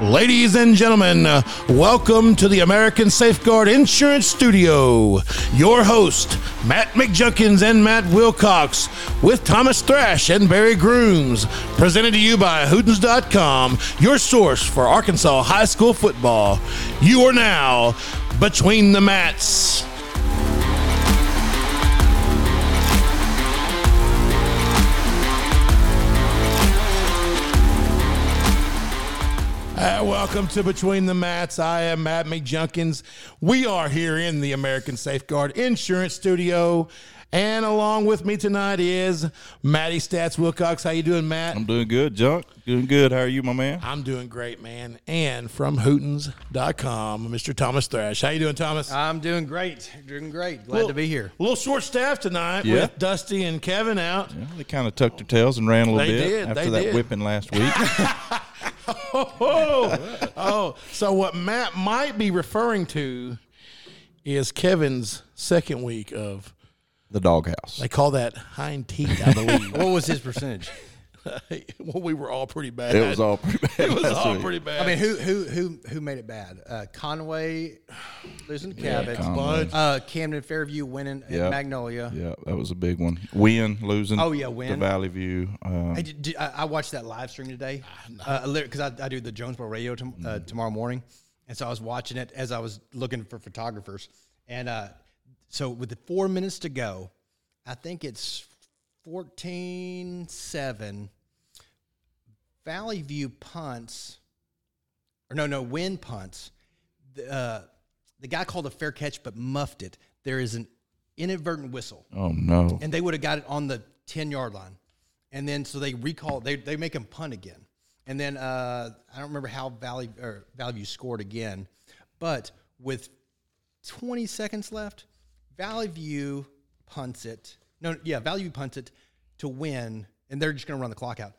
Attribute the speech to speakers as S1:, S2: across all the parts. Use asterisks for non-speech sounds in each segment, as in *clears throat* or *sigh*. S1: Ladies and gentlemen, uh, welcome to the American Safeguard Insurance Studio. Your host, Matt McJunkins and Matt Wilcox, with Thomas Thrash and Barry Grooms. Presented to you by Hootens.com, your source for Arkansas high school football. You are now between the mats. Uh, welcome to Between the Mats. I am Matt McJunkins. We are here in the American Safeguard Insurance Studio, and along with me tonight is Matty Stats Wilcox. How you doing, Matt?
S2: I'm doing good, Junk. Doing good. How are you, my man?
S1: I'm doing great, man. And from Hootens.com, Mr. Thomas Thrash. How you doing, Thomas?
S3: I'm doing great. Doing great. Glad to be here.
S1: A little short staff tonight
S2: Yeah.
S1: with Dusty and Kevin out.
S2: Yeah, they kind of tucked their tails and ran a little
S1: They
S2: bit
S1: did,
S2: after
S1: they
S2: that
S1: did.
S2: whipping last
S1: *laughs*
S2: week.
S1: Oh, oh. So what Matt might be referring to is Kevin's second week of
S2: the doghouse.
S1: They call that hind teeth, I
S3: *laughs*
S1: believe.
S3: What was his percentage?
S1: *laughs* well, we were all pretty bad.
S2: it
S1: at
S2: was all pretty bad.
S1: *laughs* It was
S2: last
S1: all
S2: week.
S1: pretty bad.
S3: I mean, who who who who made it bad? Uh, Conway losing to Cabot.
S2: Conway.
S3: uh, Camden Fairview winning
S2: Yeah.
S3: at Magnolia.
S2: Yeah, that was a big one. Win, losing.
S3: Oh, yeah,
S2: To
S3: Wynn.
S2: Valley View. Um,
S3: I, did, did- I, I watched that live stream today because I, I do the Jonesboro radio tom uh, tomorrow morning, and so I was watching it as I was looking for photographers. And uh, so with the four minutes to go, I think it's 14-7. Valley View punts, or no, no, win punts. The, uh, the guy called a fair catch but muffed it. There is an inadvertent whistle
S2: oh, no.
S3: and they would have got it on the 10 yard line. And then so they recall, they, they make him punt again. And then uh, I don't remember how Valley or Valley View scored again, but with 20 seconds left, Valley View punts it. No, yeah, Valley View punts it to win, and they're just going to run the clock out.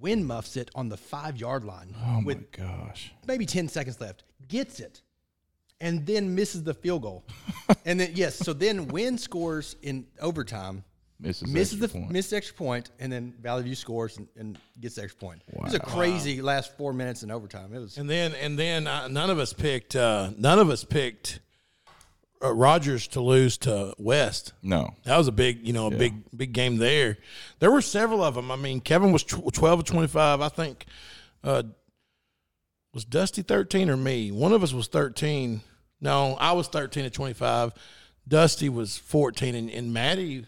S3: Win muffs it on the five yard line
S2: Oh,
S3: with
S2: my gosh.
S3: maybe 10 seconds left, gets it, and then misses the
S2: *laughs*
S3: field goal. and then, yes, so then Wynn scores in overtime,
S2: Misses,
S3: misses the
S2: extra point.
S3: misses the extra point, and then Valley View scores and, and gets the extra point. It was a crazy last four minutes in overtime. It was
S1: and then and then uh, none of us picked uh, none of us picked uh, Rogers to lose to West.
S2: no.
S1: That was a big, you know, a big, big game there. There were several of them. I mean, Kevin was tw- 12 or 25. I think uh, was Dusty 13 or me? One of us was 13. No, I was 13 at 25. Dusty was 14. And, and Maddie,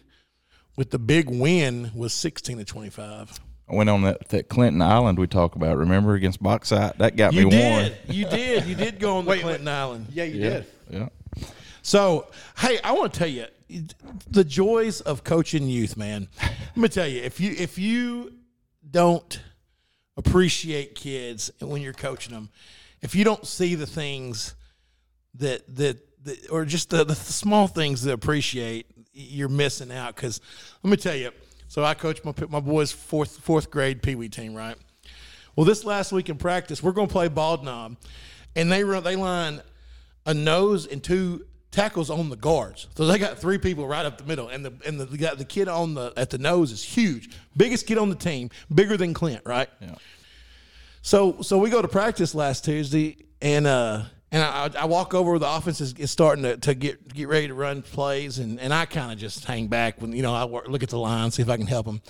S1: with the big win, was 16 to 25.
S2: I went on that, that Clinton Island we talked about, remember, against Boxite. That got
S1: You
S2: me
S1: did.
S2: one.
S1: You did. You did go on the Clinton Island.
S3: yeah, you
S2: Yeah.
S3: did.
S2: Yeah.
S1: So, hey, I want to tell you the joys of coaching youth, man. Let me tell you, if you if you don't appreciate kids when you're coaching them, if you don't see the things that that, that or just the, the small things to appreciate, you're missing out. Because let me tell you, so I coach my my boys fourth fourth grade pee wee team, right? Well, this last week in practice, we're going to play Bald Knob, and they run they line a nose and two tackles on the guards. So they got three people right up the middle, and the and the, the, guy, the kid on the at the nose is huge, biggest kid on the team, bigger than Clint, right?
S2: Yeah.
S1: So so we go to practice last Tuesday, and uh and I, I walk over. The offense is, is starting to, to get get ready to run plays, and and I kind of just hang back when you know I work, look at the line, see if I can help them.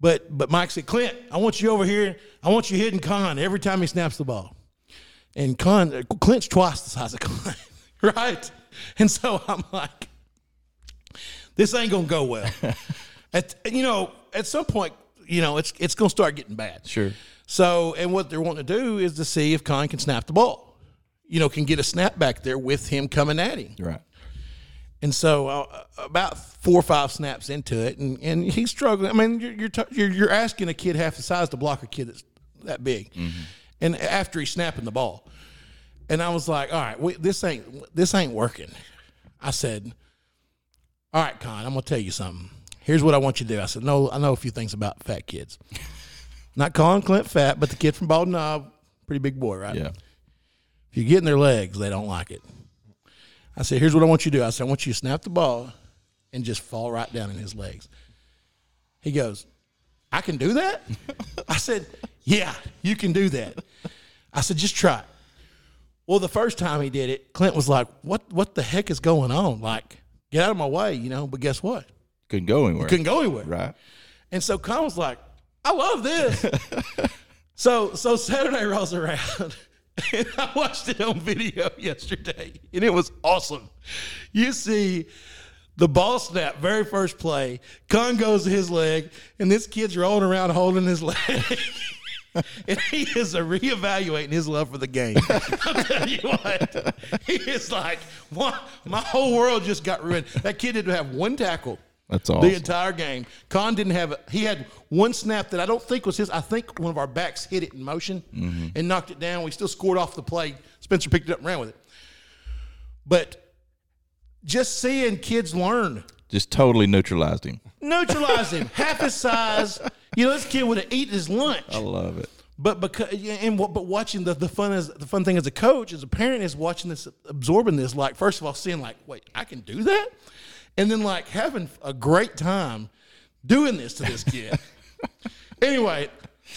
S1: But but Mike said, Clint, I want you over here. I want you hitting Con every time he snaps the ball. And Con uh, Clint's twice the size of Con, *laughs* right? And so I'm like, this ain't gonna go well. at you know, at some point, you know, it's it's gonna start getting bad.
S2: Sure.
S1: So, and what they're wanting to do is to see if Con can snap the ball. You know, can get a snap back there with him coming at him.
S2: You're right.
S1: And so, uh, about four or five snaps into it, and, and he's struggling. I mean, you're, you're, t- you're you're asking a kid half the size to block a kid that's that big, and after he's snapping the ball, and I was like, all right, we, this ain't this ain't working. I said, all right, Con, I'm gonna tell you something. Here's what I want you to do. I said, no, I know a few things about fat kids. Not calling Clint fat, but the kid from Bald Knob, pretty big boy, right?
S2: Yeah.
S1: If you get in their legs, they don't like it. I said, here's what I want you to do. I said, I want you to snap the ball and just fall right down in his legs. He goes, I can do that? I said, yeah, you can do that. I said, just try it. Well, the first time he did it, Clint was like, "What? What the heck is going on? Like, get out of my way, you know." But guess what?
S2: Couldn't go anywhere.
S1: Couldn't go anywhere.
S2: Right.
S1: And so Con was like, I love this. so so Saturday rolls around. *laughs* And I watched it on video yesterday, and it was awesome. You see the ball snap, very first play. Con goes to his leg, and this kid's rolling around holding his leg. *laughs* and he is reevaluating his love for the game. *laughs* I'll tell you what, he is like, "Wha- my whole world just got ruined. That kid didn't have one tackle.
S2: That's
S1: all.
S2: awesome.
S1: The entire game. Con didn't have it. He had one snap that I don't think was his. I think one of our backs hit it in motion
S2: Mm-hmm.
S1: and knocked it down. We still scored off the play. Spencer picked it up and ran with it. But just seeing kids learn,
S2: Just totally neutralized him.
S1: neutralize him, half his size. You know, this kid would have eaten his lunch.
S2: I
S3: Oh.
S2: love it.
S1: But because and what- but watching the, the fun is the fun thing as a coach as a parent is watching this absorbing this like first of all seeing like wait I can do that and then like having a great time doing this to this
S3: *laughs*
S1: kid. anyway,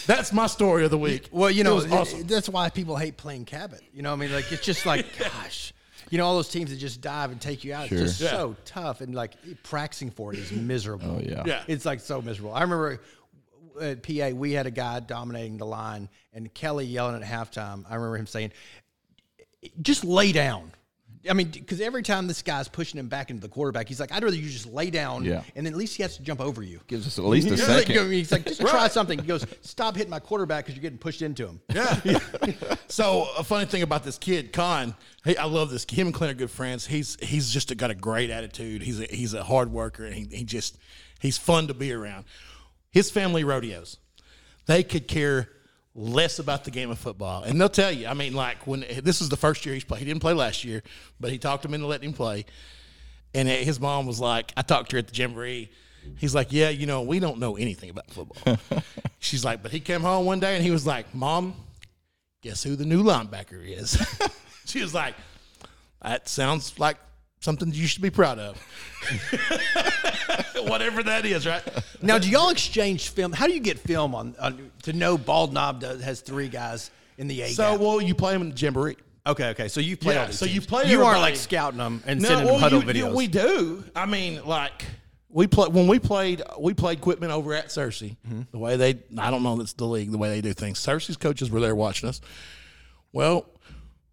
S1: that's my story of the week.
S3: Well, you
S1: It
S3: know,
S1: was awesome.
S3: it- that's why people hate playing Cabot. You know, what I mean, like it's
S1: *laughs*
S3: just like, gosh, you know, all those teams that just dive and take you out.
S2: Sure.
S3: It's just
S1: Yeah.
S3: so tough, and like practicing for
S1: *laughs*
S3: it is miserable.
S2: Oh yeah.
S1: Yeah.
S3: It's like so miserable. I remember at PA, we had a guy dominating the line, and Kelly yelling at halftime. I remember him saying, just lay down. I mean, because every time this guy's pushing him back into the quarterback, he's like, I'd rather you just lay down,
S2: Yeah.
S3: and then at least he has to jump over you.
S2: Gives us at least a
S3: You know, like,
S2: second.
S3: *laughs* He's like, just try something. He goes, stop hitting my quarterback because you're getting pushed into him.
S1: *laughs* Yeah. so a funny thing about this kid, Con, hey, I love this. Him and Clint are good friends. He's he's just got a great attitude. He's a, he's a hard worker, and he, he just he's fun to be around. His family rodeos, they could care less about the game of football, and they'll tell you. I mean, like when this is the first year he's played. He didn't play last year, but he talked him into letting him play. And his mom was like, I talked to her at the jamboree. He's like, Yeah, you know, we don't know anything about football. She's like, But he came home one day and he was like, Mom, guess who the new linebacker is? *laughs* she was like, That sounds like something you should be proud of. *laughs* Whatever that is, right?
S3: Now, do y'all exchange film? How do you get film on, on to know Bald Knob does, has three guys in the A
S1: So,
S3: gap?
S1: well, you play him in the jamboree.
S3: Okay, okay. So you play.
S1: Yeah,
S3: all these
S1: so you
S3: teams.
S1: play
S3: You are
S1: everybody.
S3: like scouting them and sending them huddle
S1: you- you-
S3: videos.
S1: we do. I mean, like we play when we played we played Quitman over at Cersei.
S3: Mm-hmm.
S1: The way they, I don't know, that's the league. The way they do things. Cersei's coaches were there watching us. Well,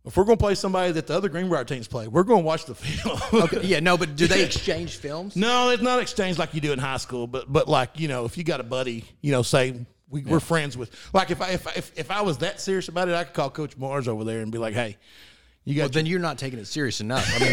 S1: if we're gonna play somebody that the other Greenbrier teams play, we're gonna watch the film.
S3: Okay, yeah, no, but
S1: *laughs*
S3: do they exchange films?
S1: No, it's not exchange like you do in high school, but but like you know, if you got a buddy, you know, say we, we're friends with, like if I if, I- if if I was that serious about it, I could call Coach Mars over there and be like, hey, you got
S3: Well, then you're not taking it serious enough. I mean,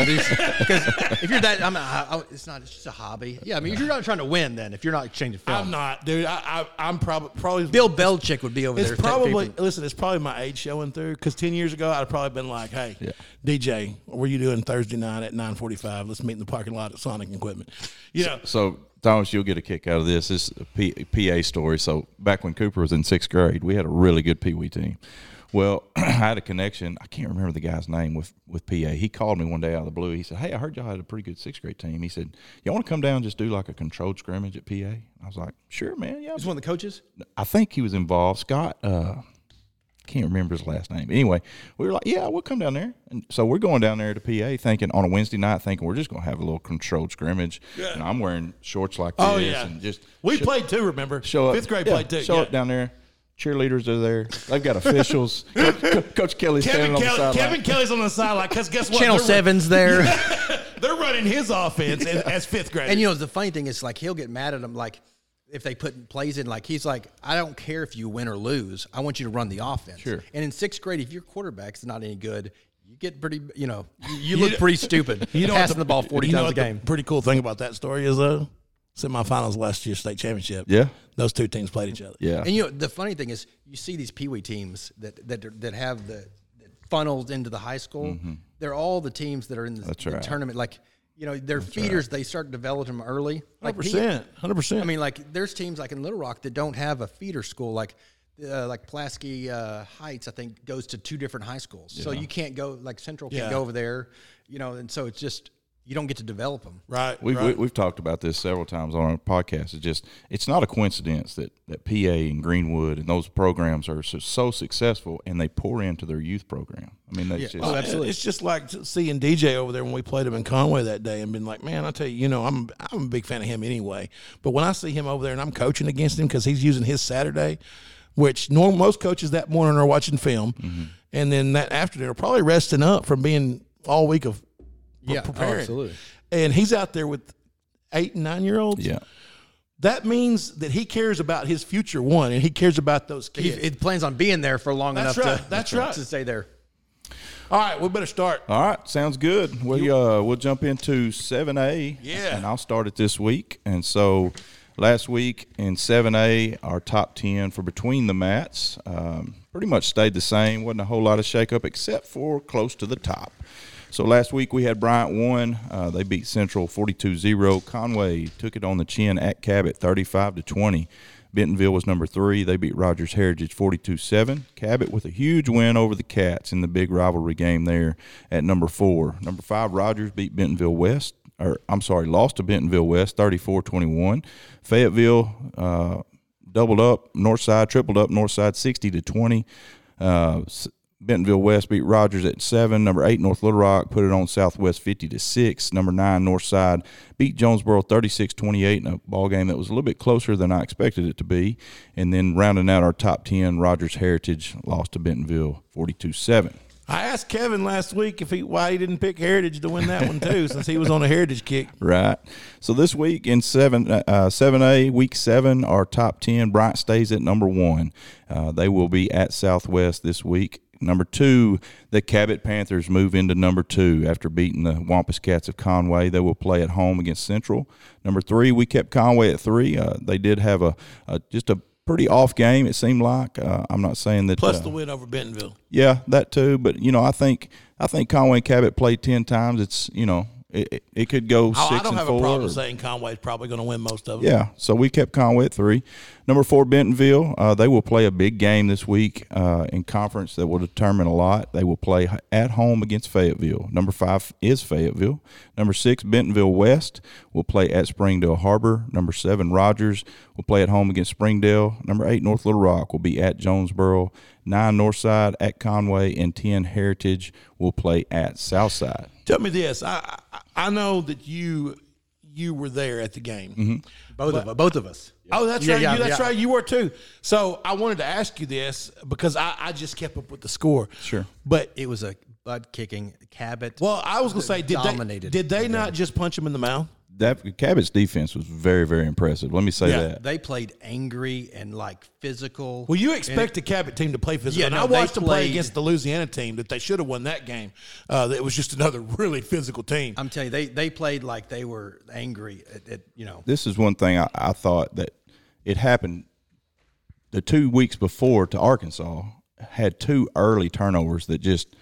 S3: because if you're that, I'm not, I, I- it's not. It's just a hobby. Yeah, I mean, if you're not trying to win, then if you're not exchanging film,
S1: I'm not, dude. I, I I'm probably probably
S3: Bill Belichick would be over there.
S1: It's probably
S3: taking-
S1: listen. It's probably my age showing through. Because ten years ago, I'd probably been like, "Hey,
S2: Yeah.
S1: DJ, what were you doing Thursday night at nine forty-five? Let's meet in the parking lot at Sonic Equipment." You know,
S2: So Thomas, you'll get a kick out of this. This is a P- PA story. So back when Cooper was in sixth grade, we had a really good Pee Wee team. Well, *clears throat* I had a connection. I can't remember the guy's name with with PA. He called me one day out of the blue. He said, "Hey, I heard y'all had a pretty good sixth grade team." He said, "Y'all want to come down and just do like a controlled scrimmage at PA?" I was like, "Sure, man. Yeah,
S3: He's one of the coaches.
S2: I think he was involved. Scott, uh, can't remember his last name. Anyway, we were like, yeah, we'll come down there. And so we're going down there to PA thinking on a Wednesday night, thinking we're just going to have a little controlled scrimmage.
S1: Yeah.
S2: And I'm wearing shorts like this
S1: oh yeah,
S2: and just
S1: we played too. Remember,
S2: show up.
S1: fifth grade
S2: yeah,
S1: played too.
S2: Show
S1: yeah.
S2: up down there. Cheerleaders are there. They've
S1: *laughs*
S2: got officials. Coach, Coach Kelly's
S1: Kevin,
S2: standing on the
S1: Kelly,
S2: sideline.
S1: Kevin Kelly's on the sideline because guess what?
S3: Channel
S1: They're- *laughs*
S3: Seven's there.
S1: They're running his offense as, as fifth grade.
S3: And you know, the funny thing is, like, he'll get mad at him, like, if they put plays in, like, he's like, I don't care if you win or lose. I want you to run the offense.
S2: Sure.
S3: And in sixth grade, if your quarterback's not any good, you get pretty, you know, you, you look
S1: *laughs*
S3: pretty stupid. You
S1: know what
S3: passing the, ball 40
S1: you know
S3: times a
S1: what the
S3: game.
S1: pretty cool thing about that story is though, semifinals last year state championship.
S2: Yeah.
S1: those two teams played each other.
S2: Yeah.
S3: And you know, the funny thing is, you see these Pee Wee teams that that that have the that funneled into the high school. They're all the teams that are in the, the
S2: right.
S3: tournament. Like, you know, their feeders they start developing them early. Like
S1: hundred
S3: Pee-
S1: percent, hundred percent.
S3: I mean, like there's teams like in Little Rock that don't have a feeder school, like uh, like Pulaski uh, Heights. I think goes to two different high schools, so you can't go like Central can't
S1: Yeah.
S3: go over there, you know. And so it's just you don't get to develop them.
S1: Right.
S2: We've,
S1: right.
S2: we, we've talked about this several times on our podcast. It's just it's not a coincidence that, that PA and Greenwood and those programs are so, so successful and they pour into their youth program. I mean, that's just
S3: Oh, absolutely.
S1: It's just like seeing DJ over there when we played him in Conway that day, and been like, man, I tell you, you know, I'm I'm a big fan of him anyway. But when I see him over there and I'm coaching against him because he's using his Saturday, which norm, most coaches that morning are watching film,
S3: Mm-hmm.
S1: and then that afternoon are probably resting up from being all week of pre-
S3: Yeah, oh,
S1: preparing.
S3: absolutely.
S1: And he's out there with eight and nine year olds.
S2: yeah.
S1: That means that he cares about his future one, and he cares about those
S3: He,
S1: kids.
S3: It plans on being there for long
S1: That's
S3: enough
S1: right,
S3: *laughs* to,
S1: that's
S3: to,
S1: right.
S3: stay there.
S1: all right, we better start.
S2: All right, sounds good. We uh we'll jump into seven A.
S1: Yeah.
S2: and I'll start it this week. And so, last week in seven A, our top ten for between the mats um, pretty much stayed the same. wasn't a whole lot of shakeup except for close to the top. So last week we had Bryant one. Uh, they beat Central 42-0. Conway took it on the chin at Cabot 35 to 20. Bentonville was number three. They beat Rogers Heritage 42 7. Cabot with a huge win over the Cats in the big rivalry game there at number four. Number five, Rogers beat Bentonville West, or I'm sorry, lost to Bentonville West 34 21. Fayetteville uh, doubled up, north side, tripled up, north side 60 to 20. Uh, S- Bentonville West beat Rogers at seven. Number eight, North Little Rock put it on Southwest 50 to six. Number nine, North Side beat Jonesboro 36 28 in a ball game that was a little bit closer than I expected it to be. And then rounding out our top 10, Rogers Heritage lost to Bentonville 42 7.
S1: I asked Kevin last week if he why he didn't pick Heritage to win that one too,
S2: *laughs*
S1: since he was on a Heritage kick.
S2: Right. So this week in seven uh, seven A week seven, our top ten. Bryant stays at number one. Uh, they will be at Southwest this week. Number two, the Cabot Panthers move into number two after beating the Wampus Cats of Conway. They will play at home against Central. Number three, we kept Conway at three. Uh, they did have a, a just a pretty off game. It seemed like uh, I'm not saying that.
S1: Plus
S2: uh,
S1: the win over Bentonville.
S2: yeah, that too. But you know, I think I think Conway and Cabot played ten times. It's you know, it, it, it could go
S1: Oh,
S2: six
S1: I don't
S2: and
S1: have
S2: four.
S1: a problem
S2: or-
S1: saying Conway's probably going to win most of them.
S2: yeah, so we kept Conway at three. Number four, Bentonville. Uh, they will play a big game this week uh, in conference that will determine a lot. They will play h- at home against Fayetteville. Number five is Fayetteville. Number six, Bentonville West will play at Springdale Harbor. Number seven, Rogers will play at home against Springdale. Number eight, North Little Rock will be at Jonesboro. Nine, Northside at Conway. And ten, Heritage will play at Southside.
S1: Tell me this: I, I I know that you you were there at the game.
S2: Mm-hmm.
S3: Both of both of us.
S1: Oh, that's
S3: Yeah,
S1: right.
S3: yeah,
S1: you, that's
S3: yeah.
S1: right. You were too. So I wanted to ask you this because I, I just kept up with the score.
S2: Sure.
S1: But
S3: It was a butt kicking Cabot.
S1: well, I was going to say, did
S3: Dominated.
S1: they did they not just punch him in the mouth?
S2: That Cabot's defense was very, very impressive. Let me say
S1: Yeah.
S2: that.
S3: they played angry and like physical.
S1: Well, you expect the Cabot team to play physical.
S3: Yeah,
S1: and
S3: no,
S1: I
S3: they
S1: watched them play
S3: played-
S1: against the Louisiana team that they should have won that game. Uh, that it was just another *laughs* really physical team.
S3: I'm telling you, they they played like they were angry. At, at, you know,
S2: this is one thing I, I thought that it happened the two weeks before to Arkansas had two early turnovers that just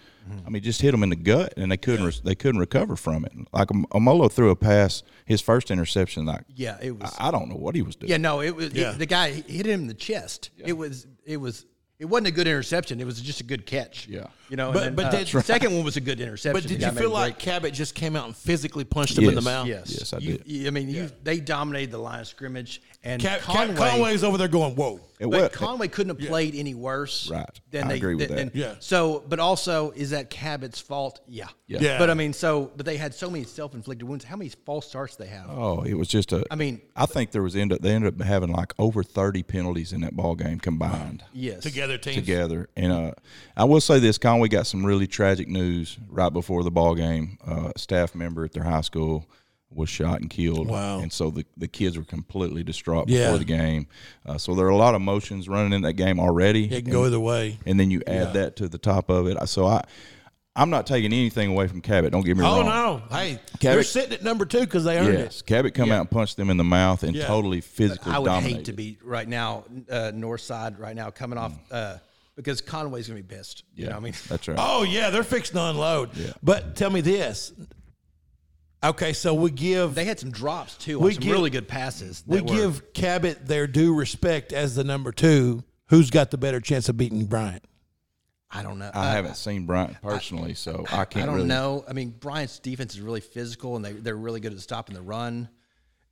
S2: I mean just hit them in the gut and they couldn't re- they couldn't recover from it. Like Am- Amolo threw a pass his first interception like
S3: yeah, it was.
S2: I, I don't know what he was doing.
S3: yeah, no, it was it-
S1: Yeah.
S3: the guy hit him in the chest. It was it was it wasn't a good interception. It was just a good catch.
S2: Yeah.
S3: you know.
S1: But-
S3: and then,
S1: but
S3: uh,
S1: that's
S3: the second one was a good interception.
S1: but
S3: The
S1: did
S3: guy
S1: you
S3: made
S1: feel
S3: a
S1: like
S3: break.
S1: Cabot just came out and physically punched him in the
S2: Yes.
S1: mouth?
S3: Yes,
S2: Yes, I
S3: You-
S2: did.
S3: you- I mean, you they dominated the line of scrimmage, and
S1: Cab, Conway,
S3: Conway.
S1: Conway's over there going, "Whoa!"
S2: It
S3: but
S2: was,
S3: Conway couldn't have played any worse.
S2: Right.
S3: Than
S2: I
S3: they,
S2: agree with
S3: than-
S2: that.
S3: than-
S1: Yeah.
S3: So, but also, is that Cabot's fault? Yeah.
S2: Yeah.
S1: Yeah.
S3: But I mean, so, but they had so many self-inflicted wounds. How many false starts they have?
S2: oh, it was just a
S3: I mean-
S2: I think there was end up they ended up having like over 30 penalties in that ball game combined.
S3: yes.
S1: Together teams.
S2: together. And uh, I will say this: Conway got some really tragic news right before the ball game. Uh, a staff member at their high school was shot and killed.
S1: Wow.
S2: And so the, the kids were completely distraught
S1: Yeah.
S2: before the game. Uh, so there are a lot of emotions running in that game already.
S1: It can go either way.
S2: and then you add that to the top of it. So I, I'm not taking anything away from Cabot. Don't get me
S1: Oh
S2: wrong.
S1: no! Hey, they're
S2: Cabot-
S1: sitting at number two because they earned
S2: Yes, Cabot come out and punched them in the mouth and
S1: Yeah.
S2: totally physically
S3: I would
S2: dominated.
S3: hate to be right now, uh, north side right now, coming off uh, because Conway's gonna be pissed.
S2: Mm. yeah,
S3: You know, what I mean,
S2: that's right.
S1: it. Oh yeah, they're fixing to unload. But tell me this. Okay, so we give
S3: they had some drops too.
S1: We
S3: on some
S1: give-
S3: really good passes.
S1: we
S3: that were-
S1: give Cabot their due respect as the number two. Who's got the better chance of beating Bryant?
S3: I don't know.
S2: I
S3: Uh,
S2: haven't seen Bryant personally, so I can't
S3: I don't
S2: really.
S3: know. I mean, Bryant's defense is really physical, and they they're really good at stopping the run.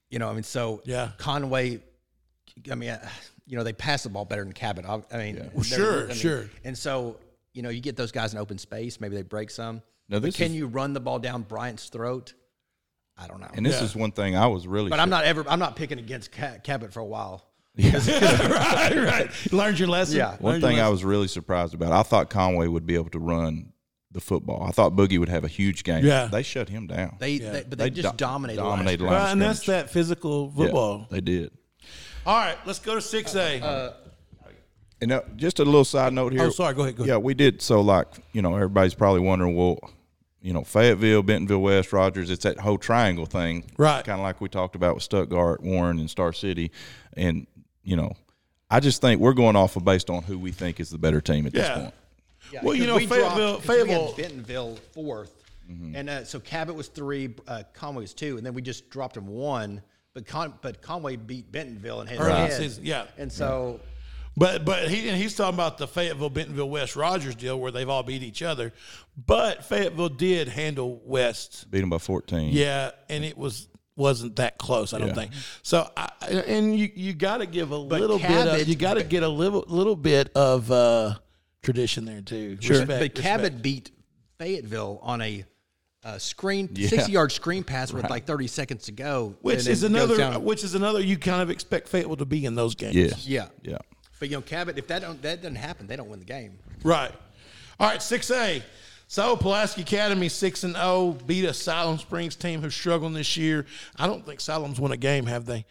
S3: You know, I mean, so
S1: Yeah.
S3: Conway. I mean, uh, you know, they pass the ball better than Cabot. I, I mean, they're-
S1: sure,
S3: I mean,
S1: sure.
S3: And so you know, you get those guys in open space. Maybe they break some.
S2: Now,
S3: But
S2: this
S3: can
S2: is-
S3: you run the ball down Bryant's throat? I don't know.
S2: And this
S1: Yeah.
S2: is one thing I was really.
S3: but I'm not ever. I'm not picking against Ca- Cabot for a while.
S1: *laughs* right, right. Learned your lesson.
S3: Yeah.
S2: One thing I was really surprised about, I thought Conway would be able to run the football. I thought Boogie would have a huge game.
S1: Yeah.
S2: They shut him down.
S3: They, they but they, just
S2: do-
S3: dominate.
S2: dominated
S3: dominated.
S2: line
S1: Well,
S2: of
S1: and that's
S2: scrimmage.
S1: that physical
S2: Yeah,
S1: football.
S2: they did.
S1: All right, let's go to six A.
S3: Uh,
S2: And now, just a little side note here.
S1: Oh, sorry, go ahead, go ahead.
S2: Yeah, we did. So, like, you know, everybody's probably wondering, well, you know, Fayetteville, Bentonville West, Rogers, it's that whole triangle thing.
S1: Right.
S2: Kind of like we talked about with Stuttgart, Warren, and Star City. And, you know, I just think we're going off of based on who we think is the better team at this
S1: yeah.
S2: point.
S1: Well, you
S3: because
S1: know,
S3: we dropped-
S1: Fayetteville,
S3: because we had
S1: Fayetteville,
S3: Bentonville fourth, and uh, so Cabot was three, uh, Conway was two, and then we just dropped him one. But Con- but Conway beat Bentonville and had
S1: Early in the
S3: head.
S1: season, yeah.
S3: And so
S1: But but he and he's talking about the Fayetteville Bentonville West Rogers deal where they've all beat each other, but Fayetteville did handle West,
S2: Beat them by 14.
S1: yeah, and it was wasn't that close. I don't think so. I, and you you got to give a little bit
S3: Cabot-
S1: of you got to get a little little bit of uh, tradition there too. Sure,
S3: but Cabot beat Fayetteville on a. Uh, screen sixty-yard screen pass with like thirty seconds to go,
S1: which
S3: and it
S1: is
S3: goes
S1: another uh,
S3: down.
S1: which is another you kind of expect Fayetteville to be in those games.
S2: Yes.
S3: yeah,
S2: Yeah.
S3: But you know, Cabot, if that don't that doesn't happen, they don't win the game.
S1: Right. All right, 6A. So Pulaski Academy 6 and 0 beat a Salem Springs team who's struggling this year. I don't think Salem's won a game, have they?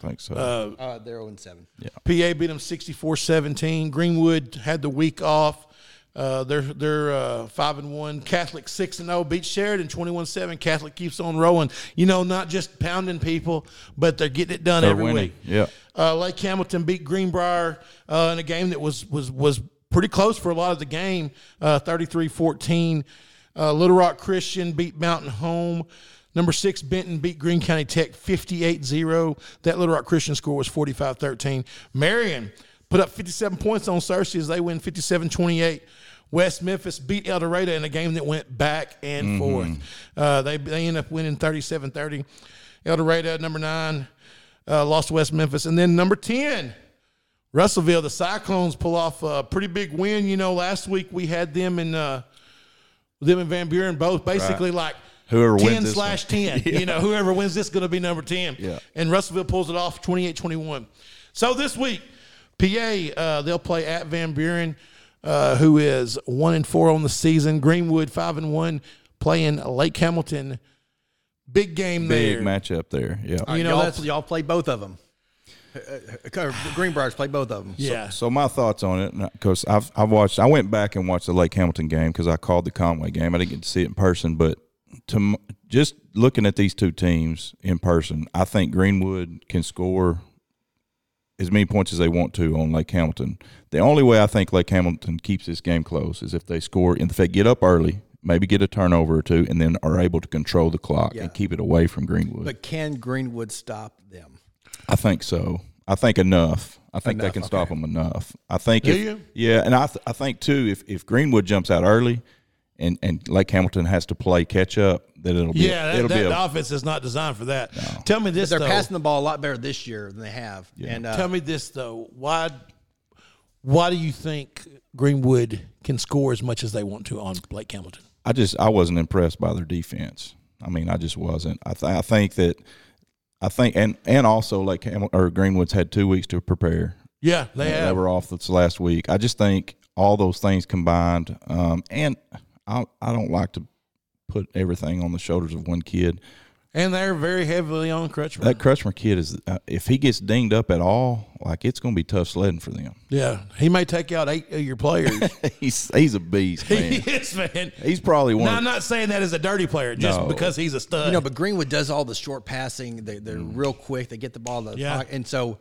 S2: I think so.
S3: Uh, they're zero and seven.
S1: PA beat them 64-17. Greenwood had the week off. Uh, they're they're uh, five and one. Catholic six and zero beat Sheridan twenty one seven. Catholic keeps on rolling. You know, not just pounding people, but they're getting it done
S2: They're
S1: every
S2: winning.
S1: week.
S2: Yeah.
S1: Uh, Lake Hamilton beat Greenbrier uh, in a game that was was was pretty close for a lot of the game, uh, 33-14. Uh, Little Rock Christian beat Mountain Home. Number six, Benton beat Greene County Tech 58-0. That Little Rock Christian score was 45-13. Marion put up 57 points on Cersei as they win 57-28. West Memphis beat El Dorado in a game that went back and forth. Uh, they, they end up winning 37-30. El Dorado, number nine, uh, lost to West Memphis. And then number 10, Russellville, the Cyclones pull off a pretty big win. You know, last week we had them and uh, them and Van Buren both basically like
S2: Whoever wins
S1: 10
S2: this
S1: slash
S2: *laughs*
S1: 10. You know, whoever wins this is going to be number 10.
S2: Yeah.
S1: And Russellville pulls it off 28 21. So this week, PA, uh, they'll play at Van Buren, uh, who is 1 and 4 on the season. Greenwood, 5 and 1, playing Lake Hamilton. Big game
S2: Big
S1: there.
S2: matchup there. Yeah.
S1: You know,
S3: y'all,
S1: that's-
S3: y'all play both of Uh, them. Greenbriers play both of them.
S1: Yeah.
S2: So my thoughts on it, because I've I've watched, I went back and watched the Lake Hamilton game because I called the Conway game. I didn't get to see it in person, but to m- just looking at these two teams in person, I think Greenwood can score as many points as they want to on Lake Hamilton. The only way I think Lake Hamilton keeps this game close is if they score, and if they get up early, maybe get a turnover or two, and then are able to control the clock
S3: Yeah.
S2: and keep it away from Greenwood.
S3: But can Greenwood stop them?
S2: I think so. I think enough. I think they can stop them enough. I think if,
S1: you?
S2: yeah, and I th- I think too if, if Greenwood jumps out early, and, and Lake Hamilton has to play catch up, that it'll be
S1: Yeah, that,
S2: it'll
S1: that
S2: be a-
S1: the offense is not designed for that. Tell me this
S3: They're
S1: though.
S3: passing the ball a lot better this year than they have. And uh,
S1: Tell me this though. Why? Why do you think Greenwood can score as much as they want to on Blake Hamilton?
S2: I just I wasn't impressed by their defense. I mean, I just wasn't. I th- I think that I think and and also like Hamil- or Greenwood's had two weeks to prepare.
S1: Yeah, they
S2: They
S1: have.
S2: were off this last week. I just think all those things combined, um, and I I don't like to put everything on the shoulders of one kid.
S1: and they're very heavily on Crutchman.
S2: That Crutchmer kid is, uh, if he gets dinged up at all, like it's going to be tough sledding for them. *laughs*
S1: yeah, he may take out eight of your *laughs* players.
S2: he's he's a beast, man.
S1: yes, man.
S2: he's probably one.
S1: Now,
S2: of,
S1: I'm not saying that as a dirty player, just
S2: No.
S1: because he's a stud.
S3: you know, but Greenwood does all the short passing. They, they're real quick. They get the ball. To the
S1: Mm. Yeah.
S3: pocket. And so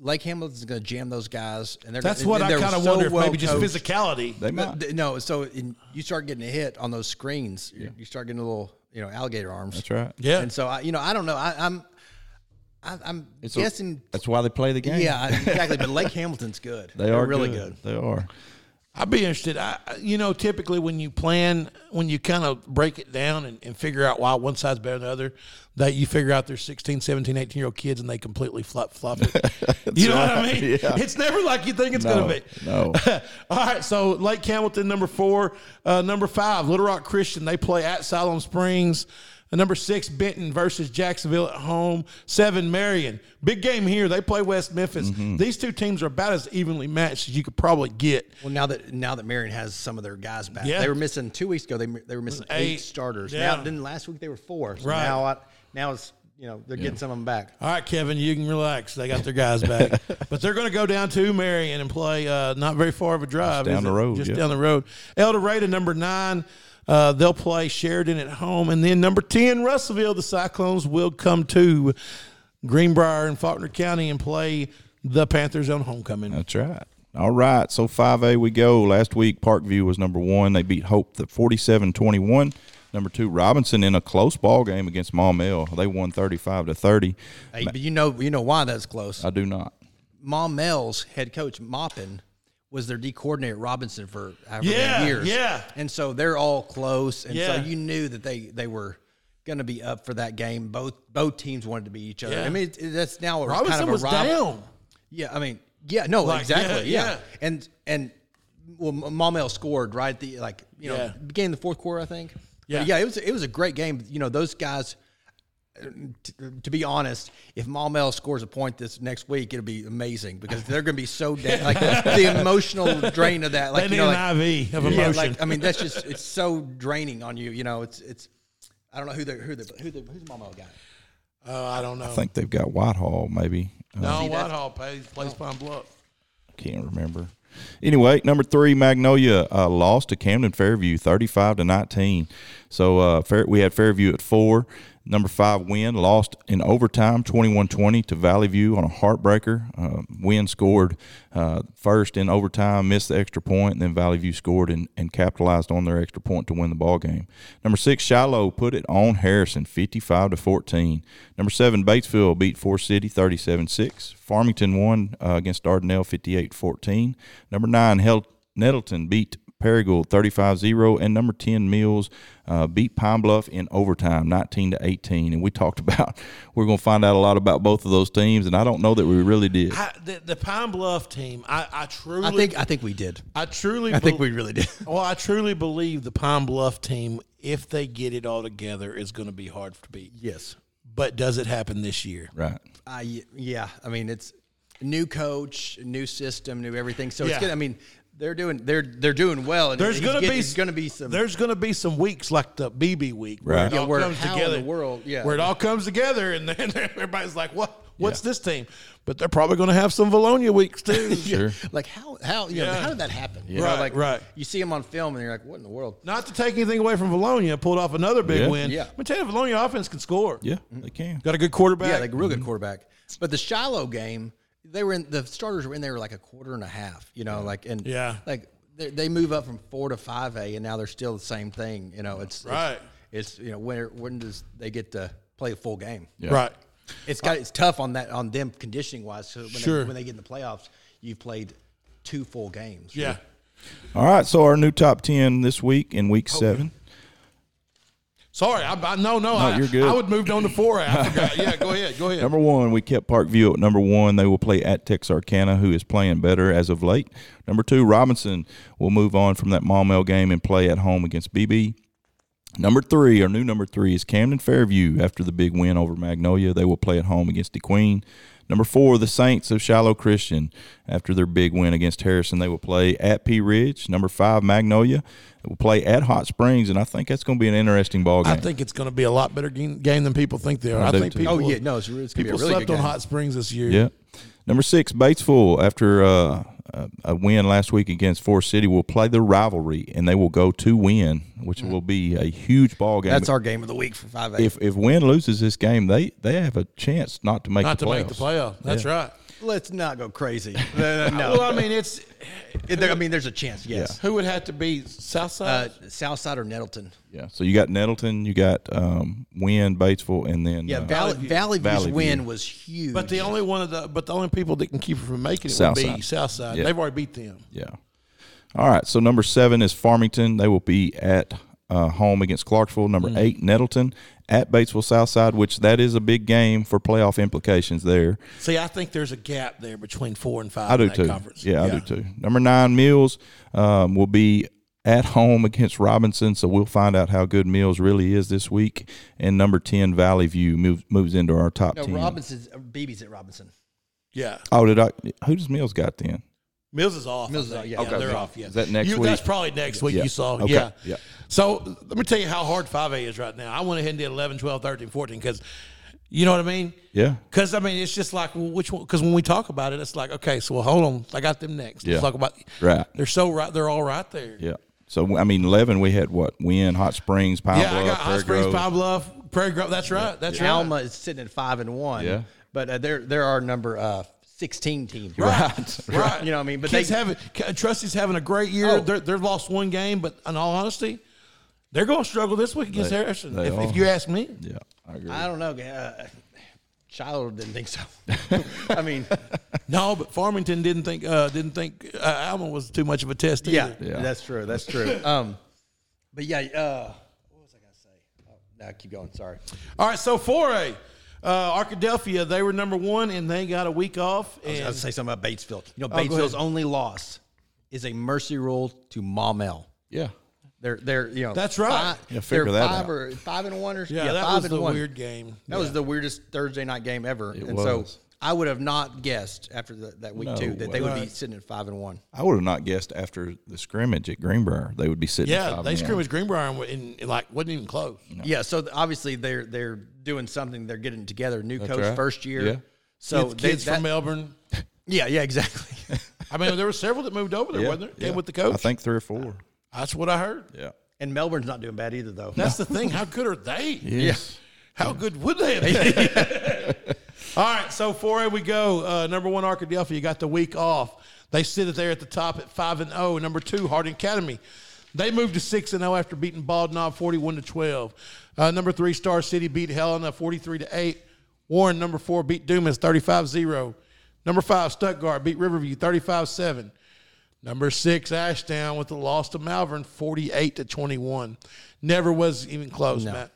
S3: Lake Hamilton's going to jam those guys. And they're
S1: That's
S3: gonna,
S1: what
S3: and
S1: I
S3: they're
S1: kind of
S3: so
S1: wonder. If
S3: well
S1: maybe just
S3: coached.
S1: physicality.
S2: they
S3: But
S2: might.
S3: th- no, so in, you start getting a hit on those screens. you You start getting a little, you know, alligator arms.
S2: That's right.
S1: Yeah.
S3: And so I, you know, I don't know. I, I'm, I, I'm
S2: It's a-
S3: guessing.
S2: That's why they play the game.
S3: yeah, I- exactly. But Lake Hamilton's good.
S2: they
S3: They're
S2: are
S3: really
S2: They are.
S1: I'd be interested. I, I- you know, typically when you plan, when you kind of break it down and, and figure out why one side's better than the other, that you figure out there's 16, 17, 18 year old kids and they completely flop flop
S2: *laughs*
S1: it. you know what I
S2: right,
S1: mean?
S2: yeah.
S1: It's never like you think it's
S2: No,
S1: going to be. *laughs*
S2: no.
S1: All right, so Lake Hamilton, number four. Uh, number five, Little Rock Christian. They play at Siloam Springs. Uh, number six, Benton versus Jacksonville at home. Seven, Marion. Big game here. They play West Memphis.
S2: Mm-hmm.
S1: These two teams are about as evenly matched as you could probably get.
S3: Well, now that now that Marion has some of their guys back,
S1: Yeah.
S3: they were missing two weeks ago. They they were missing eight,
S1: eight.
S3: starters.
S1: Yeah.
S3: Now then last week they were four. So
S1: Right.
S3: Now I, now it's you know they're getting some of them back.
S1: All right, Kevin, you can relax. They got their guys
S2: *laughs*
S1: back, but they're going to go down to Marion and play uh, not very far of a drive.
S2: down
S1: is
S2: the
S1: it?
S2: road,
S1: just
S2: yeah.
S1: down the road. El Dorado, number nine, uh, they'll play Sheridan at home, and then number ten, Russellville. The Cyclones will come to Greenbrier and Faulkner County and play the Panthers on homecoming.
S2: That's right. All right. So 5A we go. Last week, Parkview was number one. They beat Hope the 47 21. Number two, Robinson in a close ball game against Maumelle. They won 35 to 30.
S3: Hey, but you know you know why that's close.
S2: I do not.
S3: Mom Mel's head coach Moppin was their D coordinator at Robinson for however many
S1: Yeah,
S3: years.
S1: yeah.
S3: And so they're all close. And
S1: Yeah.
S3: so you knew that they they were going to be up for that game. Both both teams wanted to beat each other.
S1: Yeah.
S3: I mean, it, that's now a
S1: Robinson
S3: kind of a
S1: was
S3: rival-
S1: down.
S3: Yeah, I mean, yeah, no,
S1: Like,
S3: exactly,
S1: yeah,
S3: yeah,
S1: yeah.
S3: And and well, Maumelle scored right at the like you know
S1: Yeah.
S3: beginning of the fourth quarter, I think.
S1: Yeah.
S3: But yeah, it was it was a great game. You know, those guys. uh, t- To be honest, if Maumelle scores a point this next week, it'll be amazing because they're going to be so down, like the emotional drain of that.
S1: They
S3: Like
S1: need
S3: you know, like,
S1: an IV of emotion.
S3: yeah, like I mean, that's just it's so draining on you. You know, it's it's I don't know who the who the who the who's Maumelle guy.
S1: oh, I don't know.
S2: I think they've got Whitehall, maybe. I
S1: no, Whitehall plays, plays Pine Bluff.
S2: can't remember. Anyway, number three, Magnolia uh, lost to Camden Fairview, thirty-five to nineteen. So uh, Fair, we had Fairview at four. Number five, win lost in overtime, 21-20 to Valley View on a heartbreaker. Uh, win scored uh, first in overtime, missed the extra point, and then Valley View scored and, and capitalized on their extra point to win the ball game. Number six, Shiloh put it on Harrison, fifty-five to fourteen. Number seven, Batesville beat Four City, thirty-seven-six. Farmington won uh, against Dardanelle 58 14. Number nine, Hel- Nettleton beat Perigold 35 0. And number 10, Mills uh, beat Pine Bluff in overtime 19 to 18. And we talked *laughs* about, we're going to find out a lot about both of those teams. And I don't know that we really did.
S1: I, the, the Pine Bluff team, I, I truly,
S3: I think I think we did.
S1: I truly,
S3: I think
S1: bel-
S3: we really did.
S1: *laughs* Well, I truly believe the Pine Bluff team, if they get it all together, is going to be hard to beat.
S3: yes.
S1: But does it happen this year?
S2: Right.
S3: I Uh, yeah, I mean it's new coach, new system, new everything. So
S1: Yeah.
S3: it's good. I mean they're doing they're they're doing well. And
S1: There's
S3: he's
S1: going to
S3: getting-
S1: be
S3: it's gonna be some.
S1: There's going to be some weeks like the BB week
S2: Right.
S1: it
S2: Yeah,
S1: all
S3: where
S1: comes
S3: how in
S1: together.
S3: the world, yeah.
S1: Where it all comes together, and then *laughs* everybody's like, "What? What's this team?" But they're probably going to have some Valonia weeks
S3: *laughs*
S1: too.
S2: Sure.
S3: like how how you know
S1: Yeah.
S3: how did that happen? You
S1: Right,
S3: know, like
S1: right.
S3: You see them on film and you're like, what in the world?
S1: Not to take anything away from Valonia, pulled off another big
S2: Yeah.
S1: win.
S3: Yeah.
S1: I'm gonna tell you, Valonia offense can score.
S2: Yeah, they can.
S1: Got a good quarterback.
S3: Yeah, like a real
S1: Mm-hmm.
S3: good quarterback. But the Shiloh game, they were in the starters were in there like a quarter and a half. You know, like and
S1: Yeah.
S3: like they, they move up from four to five a, and now they're still the same thing. You know, it's
S1: Right.
S3: It's, it's you know when when does they get to play a full game?
S2: Yeah.
S1: Right.
S3: It's got it's tough on that on them conditioning wise. So when,
S1: Sure.
S3: they, when they get in the playoffs, you've played two full games.
S1: Yeah.
S2: All right. So our new top 10 this week in week seven.
S1: Sorry, I, I no, no, I,
S2: you're good.
S1: I would moved on to four. I
S2: *laughs*
S1: forgot. Yeah, go ahead, go ahead.
S2: Number one, we kept Parkview at number one. They will play at Texarkana, who is playing better as of late. Number two, Robinson will move on from that Maumelle game and play at home against BB. Number three, our new number three, is Camden Fairview after the big win over Magnolia. They will play at home against DeQueen. Number four, the Saints of Shiloh Christian after their big win against Harrison. They will play at P Ridge. Number five, Magnolia will play at Hot Springs, and I think that's going to be an interesting ball game.
S1: I think it's going to be a lot better game, game than people think they are. I,
S2: do
S1: think
S2: too.
S1: people.
S3: Oh, yeah, no, it's re- it's gonna be a
S1: people
S3: really
S1: slept
S3: good
S1: on
S3: game.
S1: Hot Springs this year.
S2: Yeah. Number six, Batesville, after uh, a- a win last week against Forest City, will play their rivalry, and they will go to win, which
S1: Mm.
S2: will be a huge ball game.
S3: That's our game of the week for five a.
S2: if if Win loses this game, they they have a chance not to make
S1: not
S2: the
S1: to
S2: playoffs.
S1: make the playoff. That's right.
S3: Let's not go *laughs* crazy. no,
S1: Well, I mean, it's
S3: I mean, there's a chance. Yes,
S1: who would have to be Southside.
S3: uh, Southside or Nettleton.
S2: Yeah. So you got Nettleton, you got um, Win, Batesville, and then
S3: Yeah,
S2: uh,
S3: Valley, Valley,
S2: Valley
S3: View's win
S2: View.
S3: was huge.
S1: but the only one of the but the only people that can keep it from making it would
S2: Southside.
S1: be Southside.
S2: Yeah.
S1: They've already beat them.
S2: yeah. All right. So number seven is Farmington. They will be at uh, home against Clarksville. Number
S1: Mm.
S2: eight, Nettleton at Batesville Southside, which that is a big game for playoff implications there.
S1: See, I think there's a gap there between four and five.
S2: I do
S1: in that
S2: too.
S1: Conference.
S2: Yeah, I do too. Number nine, Mills um, will be at home against Robinson, so we'll find out how good Mills really is this week. And number ten, Valley View moves moves into our top
S3: No,
S2: ten.
S3: Robinson's uh, BB's at Robinson.
S1: Yeah,
S2: oh, did I? Who does Mills got then?
S1: Mills is off. I
S3: Mills is
S1: think.
S3: off, yeah.
S1: Yeah,
S3: Okay.
S1: they're off. Yeah,
S2: Is that next
S1: you,
S2: week?
S1: That's probably next week.
S2: Yeah.
S1: You saw.
S2: Okay.
S1: Yeah.
S2: Yeah.
S1: So let me tell you how hard 5A is right now. I went ahead and did 11, 12, 13, 14 because you know what I mean.
S2: Yeah.
S1: Because I mean, it's just like well, which one? Because when we talk about it, it's like okay, so well, hold on, I got them next.
S2: Yeah.
S1: Let's talk about
S2: Right.
S1: They're so right. They're all right there.
S2: Yeah. So I mean, eleven. We had what? Win, Hot Springs, Pine
S1: Yeah, I
S2: Bluff,
S1: got Hot
S2: Prairie
S1: Springs,
S2: Grove.
S1: Pine Bluff, Prairie Grove. That's right. That's right.
S3: Alma is sitting at five and one.
S2: Yeah.
S3: But uh, there there are number uh, sixteen teams.
S1: Right. Right.
S3: You know what I mean? But
S1: Kids
S3: they-
S1: having Trusty's uh, having a great year.
S3: Oh.
S1: They're they've lost one game, but in all honesty, they're going to struggle this week against Harrison.
S2: they
S1: If,
S2: are.
S1: if you ask me,
S2: Yeah, I agree.
S3: I don't know. Uh, Shiloh didn't *laughs* think so. I mean,
S1: *laughs* no. But Farmington didn't think uh, didn't think uh, Alma was too much of a test. *laughs*
S3: yeah,
S1: either.
S2: Yeah.
S3: that's true. That's
S1: *laughs*
S3: true. Um, but yeah, uh, what was I gonna say? Oh, no, keep going. Sorry.
S1: All right. So four A. Uh, Arkadelphia, they were number one, and they got a week off.
S3: I was
S1: And
S3: gonna say something about Batesville. You know,
S1: Oh, go ahead.
S3: Batesville's only loss is a mercy rule to Maumelle.
S2: yeah.
S3: They're they're you know
S1: That's right.
S3: Five,
S2: Yeah, figure
S3: they're
S2: that
S3: five
S2: out.
S3: or five and one or
S1: yeah, that
S3: five
S1: was
S3: and
S1: the
S3: one.
S1: weird game.
S3: That was the weirdest Thursday night game ever. and
S2: was.
S3: so I would have not guessed after the, that week
S2: No
S3: two that they
S2: way.
S3: would be sitting at five and one.
S2: I would have not guessed after the scrimmage at Greenbrier they would be sitting.
S1: Yeah,
S2: five
S1: they
S2: and one.
S1: scrimmaged Greenbrier and, and, like wasn't even close.
S3: Yeah, so th- obviously they're they're doing something. They're getting together. New coach
S2: right.
S3: first year.
S2: Yeah.
S3: So
S1: Kids-
S3: they-
S1: kids
S3: that-
S1: from Melbourne.
S3: yeah, yeah, exactly. *laughs*
S1: I mean, there were several that moved over there,
S2: Yeah,
S1: wasn't there? Came
S2: yeah.
S1: with the coach.
S2: I think three or four.
S1: that's what I heard.
S2: Yeah.
S3: and Melbourne's not doing bad either though.
S1: That's the thing. How good are they?
S2: Yes.
S1: How good would they have been? *laughs* All right, so 4A we go. Uh, number one, Arkadelphia got the week off. They sit there at the top at 5 and 0. Number two, Harding Academy. They moved to 6 and 0 after beating Bald Knob 41 to 12. Uh, number three, Star City beat Helena 43 to 8. Warren, number four, beat Dumas 35 0. Number five, Stuttgart beat Riverview 35 7. Number six, Ashdown with the loss to Malvern, forty-eight to twenty-one. Never was even close, Matt.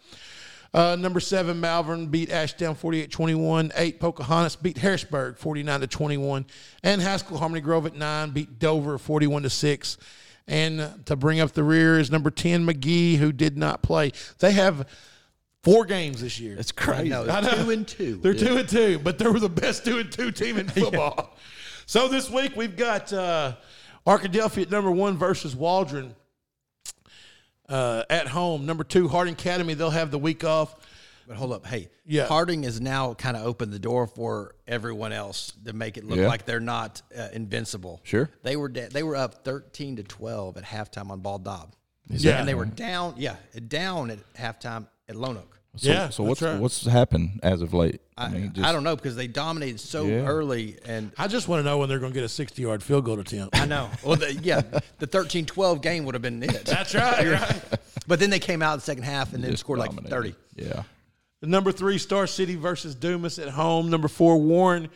S1: Uh, number seven, Malvern beat Ashdown 48-21. Eight, Pocahontas beat Harrisburg 49 to 21. And Haskell Harmony Grove at nine beat Dover 41 to 6. And to bring up the rear is number 10, McGee, who did not play. They have four games this year.
S2: That's crazy.
S3: No,
S1: I know.
S3: two and two.
S1: They're two and two, but they were the best two and two
S2: *laughs*
S1: team in football. So this week we've got uh, Arkadelphia at number one versus Waldron uh, at home. Number two, Harding Academy. They'll have the week off.
S3: But hold up, hey,
S1: Yeah.
S3: Harding has now kind of opened the door for everyone else to make it look
S2: Yeah.
S3: like they're not uh, invincible.
S2: Sure.
S3: they were da- they were up thirteen to twelve at halftime on Bald Dob,
S1: yeah,
S3: and they were down. Yeah, down at halftime at Lone Oak.
S2: So,
S1: Yeah,
S2: So
S1: that's
S2: what's
S1: right.
S2: what's happened as of late?
S3: I, I don't know because they dominated so early, and
S1: I just want to know when they're going to get a sixty-yard field goal attempt.
S3: I know. Well, the, yeah, the 13-12 game would have been it.
S1: That's
S3: *laughs*
S1: right. right.
S3: But then they came out in the second half and then
S2: just
S3: scored like
S2: dominated.
S3: thirty.
S2: Yeah.
S1: Number three, Star City versus Dumas at home. Number four, Warren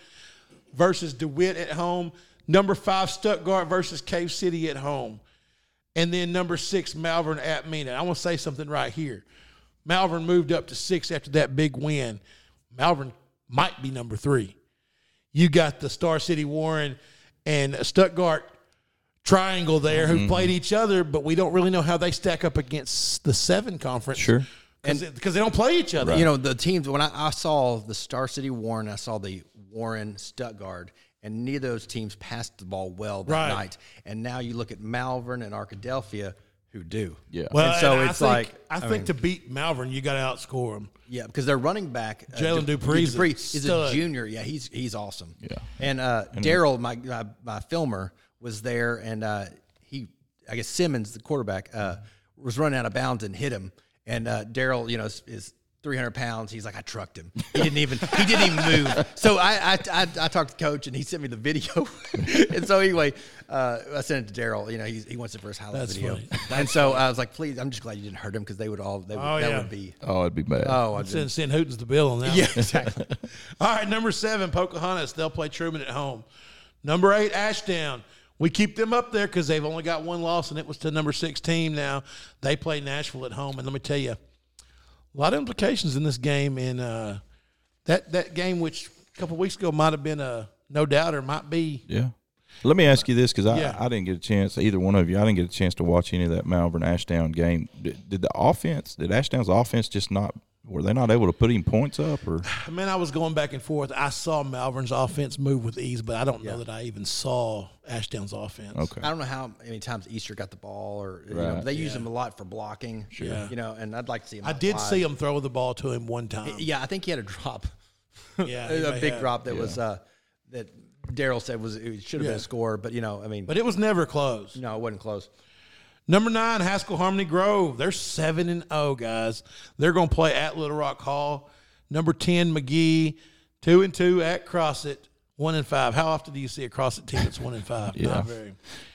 S1: versus DeWitt at home. Number five, Stuttgart versus Cave City at home. And then number six, Malvern at Mena. I want to say something right here. Malvern moved up to six after that big win. Malvern might be number three. You got the Star City Warren and Stuttgart triangle there who played each other, but we don't really know how they stack up against the seven conference.
S2: Sure.
S1: Because they don't play each other.
S3: You know, the teams, when I, I saw the Star City Warren, I saw the Warren Stuttgart, and neither of those teams passed the ball well that
S1: Right.
S3: night. And now you look at Malvern and Arkadelphia, who do.
S2: Yeah.
S1: Well,
S3: And so
S1: and
S3: it's
S1: I think,
S3: like-
S1: I,
S3: I
S1: think
S3: mean-
S1: to beat Malvern, you got to outscore them.
S3: Yeah, because their running back uh,
S1: Jalen
S3: Du-
S1: Dupree's a
S3: Dupree is a
S1: stud.
S3: junior. Yeah, he's he's awesome.
S2: Yeah.
S3: and uh, Daryl, my, my my filmer, was there, and uh, he, I guess Simmons, the quarterback, uh, was running out of bounds and hit him. And uh, Daryl, you know, is, is 300 pounds. He's like, I trucked him. He didn't even he didn't even move. So I I, I I talked to the coach, and he sent me the video. *laughs* and so anyway, uh, I sent it to Daryl. You know, he, he wants it for his highlight
S1: That's
S3: video.
S1: funny.
S3: and so I was like, please, I'm just glad you didn't hurt him because they would all they would,
S1: Oh,
S3: that
S1: yeah.
S3: would be.
S2: Oh, it'd be bad.
S3: Oh, I
S1: Send, send Hootens the bill on that. *laughs*
S3: yeah,
S1: one.
S3: exactly.
S1: All right, number seven, Pocahontas. They'll play Truman at home. Number eight, Ashdown. We keep them up there because they've only got one loss, and it was to number six team. Now they play Nashville at home, and let me tell you, a lot of implications in this game. And uh, that that game, which a couple weeks ago might have been a no doubter, might be
S2: Yeah. Let me ask you this because I,
S1: Yeah.
S2: I didn't get a chance, either one of you, I didn't get a chance to watch any of that Malvern Ashdown game. Did, did the offense, did Ashdown's offense just not, were they not able to put any points up or?
S1: Man, I was going back and forth. I saw Malvern's offense move with ease, but I don't know that I even saw Ashdown's offense.
S2: Okay.
S3: I don't know how many times Easter got the ball, or you know,
S2: Right.
S3: they use him a lot for blocking. Sure.
S1: Yeah.
S3: You know, and I'd like to see him.
S1: I
S3: out
S1: did
S3: wide.
S1: see him throw the ball to him one time.
S3: *laughs* Yeah, I think he had a drop, *laughs*
S1: Yeah, he
S3: a
S1: may
S3: big
S1: have.
S3: drop that was uh, that Daryl said was it should have been
S1: Yeah.
S3: a score, but you know, I mean,
S1: But it was never close.
S3: no, it wasn't close.
S1: Number nine, Haskell Harmony Grove. They're seven and zero, guys. They're going to play at Little Rock Hall. Number ten, McGee, two and two at Crossit, one and five. How often do you see a Crossit team that's one and
S2: *laughs*
S1: five? Not very.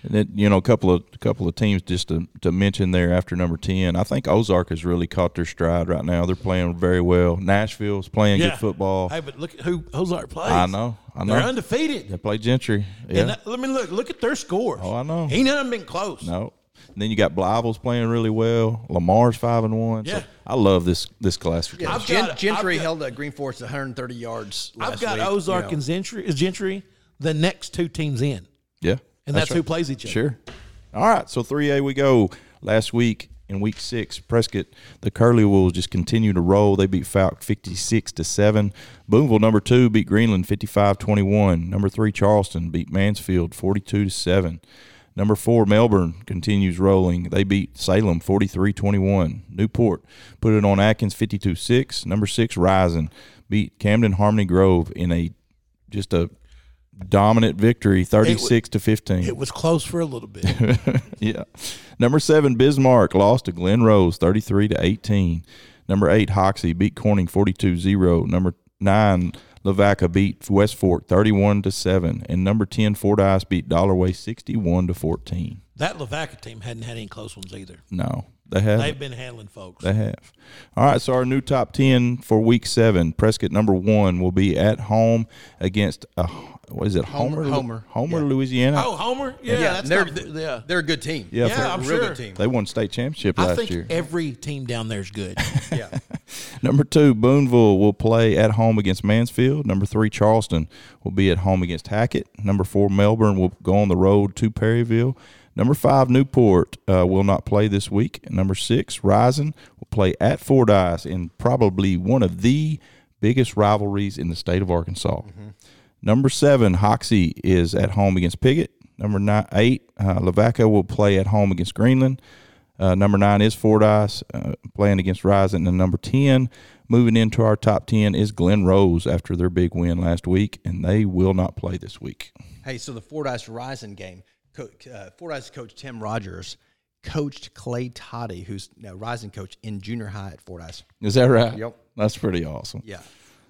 S2: And then, you know, a couple of a couple of teams just to, to mention there after number ten. I think Ozark has really caught their stride right now. They're playing very well. Nashville's playing
S1: Yeah.
S2: good football.
S1: Hey, but look at who Ozark plays.
S2: I know. I know.
S1: They're undefeated.
S2: They play Gentry. Yeah.
S1: And that, I mean, look, look at their scores.
S2: Oh, I know.
S1: He none of them been close.
S2: no. And then you got Blivel's playing really well. Lamar's five and one.
S1: Yeah.
S2: So I love this this classification.
S1: I've
S3: Gen-
S1: got- I've
S3: Gentry
S1: got-
S3: held uh, Green Forest 130 yards.
S1: I've
S3: last
S1: got
S3: week, you
S1: Ozark
S3: know.
S1: and Gentry. Is Gentry the next two teams in?
S2: Yeah.
S1: And that's who plays each other.
S2: Sure. All right. So 3A we go. Last week in week six, Prescott, the Curly Wolves just continue to roll. They beat Falk 56 to 7. Boonville, number two, beat Greenland 55 21. Number three, Charleston, beat Mansfield 42 to 7. Number four, Melbourne continues rolling. They beat Salem 43 21. Newport put it on Atkins 52 6. Number six, Rising beat Camden Harmony Grove in a just a dominant victory 36 to 15.
S1: It was close for a little
S2: *laughs*
S1: bit.
S2: Yeah. Number seven, Bismarck lost to Glen Rose 33 to 18. Number eight, Hoxie beat Corning 42 0. Number nine, Lavaca beat West Fork 31 to 7. And number 10, Fordyce beat Dollarway 61 to 14.
S1: that Lavaca team hadn't had any close ones either.
S2: No, they haven't.
S1: They've been handling folks.
S2: They have. All right, so our new top 10 for week seven, Prescott number one will be at home against, uh, what is it, Homer?
S3: Homer.
S2: Homer, Louisiana.
S1: oh, Homer? Yeah,
S3: yeah,
S1: that's
S3: they're
S1: not- yeah.
S3: they're a good team.
S2: Yeah,
S1: Yeah,
S2: for-
S1: I'm
S3: real
S1: sure.
S3: good team.
S2: They won state championship
S1: I
S2: last
S1: think
S2: year.
S1: every team down there is good.
S2: *laughs*
S3: Yeah,
S2: Number two, Boonville will play at home against Mansfield. Number three, Charleston will be at home against Hackett. Number four, Melbourne will go on the road to Perryville. Number five, Newport uh, will not play this week. And Number six, Rising will play at Fordyce in probably one of the biggest rivalries in the state of Arkansas. Number seven, Hoxie is at home against Piggott. Number nine, eight, uh, Lavaca will play at home against Greenland. Uh, number nine is Fordyce uh, playing against Rising, and number ten moving into our top ten is Glen Rose after their big win last week, and they will not play this week.
S3: Hey, so the Fordyce Rising game, co- uh, Fordyce coach Tim Rogers coached Clay Toddy, who's now Rising coach in junior high at Fordyce.
S2: Is that right?
S3: Yep.
S2: That's pretty awesome.
S3: Yeah,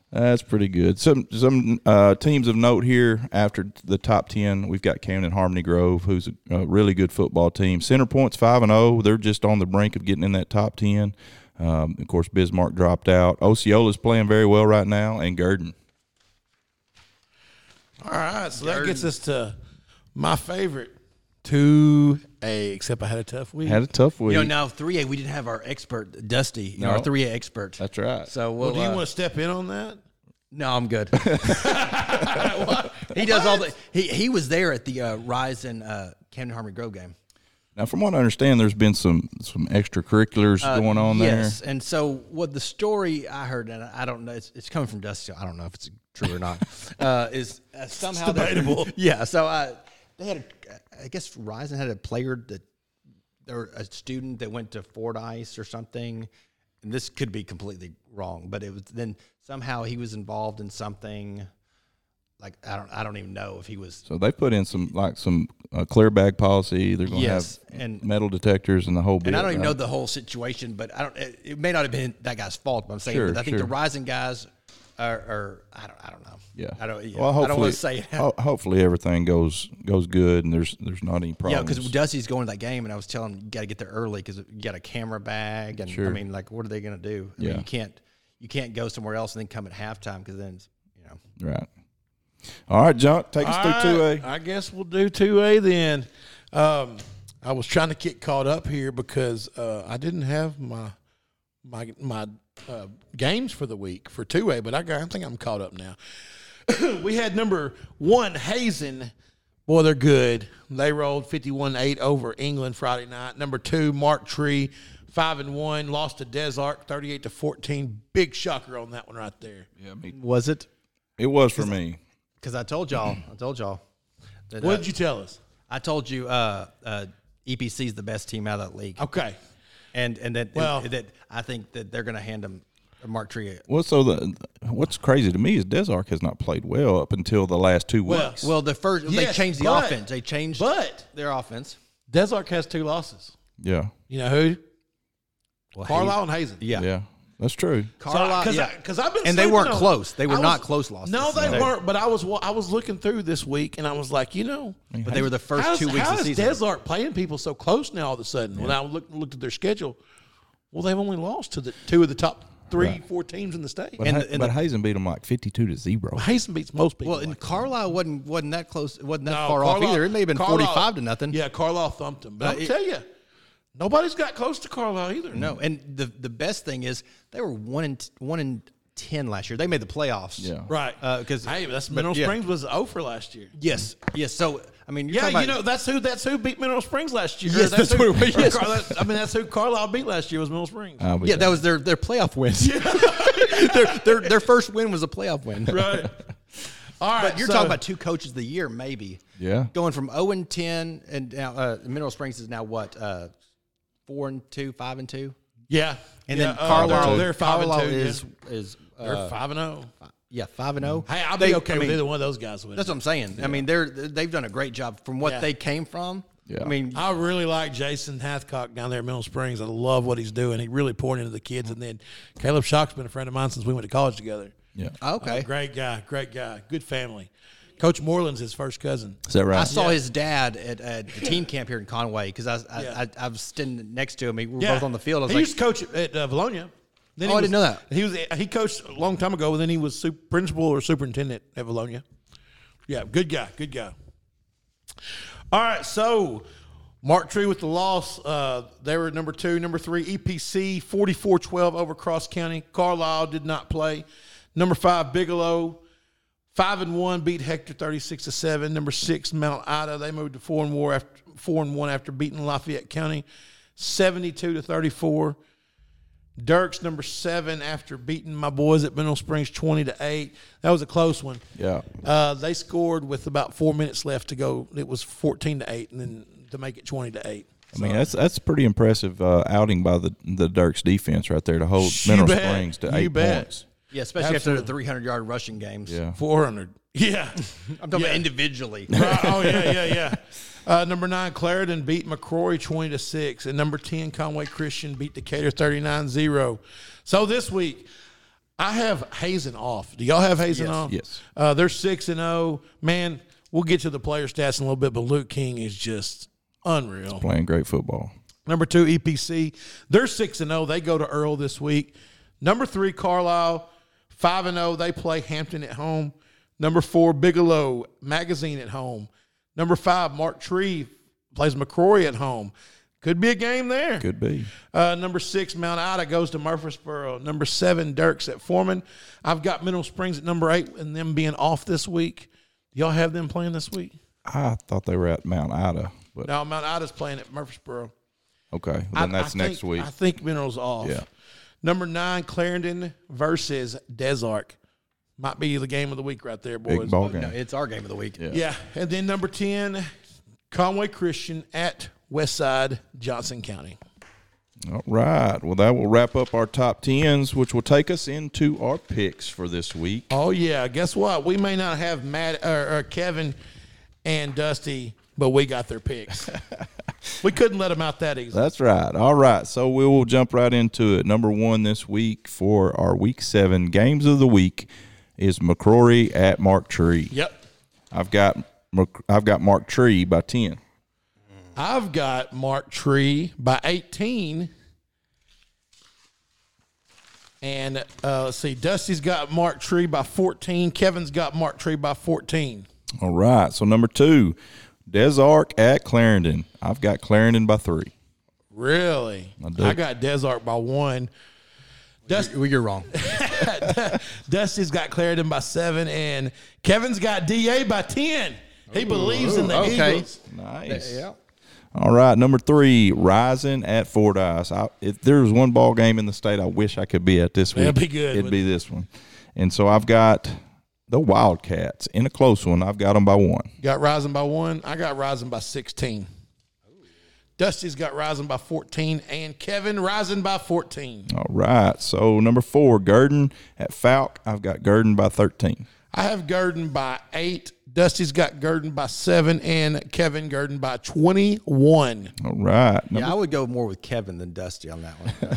S2: That's pretty good. Some some uh, teams of note here after the top ten, we've got Camden Harmony Grove, who's a, a really good football team. Center points five and zero. They're just on the brink of getting in that top ten. Um, of course, Bismarck dropped out. Osceola's playing very well right now, and Gurdon.
S1: *laughs* All right, so that gets us to my favorite two A. Except I had a tough week.
S2: Had a tough week.
S3: you know now three A we didn't have our expert Dusty, you know, our
S2: No.
S3: three A expert.
S2: That's right.
S3: So we'll,
S1: well, do you
S3: uh,
S1: want to step in on that?
S3: No, I'm
S2: *laughs*
S3: good. *laughs* he does all the. He he was there at the uh, Rise and uh, Camden Harmony Grove game.
S2: Now, from what I understand, there's been some some extracurriculars going on
S3: Uh, yes, and so what the story I heard, and I don't know, it's, it's coming from Dusty. so I don't know if it's true
S2: *laughs*
S3: or not. uh, is uh, somehow that-
S1: debatable.
S3: *laughs* yeah, so uh, they had, a, I guess Rising had a player that, or a student that went to Fordyce or something. And this could be completely wrong, but it was then somehow he was involved in something. Like I don't, I don't even know if he was
S2: there. So they put in some like some uh, clear bag policy. They're going to
S3: Yes,
S2: have
S3: and-
S2: metal detectors and the whole.
S3: And I don't even know the whole situation, but I don't. It, it may not have been that guy's fault. But I'm saying,
S2: Sure,
S3: but I think the
S2: sure.
S3: rising guys are. are I don't. I don't know.
S2: Yeah.
S3: I don't. Yeah,
S2: well, hopefully, oh,
S3: I don't want to say.
S2: ho- hopefully everything goes goes good and there's there's not any
S3: *laughs* yeah,
S2: problems.
S3: because Dusty's going to that game, and I was telling him you got to get there early because you got a camera bag, and I mean, like, what are they going to do? I
S2: Yeah.
S3: mean, you can't. You can't go somewhere else and then come at halftime because then, it's, you know.
S2: right. All right, John, take us
S1: All
S2: through two
S1: right,
S2: A.
S1: I guess we'll do two A then. Um, I was trying to get caught up here because uh, I didn't have my my my uh, games for the week for two A, but I got, I think I'm caught up now. *coughs* we had number one Hazen. Boy, they're good. They rolled 51-8 over England Friday night. Number two, Mark Tree, five and one, lost to Desark, thirty-eight to fourteen. Big shocker on that one right there.
S3: Was it?
S2: It was for me.
S3: Because I told y'all, I told y'all. That,
S1: What
S3: uh,
S1: did you tell us?
S3: I told you uh, uh, EPC is the best team out of that league,
S1: Okay,
S3: and and that
S1: Well-
S3: that I think that they're going to hand them Mark Tree.
S2: Well, so the what's crazy to me is Desark has not played well up until the last two
S1: Well,
S2: weeks.
S3: Well, the first
S1: Yes,
S3: they changed the
S1: but-
S3: offense. They changed
S1: but
S3: their offense.
S1: Desark has two losses.
S2: yeah,
S1: You know who?
S3: Well,
S1: Carlisle and Hazen.
S3: yeah,
S2: yeah, that's true.
S3: Carlisle,
S1: because
S3: yeah.
S1: because I've been
S3: And they
S1: sleeping
S3: weren't
S1: on-
S3: close. They were
S1: I
S3: not close losses.
S1: No, they
S3: No.
S1: weren't. But I was wa- I was looking through this week, and I was like, you know,
S3: but they were the first
S1: how's-
S3: two weeks
S1: how
S3: of the
S1: is
S3: season.
S1: Desart playing people so close now all of a sudden? When I looked looked at their schedule, well, they've only lost to the two of the top three, four teams in the state.
S2: But,
S1: and
S2: Ha-
S3: the- and
S2: but Hazen beat them like fifty-two to zero.
S1: Hazen beats most people.
S3: well, and Carlisle wasn't wasn't that close. wasn't that
S1: No,
S3: far off
S1: Carlisle-
S3: either. It may have been
S1: Carlisle-
S3: forty-five to nothing.
S1: Yeah, Carlisle thumped them. But
S3: Uh,
S1: I'll
S3: it-
S1: tell you, nobody's got close to Carlisle either.
S3: No, and the the best thing is they were one in t- one in ten last year. They made the playoffs.
S2: Yeah.
S1: right?
S3: Uh, 'cause-
S1: hey, that's Mineral
S3: yeah.
S1: Springs was over last year.
S3: Yes. Yes. So I mean, you're
S1: Yeah,
S3: talking about,
S1: you know that's who that's who beat Mineral Springs last year.
S3: Yes, that's
S1: who,
S3: what it
S1: *laughs*
S3: was, yes.
S1: Carlisle- I mean, that's who Carlisle beat last year was Mineral Springs.
S2: I'll be
S3: Yeah,
S2: back.
S3: that was their their playoff wins. *laughs* their, their their first win was a playoff
S1: *laughs*
S3: win.
S1: right. All right,
S3: But you're
S1: so-
S3: talking about two coaches of the year, maybe.
S2: Yeah.
S3: Going from zero and ten, and now uh, Mineral Springs is now what uh, four and two, five and two,
S1: yeah,
S3: and
S1: yeah,
S3: then
S1: uh,
S3: Carlisle.
S1: they're five
S3: Carlisle
S1: and two.
S3: is
S1: yeah.
S3: is
S1: they're
S3: uh,
S1: five and oh. zero.
S3: yeah five and zero.
S1: Hey, I'll be
S3: They-
S1: okay
S3: I
S1: with
S3: mean,
S1: either one of those guys winning.
S3: That's what I'm saying. I mean, they're they've done a great job from what
S1: Yeah.
S3: they came from.
S2: Yeah.
S3: I mean,
S1: I really like Jason Hathcock down there at Mineral Springs. I love what he's doing. He really poured into the kids. And then Caleb Shock's been a friend of mine since we went to college together. Uh,
S2: yeah.
S3: okay.
S1: Great guy, great guy, good family. Coach Moreland's his first cousin.
S2: Is that right?
S3: I saw his dad at, at the
S1: *laughs*
S3: team camp here in Conway because I, was- I,
S1: Yeah.
S3: I, I was sitting next to him. We were both on the field. I was
S1: he
S3: like,
S1: used to coach at uh, Bologna. Then
S3: Oh, I didn't know that.
S1: He was he coached a long time ago. Then he was super, principal or superintendent at Bologna. Yeah, good guy, good guy. All right, so Mark Tree with the loss. Uh, they were number two, number three. E EPC 44-12 over Cross County. Carlisle did not play. Number five, Bigelow. Five and one beat Hector thirty six to seven. Number six Mount Ida they moved to four and war after four and one after beating Lafayette County seventy two to thirty four. Dirks number seven after beating my boys at Mineral Springs twenty to eight. That was a close one.
S2: Yeah.
S1: Uh, they scored with about four minutes left to go. It was fourteen to eight, and then to make it twenty to eight.
S2: I mean, that's that's pretty impressive uh, outing by the the Dirks defense right there to hold Mineral
S1: bet.
S2: Springs to
S1: You
S2: eight
S1: bet.
S2: points.
S3: yeah, especially after the 300 yard rushing games.
S2: Yeah.
S1: Four hundred. *laughs* Yeah.
S3: I'm talking
S1: Yeah.
S3: about individually.
S1: Right. oh yeah, yeah, yeah. Uh, number nine, Clarendon beat McCrory twenty to six, and number ten, Conway Christian beat Decatur 39-0. So this week, I have Hazen off. Do y'all have Hazen
S3: Yes.
S1: off?
S2: Yes.
S1: Uh, they're six and zero. Man, we'll get to the player stats in a little bit, but Luke King is just unreal.
S2: Playing great football.
S1: Number two, EPC. They're six and zero. They go to Earl this week. Number three, Carlisle. Five and zero. They play Hampton at home. Number four, Bigelow Magazine at home. Number five, Mark Tree plays McCrory at home. Could be a game there.
S2: Could be.
S1: Uh, number six, Mount Ida goes to Murfreesboro. Number seven, Dirks at Foreman. I've got Mineral Springs at number eight, and them being off this week. Do y'all have them playing this week?
S2: I thought they were at Mount Ida, but
S1: No, Mount Ida's playing at Murfreesboro.
S2: okay. Then
S1: I-
S2: that's
S1: I
S2: next
S1: think-
S2: week.
S1: I think Minerals off.
S2: Yeah.
S1: Number nine, Clarendon versus Desark. Might be the game of the week right there, boys.
S2: Big ball game.
S3: No, it's our game of the week.
S1: Yeah. And then number 10, Conway Christian at Westside Johnson County.
S2: All right. Well, that will wrap up our top tens, which will take us into our picks for this week.
S1: Oh, yeah. Guess what? We may not have Matt or, or Kevin and Dusty, but we got their *laughs* picks. we couldn't let them out that easy.
S2: That's right. All right. So we will jump right into it. Number one this week for our week seven games of the week is McCrory at Mark Tree.
S1: Yep.
S2: I've got Mc- I've got Mark Tree by ten.
S1: I've got Mark Tree by 18. And uh, let's see, Dusty's got Mark Tree by 14. Kevin's got Mark Tree by 14.
S2: All right. So number two, Desark at Clarendon. I've got Clarendon by three.
S1: Really?
S2: I do.
S1: I, got Desart by one. *laughs* Dust,
S3: Well, you're wrong.
S1: Dusty's got Clarendon by seven, and Kevin's got DA by 10. He believes in the
S3: okay.
S1: Eagles.
S2: Nice. All right, number three, Rising at Fordyce. I, if there was one ball game in the state, I wish I could be at this week.
S1: That'd be good,
S2: It'd
S1: wouldn't
S2: be this one. And so I've got the Wildcats in a close one. I've got them by one.
S1: Got Rising by one. I got Rising by 16. Dusty's got Rising by 14, and Kevin Rising by 14.
S2: All right. So number four, Gurdon at Falk. I've got Gurdon by thirteen.
S1: I have Gurdon by eight. Dusty's got Gurdon by seven, and Kevin Gurdon by 21.
S2: All right. Number,
S3: Yeah, I would go more with Kevin than Dusty on *laughs* that one. Uh,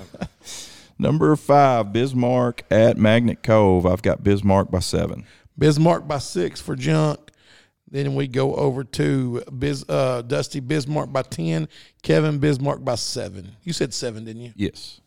S2: number five, Bismarck at Magnet Cove. I've got Bismarck by seven.
S1: Bismarck by six for junk. Then we go over to Biz, uh, Dusty Bismarck by 10, Kevin Bismarck by seven. You said seven, didn't you?
S2: Yes.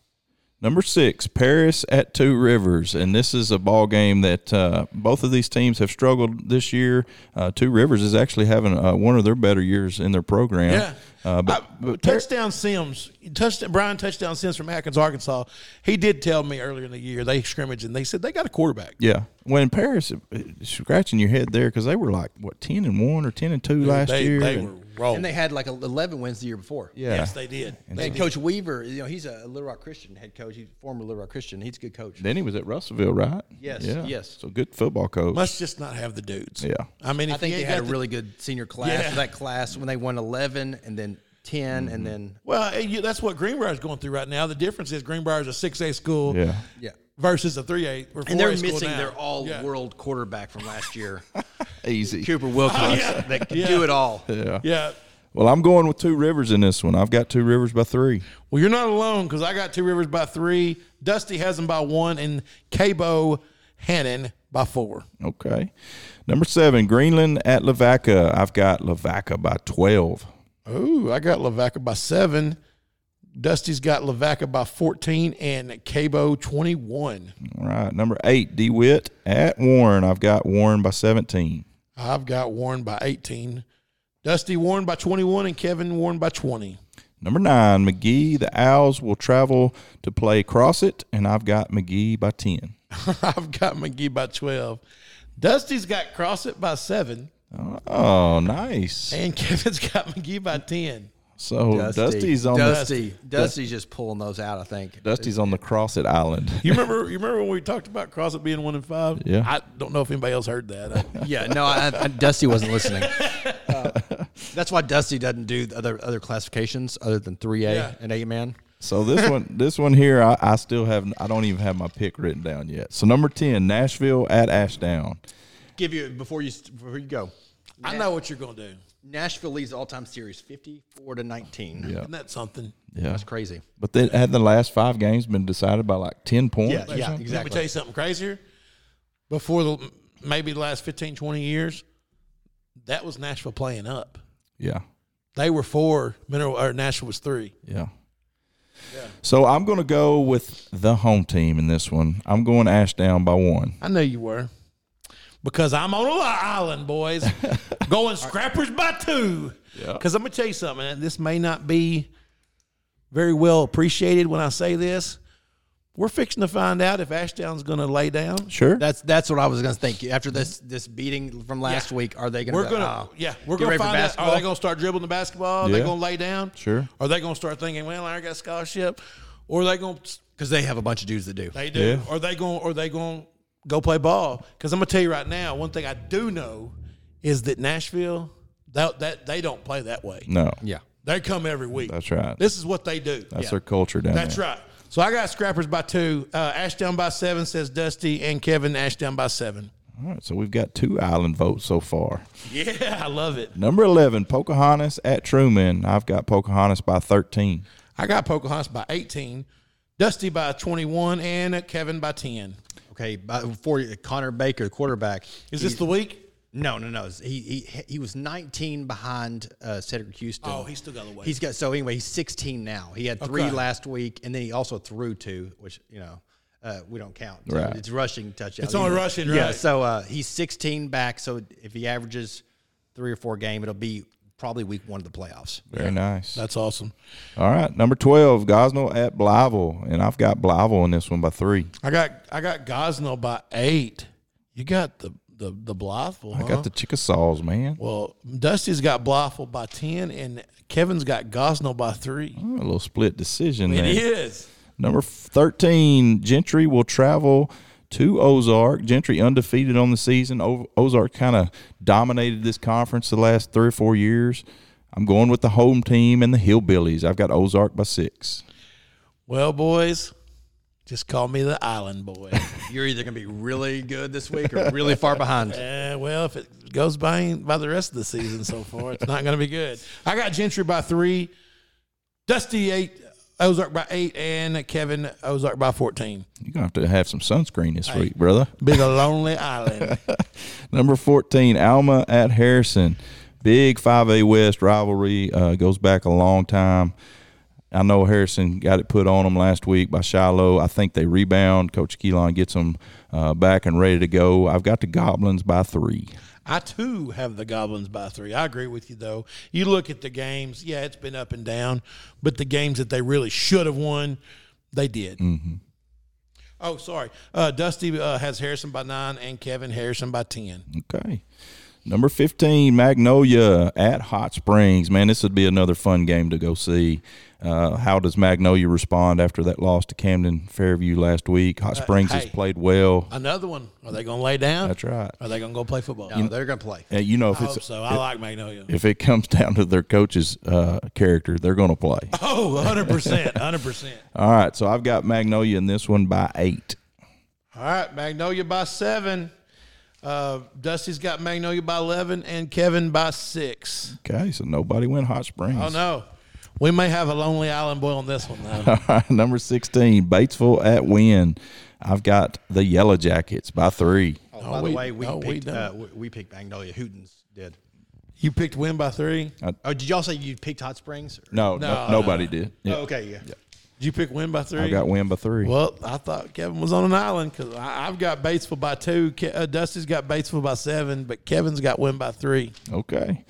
S2: Number six, Paris at Two Rivers, and this is a ball game that uh, both of these teams have struggled this year. Uh, Two Rivers is actually having uh, one of their better years in their program.
S1: Yeah.
S2: Uh, but
S1: I- touchdown Sims, touchdown, Brian Touchdown Sims from Atkins, Arkansas. He did tell me earlier in the year they scrimmaged and they said they got a quarterback.
S2: yeah, when Paris uh, scratching your head there because they were like what ten and one or ten and two last
S1: they,
S2: year.
S1: they
S2: and-
S1: were wrong.
S3: and they had like 11 wins the year before.
S2: yeah.
S1: Yes, they did. They
S3: And
S1: did.
S3: Coach Weaver, you know, he's a Little Rock Christian head coach. He's a former Little Rock Christian. He's a good coach.
S2: then he was at Russellville, right?
S3: Yes,
S2: Yeah.
S3: yes.
S2: So good football coach.
S1: Must just not have the dudes.
S2: Yeah.
S1: I mean,
S3: I
S1: if
S3: think
S1: you
S3: they
S1: ain't
S3: had a
S1: got the-
S3: really good senior class.
S1: Yeah.
S3: That class when they won 11 and then 10 and then
S1: Well, and you, that's what Greenbrier's going through right now. The difference is Greenbrier's a 6A school
S2: Yeah.
S3: yeah.
S1: versus a 3A. Or 4A
S3: And they're
S1: school
S3: missing
S1: now.
S3: their
S1: Yeah.
S3: all-world quarterback from last year,
S2: Easy.
S3: *laughs* Cooper Wilcox,
S1: yeah.
S3: *laughs* that can
S1: Yeah.
S3: do it all.
S2: Yeah.
S1: Yeah.
S2: Well, I'm going with Two Rivers in this one. I've got Two Rivers by three.
S1: Well, you're not alone because I got Two Rivers by three, Dusty has them by one, and Cabo Hannon by four.
S2: Okay. Number seven, Greenland at Lavaca. I've got Lavaca by 12.
S1: Ooh, I got Lavaca by seven. Dusty's got Lavaca by 14 and Cabo 21.
S2: All right. Number eight, DeWitt at Warren. I've got Warren by 17.
S1: I've got Warren by 18. Dusty Warren by 21 and Kevin Warren by 20.
S2: Number nine, McGee. The Owls will travel to play Crossit, and I've got McGee by 10.
S1: *laughs* I've got McGee by 12. Dusty's got Crossit by seven,
S2: Oh, nice.
S1: and *laughs* Kevin's got McGee by 10.
S2: So Dusty's on
S3: Dusty. Dusty's just pulling those out. I think.
S2: the Dusty's on the Crossit Island.
S1: You remember? You remember when we talked about Crossit being one and five?
S2: Yeah.
S1: I don't know if anybody else heard that. I-
S3: *laughs* Yeah, no, I, I, Dusty wasn't listening. Uh, that's why Dusty doesn't do the other other classifications other than three A
S1: Yeah.
S3: and eight man.
S2: So this one, this one here, I, I still have. I don't even have my pick written down yet. So number ten, Nashville at Ashdown.
S3: Give you before you before you go.
S1: I know what you're going to do.
S3: Nashville leads all time series fifty four to nineteen.
S2: Yeah.
S1: Isn't that something?
S2: Yeah,
S3: That's crazy.
S2: But then had the last five games been decided by like ten points?
S3: Yeah,
S2: or
S3: yeah,
S2: something?
S1: Let me tell you something crazier. Before the maybe the last 15, 20 years, that was Nashville playing up.
S2: yeah,
S1: They were four. Mineral or Nashville was three.
S2: yeah. So I'm going to go with the home team in this one. I'm going Ashdown by one.
S1: I know you were. Because I'm on a little island,
S2: *laughs*
S1: boys, going scrappers by two. Because I'm going to tell you something, and this may not be very well appreciated when I say this. We're fixing to find out if Ashdown's going to lay down.
S2: Sure.
S3: That's that's what I was going to think. After this this beating from last
S1: Yeah.
S3: week, are they oh, going
S1: We're gonna, yeah, we're gonna find out. Are they gonna start dribbling the basketball? Are they
S2: Yeah.
S1: gonna lay down?
S2: Sure.
S1: Are they gonna start thinking, well, I got scholarship, or are they gonna
S3: because they have a bunch of dudes that do.
S1: they do?
S2: Yeah.
S1: Are they gonna are they gonna go play ball? Because I'm gonna tell you right now, one thing I do know is that Nashville that that they don't play that way.
S2: no.
S3: Yeah,
S1: They come every week.
S2: That's right.
S1: This is what they do.
S2: That's their culture down
S1: That's
S2: there.
S1: right. So I got Scrappers by two, uh, Ashdown by seven, says Dusty, and Kevin Ashdown by seven.
S2: All right. So we've got two island votes so far.
S1: Yeah, I love it.
S2: Number eleven, Pocahontas at Truman. I've got Pocahontas by thirteen.
S1: I got Pocahontas by 18, Dusty by 21, and Kevin by 10.
S3: Okay, but before you- Connor Baker, quarterback.
S1: Is this the week?
S3: No, no, no. He he he was 19 behind uh, Cedric Houston.
S1: Oh, he's still got a way.
S3: He's got so anyway. He's 16 now. He had three
S1: Okay.
S3: last week, and then he also threw two, which you know uh, we don't count. So
S2: Right.
S3: It's rushing touchdown.
S1: It's only rushing,
S3: Yeah.
S1: right.
S3: So uh, he's 16 back. So if he averages three or four game, it'll be probably week one of the playoffs.
S2: Very nice.
S1: That's awesome.
S2: All right, number twelve, Gosnell at Blivel, and I've got Blivel in this one by three.
S1: I got I got Gosnell by eight. You got the the the Blytheville.
S2: I got the Chickasaws, man.
S1: Uh-huh. well. Dusty's got Blytheville by ten, and Kevin's got Gosnell by three.
S2: A little split decision there.
S1: is.
S2: Number 13, Gentry will travel to Ozark. Gentry undefeated on the season. O- Ozark kind of dominated this conference the last three or four years. I'm going with the home team and the Hillbillies. I've got Ozark by six.
S1: Well, boys, just call me the Island Boy. *laughs*
S3: You're either going to be really good this week *laughs* or really far behind.
S1: Uh, well, if it goes by by the rest of the season so far, it's not going to be good. I got Gentry by three, Dusty eight, Ozark by eight, and Kevin Ozark by fourteen.
S2: You're going to have to have some sunscreen this week, brother.
S1: Be the lonely island.
S2: Number 14, Alma at Harrison. Big 5A West rivalry uh, goes back a long time. I know Harrison got it put on them last week by Shiloh. I think they rebound. Coach Keelan gets them uh, back and ready to go. I've got the Goblins by three.
S1: I too have the Goblins by three. I agree with you though. You look at the games. Yeah, it's been up and down, but the games that they really should have won, they did.
S2: Mm-hmm.
S1: Oh, sorry. Uh, Dusty uh, has Harrison by nine and Kevin Harrison by ten.
S2: Okay. Number 15, Magnolia at Hot Springs. Man, this would be another fun game to go see. Uh, how does Magnolia respond after that loss to Camden Fairview last week? Hot Springs has
S1: Uh, hey.
S2: played well.
S1: Another one. Are they going to lay down?
S2: That's right.
S1: Are they going to go play football?
S3: No, they're going to play.
S2: Uh, you know, if
S1: I
S2: it's
S1: hope so. I like Magnolia.
S2: if it comes *laughs* down to their coach's uh, character, they're going to play.
S1: Oh, 100%. 100%.
S2: All right, so I've got Magnolia in this one by eight.
S1: *laughs* All right. Magnolia by seven. Uh, Dusty's got Magnolia by 11 and Kevin by six.
S2: Okay, so nobody went Hot Springs.
S1: Oh, no. We may have a Lonely Island boy on this one, though.
S2: *laughs* All right, number 16, Batesville at Wynn. I've got the Yellow Jackets by three.
S3: Oh,
S1: No,
S3: by
S1: we-
S3: the way, we
S1: no, we
S3: picked,
S1: don't.
S3: uh, we, we picked Magnolia. Hootens did.
S1: you picked win by three? Did
S3: Oh, did y'all say you picked Hot Springs? Or-
S2: No,
S1: No,
S2: no,
S1: no.
S2: nobody did. Yeah,
S3: Oh, okay, yeah.
S1: you pick win by three?
S2: I've got Wynn by three.
S1: well, I thought Kevin was on an island because I've got Batesville by two. Ke- uh, Dusty's got Batesville by seven, but Kevin's got win by three.
S2: Okay.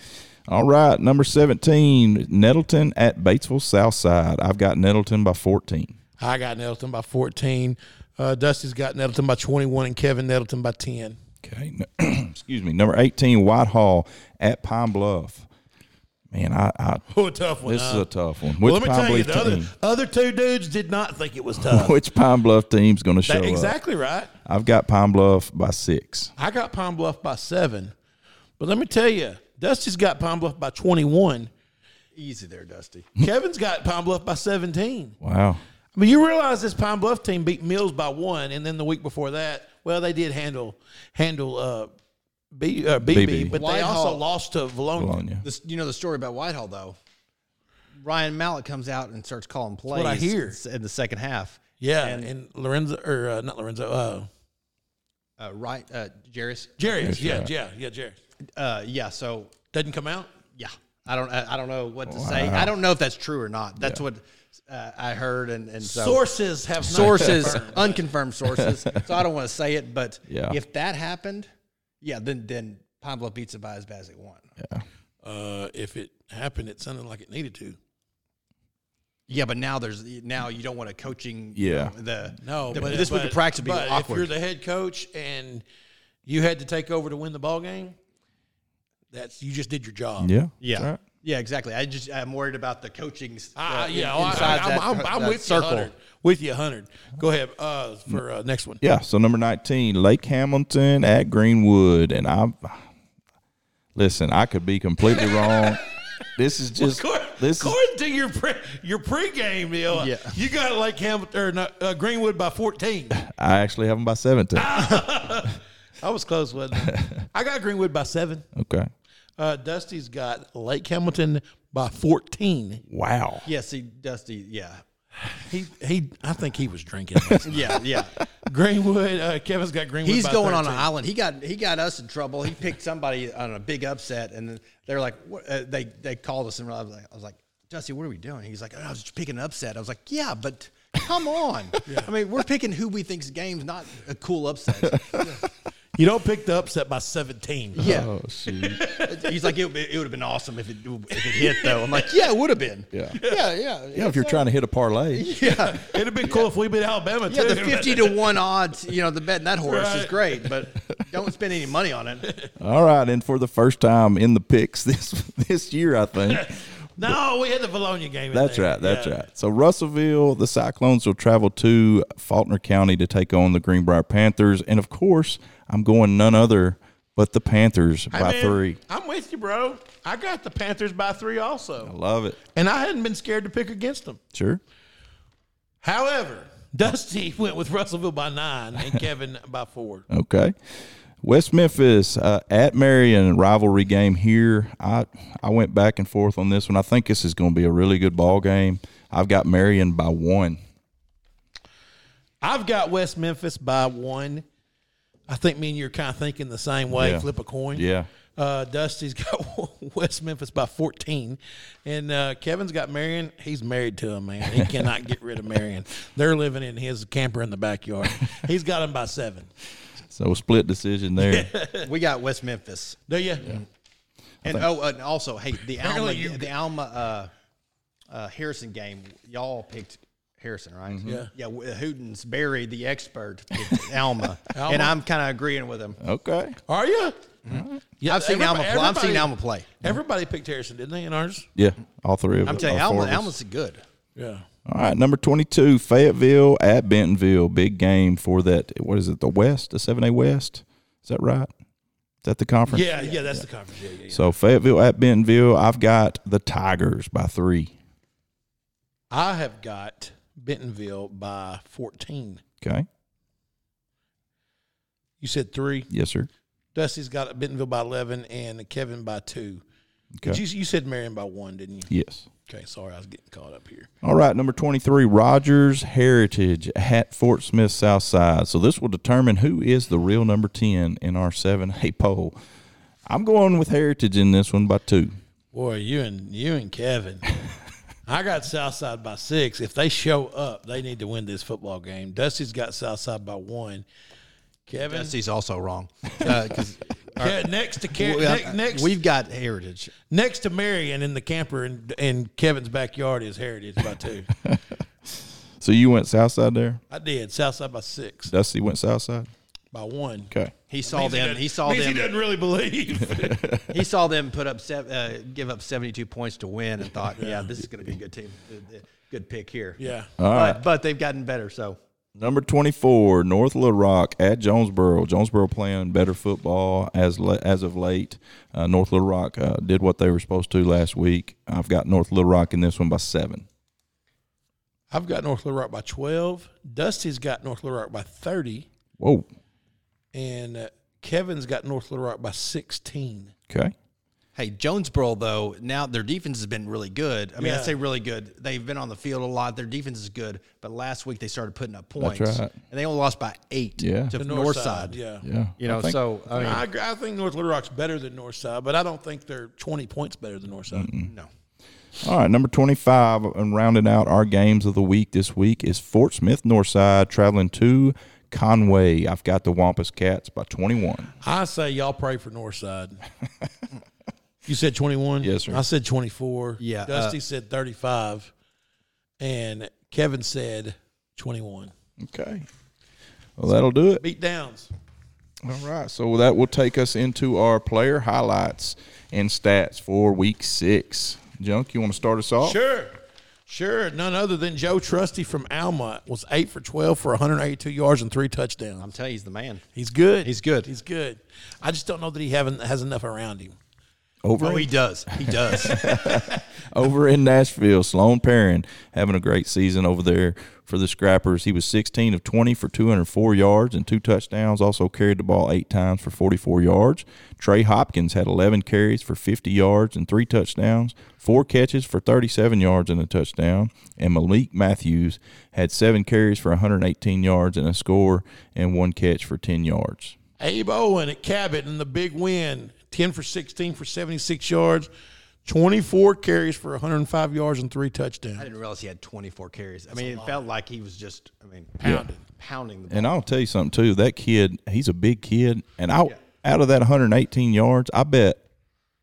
S2: All right, number 17, Nettleton at Batesville Southside. I've got Nettleton by 14.
S1: I got Nettleton by 14. Uh, Dusty's got Nettleton by 21 and Kevin Nettleton by *laughs* 10.
S2: Okay. *clears throat* Excuse me. Number 18, Whitehall at Pine Bluff. Man, I, I
S1: Oh, a tough one.
S2: this is
S1: huh?
S2: a tough one. Which
S1: well, let me
S2: Pine
S1: tell you,
S2: Bluff
S1: the other,
S2: team?
S1: other two dudes did not think it was
S2: *laughs*
S1: tough.
S2: Which Pine Bluff team's going to show
S1: That-
S2: up?
S1: exactly right.
S2: I've got Pine Bluff by six.
S1: I got Pine Bluff by seven. But let me tell you, Dusty's got Pine Bluff by 21.
S3: Easy there, Dusty.
S1: *laughs* Kevin's got Pine Bluff by 17.
S2: Wow.
S1: I mean, you realize this Pine Bluff team beat Mills by one, and then the week before that, well, they did handle handle uh, B, uh, BB,
S2: BB.
S1: but they also
S3: Whitehall.
S1: lost to Valonia.
S2: Bologna.
S3: This, you know the story about Whitehall though. Ryan Mallett comes out and starts calling plays.
S1: what I hear.
S3: s- in the second half.
S1: Yeah, and,
S3: And-
S1: Lorenzo or uh, not Lorenzo, uh,
S3: Uh, right, uh, Jarius.
S1: Jerry's. Yeah, yeah, yeah, Jerry
S3: Uh, yeah. So
S1: doesn't come out.
S3: yeah, I don't. I, I don't know what to say. I don't know if that's true or not. That's what uh, I heard, and and so
S1: Sources have not *laughs*
S3: *laughs* sources,
S1: confirmed.
S3: unconfirmed sources. so I don't want to say it, but
S2: Yeah.
S3: if that happened, yeah, then then Pine Bluff beats it by as bad as it won.
S1: Uh, if it happened, it sounded like it needed to.
S3: Yeah, but now there's now you don't want a coaching.
S2: Yeah.
S3: you know, the
S1: No,
S3: the-
S1: but
S3: this
S1: but,
S3: week of practice would be
S1: but
S3: awkward.
S1: If you're the head coach and you had to take over to win the ball game, that's you just did your job.
S2: Yeah.
S3: Yeah.
S2: that's right.
S3: Yeah, exactly. I just I'm worried about the coaching. s-
S1: I, I-
S3: uh, in-
S1: yeah, oh, I,
S3: inside
S1: am
S3: that-
S1: I'm
S3: that
S1: with you, hundred. With you, hundred. Go ahead uh, for uh, next one.
S2: Yeah. So number 19, Lake Hamilton at Greenwood. And I, listen, I could be completely
S1: *laughs*
S2: wrong. This is just,
S1: According,
S2: this is,
S1: according to your pre, your pregame deal,
S3: Yeah.
S1: you got Lake Hamilton or not, uh, Greenwood by 14.
S2: I actually have them by 17.
S1: Ah. I was close, wasn't I? I got Greenwood by seven.
S2: Okay.
S1: Uh, Dusty's got Lake Hamilton by 14.
S2: Wow.
S3: *laughs* Yeah, see, Dusty. Yeah,
S1: He he, I think he was drinking. last night.
S3: yeah,
S1: *laughs*
S3: yeah.
S1: Greenwood. Uh, Kevin's got Greenwood.
S3: He's
S1: by
S3: going on an
S1: 13.
S3: island. He got he got us in trouble. He picked somebody on a big upset, and then they're like, what, uh, they they called us, and I was like, I was like, Dusty, what are we doing? He's like, "Oh, I was just picking an upset. I was like, yeah, but Come
S1: *laughs*
S3: on. I mean, we're picking who we think's games, not a cool
S1: *laughs*
S3: upset.
S1: You don't pick the upset by 17.
S3: yeah.
S2: Oh shoot!
S3: *laughs* He's like, it, would be- it would have been awesome if it, if it hit, though. I'm like, yeah, it would have been.
S2: Yeah.
S3: Yeah, yeah.
S2: Yeah, if you're trying to hit a
S1: *laughs*
S2: parlay,
S3: Yeah.
S1: It'd have been cool if we beat Alabama,
S3: Yeah,
S1: too.
S3: the
S1: *laughs*
S3: 50 to 1 odds, you know, the bet in that horse is
S1: Right.
S3: great, but don't spend any money on it.
S2: all right. And for the first time in the picks this *laughs* this year, I think
S1: No, we had the Bologna game. in
S2: that's
S1: there.
S2: right. That's
S1: Yeah.
S2: right. So Russellville, the Cyclones will travel to Faulkner County to take on the Greenbrier Panthers, and of course, I'm going none other but the Panthers
S1: Hey,
S2: by
S1: man,
S2: three.
S1: I'm with you, bro. I got the Panthers by three
S2: I
S1: also.
S2: love it.
S1: And I hadn't been scared to pick against them.
S2: Sure.
S1: However, Dusty *laughs* went with Russellville by nine
S3: *laughs*
S1: and Kevin by four.
S2: Okay. West Memphis uh, at Marion rivalry game here. I I went back and forth on this one. I think this is going to be a really good ball game. I've got Marion by one.
S1: I've got West Memphis by one. I think me and you're kind of thinking the same way.
S2: Yeah.
S1: Flip a coin.
S2: Yeah.
S1: Uh, Dusty's *laughs* got West Memphis by 14, and uh, Kevin's got Marion. He's married to him, man. He cannot get rid of Marion. They're living in his camper in the *laughs* backyard. He's got him by seven.
S2: So split decision
S3: *laughs*
S2: there.
S3: We got West Memphis.
S1: Do you?
S3: And oh, and also, hey, the
S1: Apparently
S3: Alma,
S1: you-
S3: the Alma uh, uh, Harrison game, y'all picked Harrison, right?
S2: Mm-hmm.
S1: Yeah.
S3: Yeah. w- Hooten's Barry, the expert,
S1: *laughs*
S3: picked Alma, and I'm kind of agreeing with him.
S2: Okay.
S1: Are you? Yeah,
S3: I've seen
S1: everybody-
S3: Alma play. I've seen
S1: everybody-
S3: Alma play.
S1: Everybody picked Harrison, didn't they? In ours?
S2: Yeah. All three of
S3: I'm
S2: us-
S3: telling you,
S2: all four
S3: Alma,
S2: of us.
S3: Alma's good.
S1: Yeah.
S2: All right, number twenty-two, Fayetteville at Bentonville, big game for that. What is it? The West, the seven A West. Is that right? Is that the conference?
S1: Yeah, yeah, that's the conference. Yeah, yeah, yeah.
S2: So Fayetteville at Bentonville, I've got the Tigers by three.
S1: I have got Bentonville by 14.
S2: Okay.
S1: You said three.
S2: Yes, sir.
S1: Dusty's got Bentonville by 11 and Kevin by two. Did
S2: Okay.
S1: You, you said Marion by one, didn't you?
S2: Yes.
S1: Okay, sorry, I was getting caught up here.
S2: All right, number 23, Rogers Heritage at Fort Smith South Side. So this will determine who is the real number 10 in our 7A *laughs* poll. I'm going with Heritage in this one by two.
S1: Boy, you and you and
S3: *laughs*
S1: Kevin. I got Southside by six. If they show up, they need to win this football game. Dusty's got Southside by one. Kevin,
S3: Dusty's also wrong. Uh 'cause
S1: Ke- next
S3: *laughs*
S1: to Ke-
S3: we,
S1: ne- next
S3: we've got Heritage.
S1: next to Marion in the camper in, in Kevin's backyard is Heritage by
S3: *laughs*
S1: two.
S2: So you went South Side there?
S1: I did Southside by six
S2: Dusty went South Side?
S1: by one.
S2: Okay.
S3: He saw
S1: Means he
S3: them.
S1: doesn't-
S3: He saw
S1: means He
S3: them.
S1: doesn't really
S3: *laughs*
S1: believe.
S3: He saw them put up, sev- uh, give up seventy-two points to win, and thought, "Yeah, this is going to be a good team, good- good pick here."
S1: yeah,
S3: but, but they've gotten better. So
S2: Number 24, North Little Rock at Jonesboro. Jonesboro playing better football as la- as of late. Uh, North Little Rock uh, did what they were supposed to last week. I've got North Little Rock in this one by seven.
S1: I've got North Little Rock by twelve. Dusty's got North Little Rock by thirty,
S2: Whoa.
S1: and uh, Kevin's got North Little Rock by sixteen.
S2: Okay.
S3: Hey, Jonesboro though, now their defense has been really good. I mean,
S1: Yeah.
S3: I say really good. They've been on the field a lot. Their defense is good, but last week they started putting up points,
S2: right.
S3: and they only lost by eight
S2: Yeah.
S3: to
S2: To
S3: North Side.
S1: Yeah.
S2: Yeah.
S3: You know,
S2: I think-
S3: so I mean,
S1: I, agree. I think North Little Rock's better than North Side, but I don't think they're 20 points better than North Side.
S3: no,
S2: All right, number 25, and rounding out our games of the week this week is Fort Smith Northside traveling to Conway. I've got the Wampus Cats by 21.
S1: I say y'all pray for North Side. *laughs* you said 21?
S2: Yes, sir.
S1: I said 24.
S3: Yeah, uh,
S1: Dusty said 35. And Kevin said 21.
S2: Okay. Well, that'll do it.
S1: Beat downs.
S2: All right, so that will take us into our player highlights and stats for week six. Junk, you want to start us off?
S1: Sure. Sure. None other than Joe Trusty from Alma was 8 for 12 for 182 yards and three touchdowns.
S3: I'm telling you, he's the man.
S1: He's good.
S3: He's good.
S1: He's good. I just don't know that he haven't, has enough around him.
S2: Over,
S3: Oh, he does. He does.
S2: over in Nashville, Sloan Perrin having a great season over there for the Scrappers. He was 16 of 20 for 204 yards and two touchdowns. Also carried the ball eight times for 44 yards. Trey Hopkins had 11 carries for 50 yards and three touchdowns, four catches for 37 yards and a touchdown. And Malik Matthews had seven carries for 118 yards and a score and one catch for 10 yards.
S1: Abe Owen at Cabot in the big win, 10 for 16 for 76 yards, 24 carries for 105 yards and three touchdowns.
S3: I didn't realize he had 24 carries. I mean, it felt like he was just, I mean,
S1: Pounding.
S3: pounding the ball.
S2: And I'll tell you something too. That kid, he's a big kid, and I out of that 118 yards, I bet,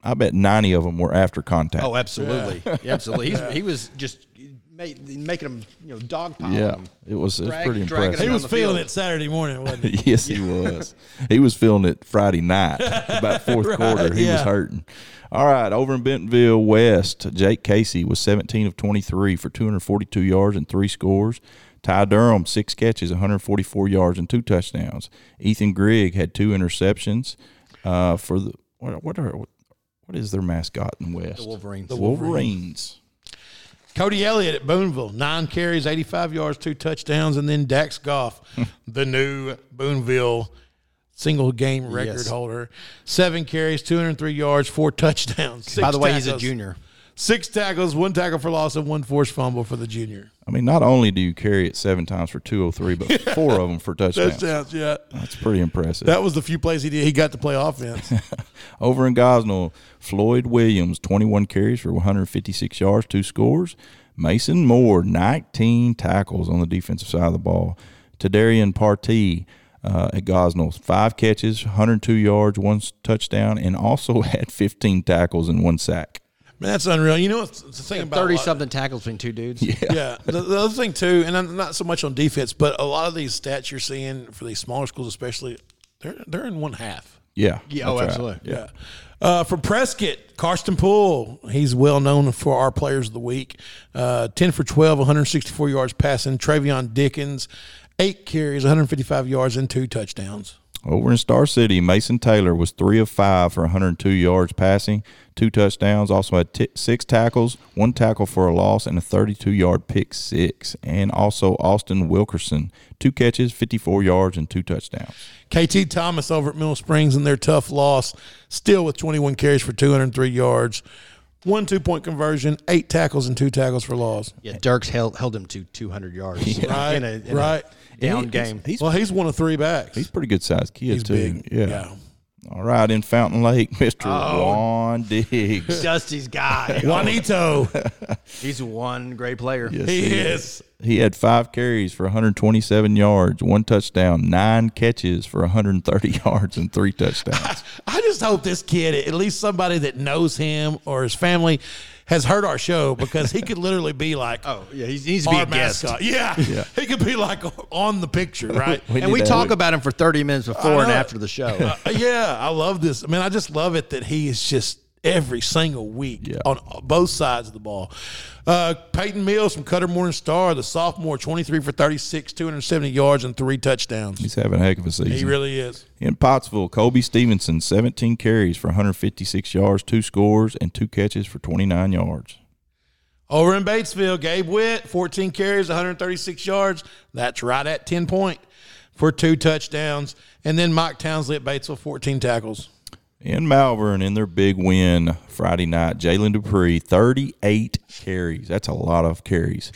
S2: I bet 90 of them were after contact.
S3: Oh, absolutely, absolutely. He's, He was just made, making him, you know, dogpile
S2: yeah,
S3: him.
S2: it was it was
S3: Drag-
S2: pretty
S3: dragging
S2: impressive.
S1: he
S3: around
S1: was
S3: the
S1: feeling
S3: field.
S1: it Saturday morning, wasn't he? *laughs*
S2: *laughs* yes, he was. He was feeling it Friday night, *laughs* about fourth quarter. He was
S1: yeah.
S2: hurting. All right, over in Bentonville West, Jake Casey was 17 of 23 for 242 yards and three scores. Ty Durham, six catches, 144 yards and two touchdowns. Ethan Grigg had two interceptions uh, for the what, what are what is their mascot in West? The
S3: Wolverines.
S2: The Wolverines.
S1: Cody Elliott at Booneville, nine carries, 85 yards, two touchdowns, and then Dax
S3: *laughs*
S1: Goff, the new Booneville single game record
S3: Yes.
S1: holder, seven carries, 203 yards, four touchdowns. six
S3: By the way, he's a
S1: tackles-
S3: junior.
S1: Six tackles, one tackle for loss, and one forced fumble for the junior.
S2: I mean, not only do you carry it seven times for 203, *laughs* but four of them for touchdowns.
S1: Touchdowns, yeah.
S2: That's pretty impressive.
S1: That was the few plays he did. He got to play offense.
S2: Over in Gosnell, Floyd Williams, 21 carries for 156 yards, two scores. Mason Moore, 19 tackles on the defensive side of the ball. Tadarian Partee uh, at Gosnell, five catches, 102 yards, one s- touchdown, and also *laughs* had 15 tackles and one sack.
S1: Man, that's unreal. You know what's the thing about a lot-
S3: 30 something tackles between two dudes. Yeah.
S1: yeah. The, the other thing too, and I'm not so much on defense, but a lot of these stats you're seeing for these smaller schools, especially, they're they're in one half.
S2: Yeah.
S3: Yeah, oh,
S2: that's right.
S3: absolutely.
S1: Yeah. Uh, for Prescott, Karsten Poole, he's well known for our players of the week. Uh, 10 for 12, 164 yards passing. Travion Dickens, eight carries, 155 yards, and two touchdowns.
S2: Over in Star City, Mason Taylor was three of five for 102 yards passing, two touchdowns. Also had t- six tackles, one tackle for a loss, and a 32-yard pick six. And also Austin Wilkerson, two catches, 54 yards, and two touchdowns.
S1: KT Thomas over at Mill Springs in their tough loss, still with 21 carries for 203 yards, one two point conversion, eight tackles, and two tackles for loss.
S3: Dirks held, held him to 200 yards
S1: Right.
S3: in a, in a
S1: right.
S3: down
S2: He- he's-
S3: game.
S2: He's,
S1: well, he's one of three backs.
S2: he's a pretty good-sized kid too. Yeah.
S1: yeah.
S2: All right, in Fountain Lake, *laughs* Mr. Juan Diggs.
S3: Dusty's guy.
S1: Juanito.
S3: he's one great player.
S2: Yes,
S1: he is.
S2: He had five carries for 127 yards, one touchdown, nine catches for 130 *laughs* yards, and three touchdowns.
S1: I just hope this kid, at least somebody that knows him or his family, has heard our show because he could literally be like
S3: Oh, yeah. He's, he needs *laughs* to be
S1: our
S3: a guest.
S1: mascot. Yeah.
S2: Yeah.
S1: he could be like on the picture,
S2: *laughs*
S1: right?
S2: We
S3: And
S2: need
S3: we
S2: that.
S3: talk about him for 30 minutes before
S1: I
S3: and
S1: know.
S3: after the show. *laughs*
S1: Uh, yeah, I love this. I mean, I just love it that he is just every single week
S2: Yeah.
S1: on uh, both sides of the ball. Uh, Peyton Mills from Cutter Morning Star, the sophomore, 23 for 36, 270 yards, and three touchdowns.
S2: He's having a heck of a season.
S1: He really is.
S2: In Pottsville, Kobe Stevenson, 17 carries for 156 yards, two scores, and two catches for 29 yards.
S1: Over in Batesville, Gabe Witt, 14 carries, 136 yards. That's right at 10 point for two touchdowns. And then Mike Townsley at Batesville, 14 tackles.
S2: In Malvern, in their big win Friday night, Jalen Dupree, 38 carries. That's a lot
S1: *laughs*
S2: of carries.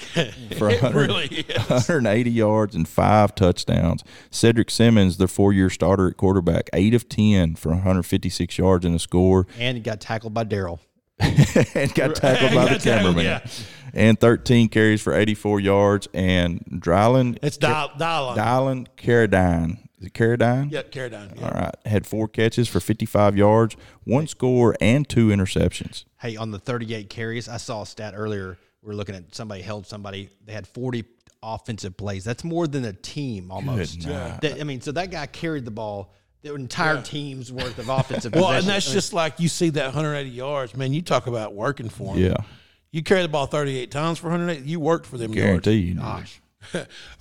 S2: For 100
S1: Really?
S2: 180 yards and five touchdowns. Cedric Simmons, their four year starter at quarterback, 8 of 10 for 156 yards and
S1: *laughs*
S2: a score.
S3: and he got tackled by Daryl.
S2: and got tackled by the
S1: got tackled,
S2: cameraman.
S1: yeah.
S2: And 13 carries for 84 yards. And Dryland,
S1: It's dial, dial on.
S2: Dylan Carradine. Is it Carradine?
S1: Yeah, Caradine.
S2: All right. Had four catches for 55 yards, one score, and two interceptions.
S3: Hey, on the 38 carries, I saw a stat earlier. We are looking at somebody held somebody. They had 40 offensive plays. That's more than a team almost. That- I mean, so that guy carried the ball. The entire team's
S1: *laughs*
S3: worth of offensive.
S1: Well,
S3: possessions.
S1: and that's
S3: I mean,
S1: just like you see that 180 yards, man. You talk about working for them.
S2: Yeah.
S1: You carry the ball 38 times for 108. You worked for them yards.
S2: Guaranteed.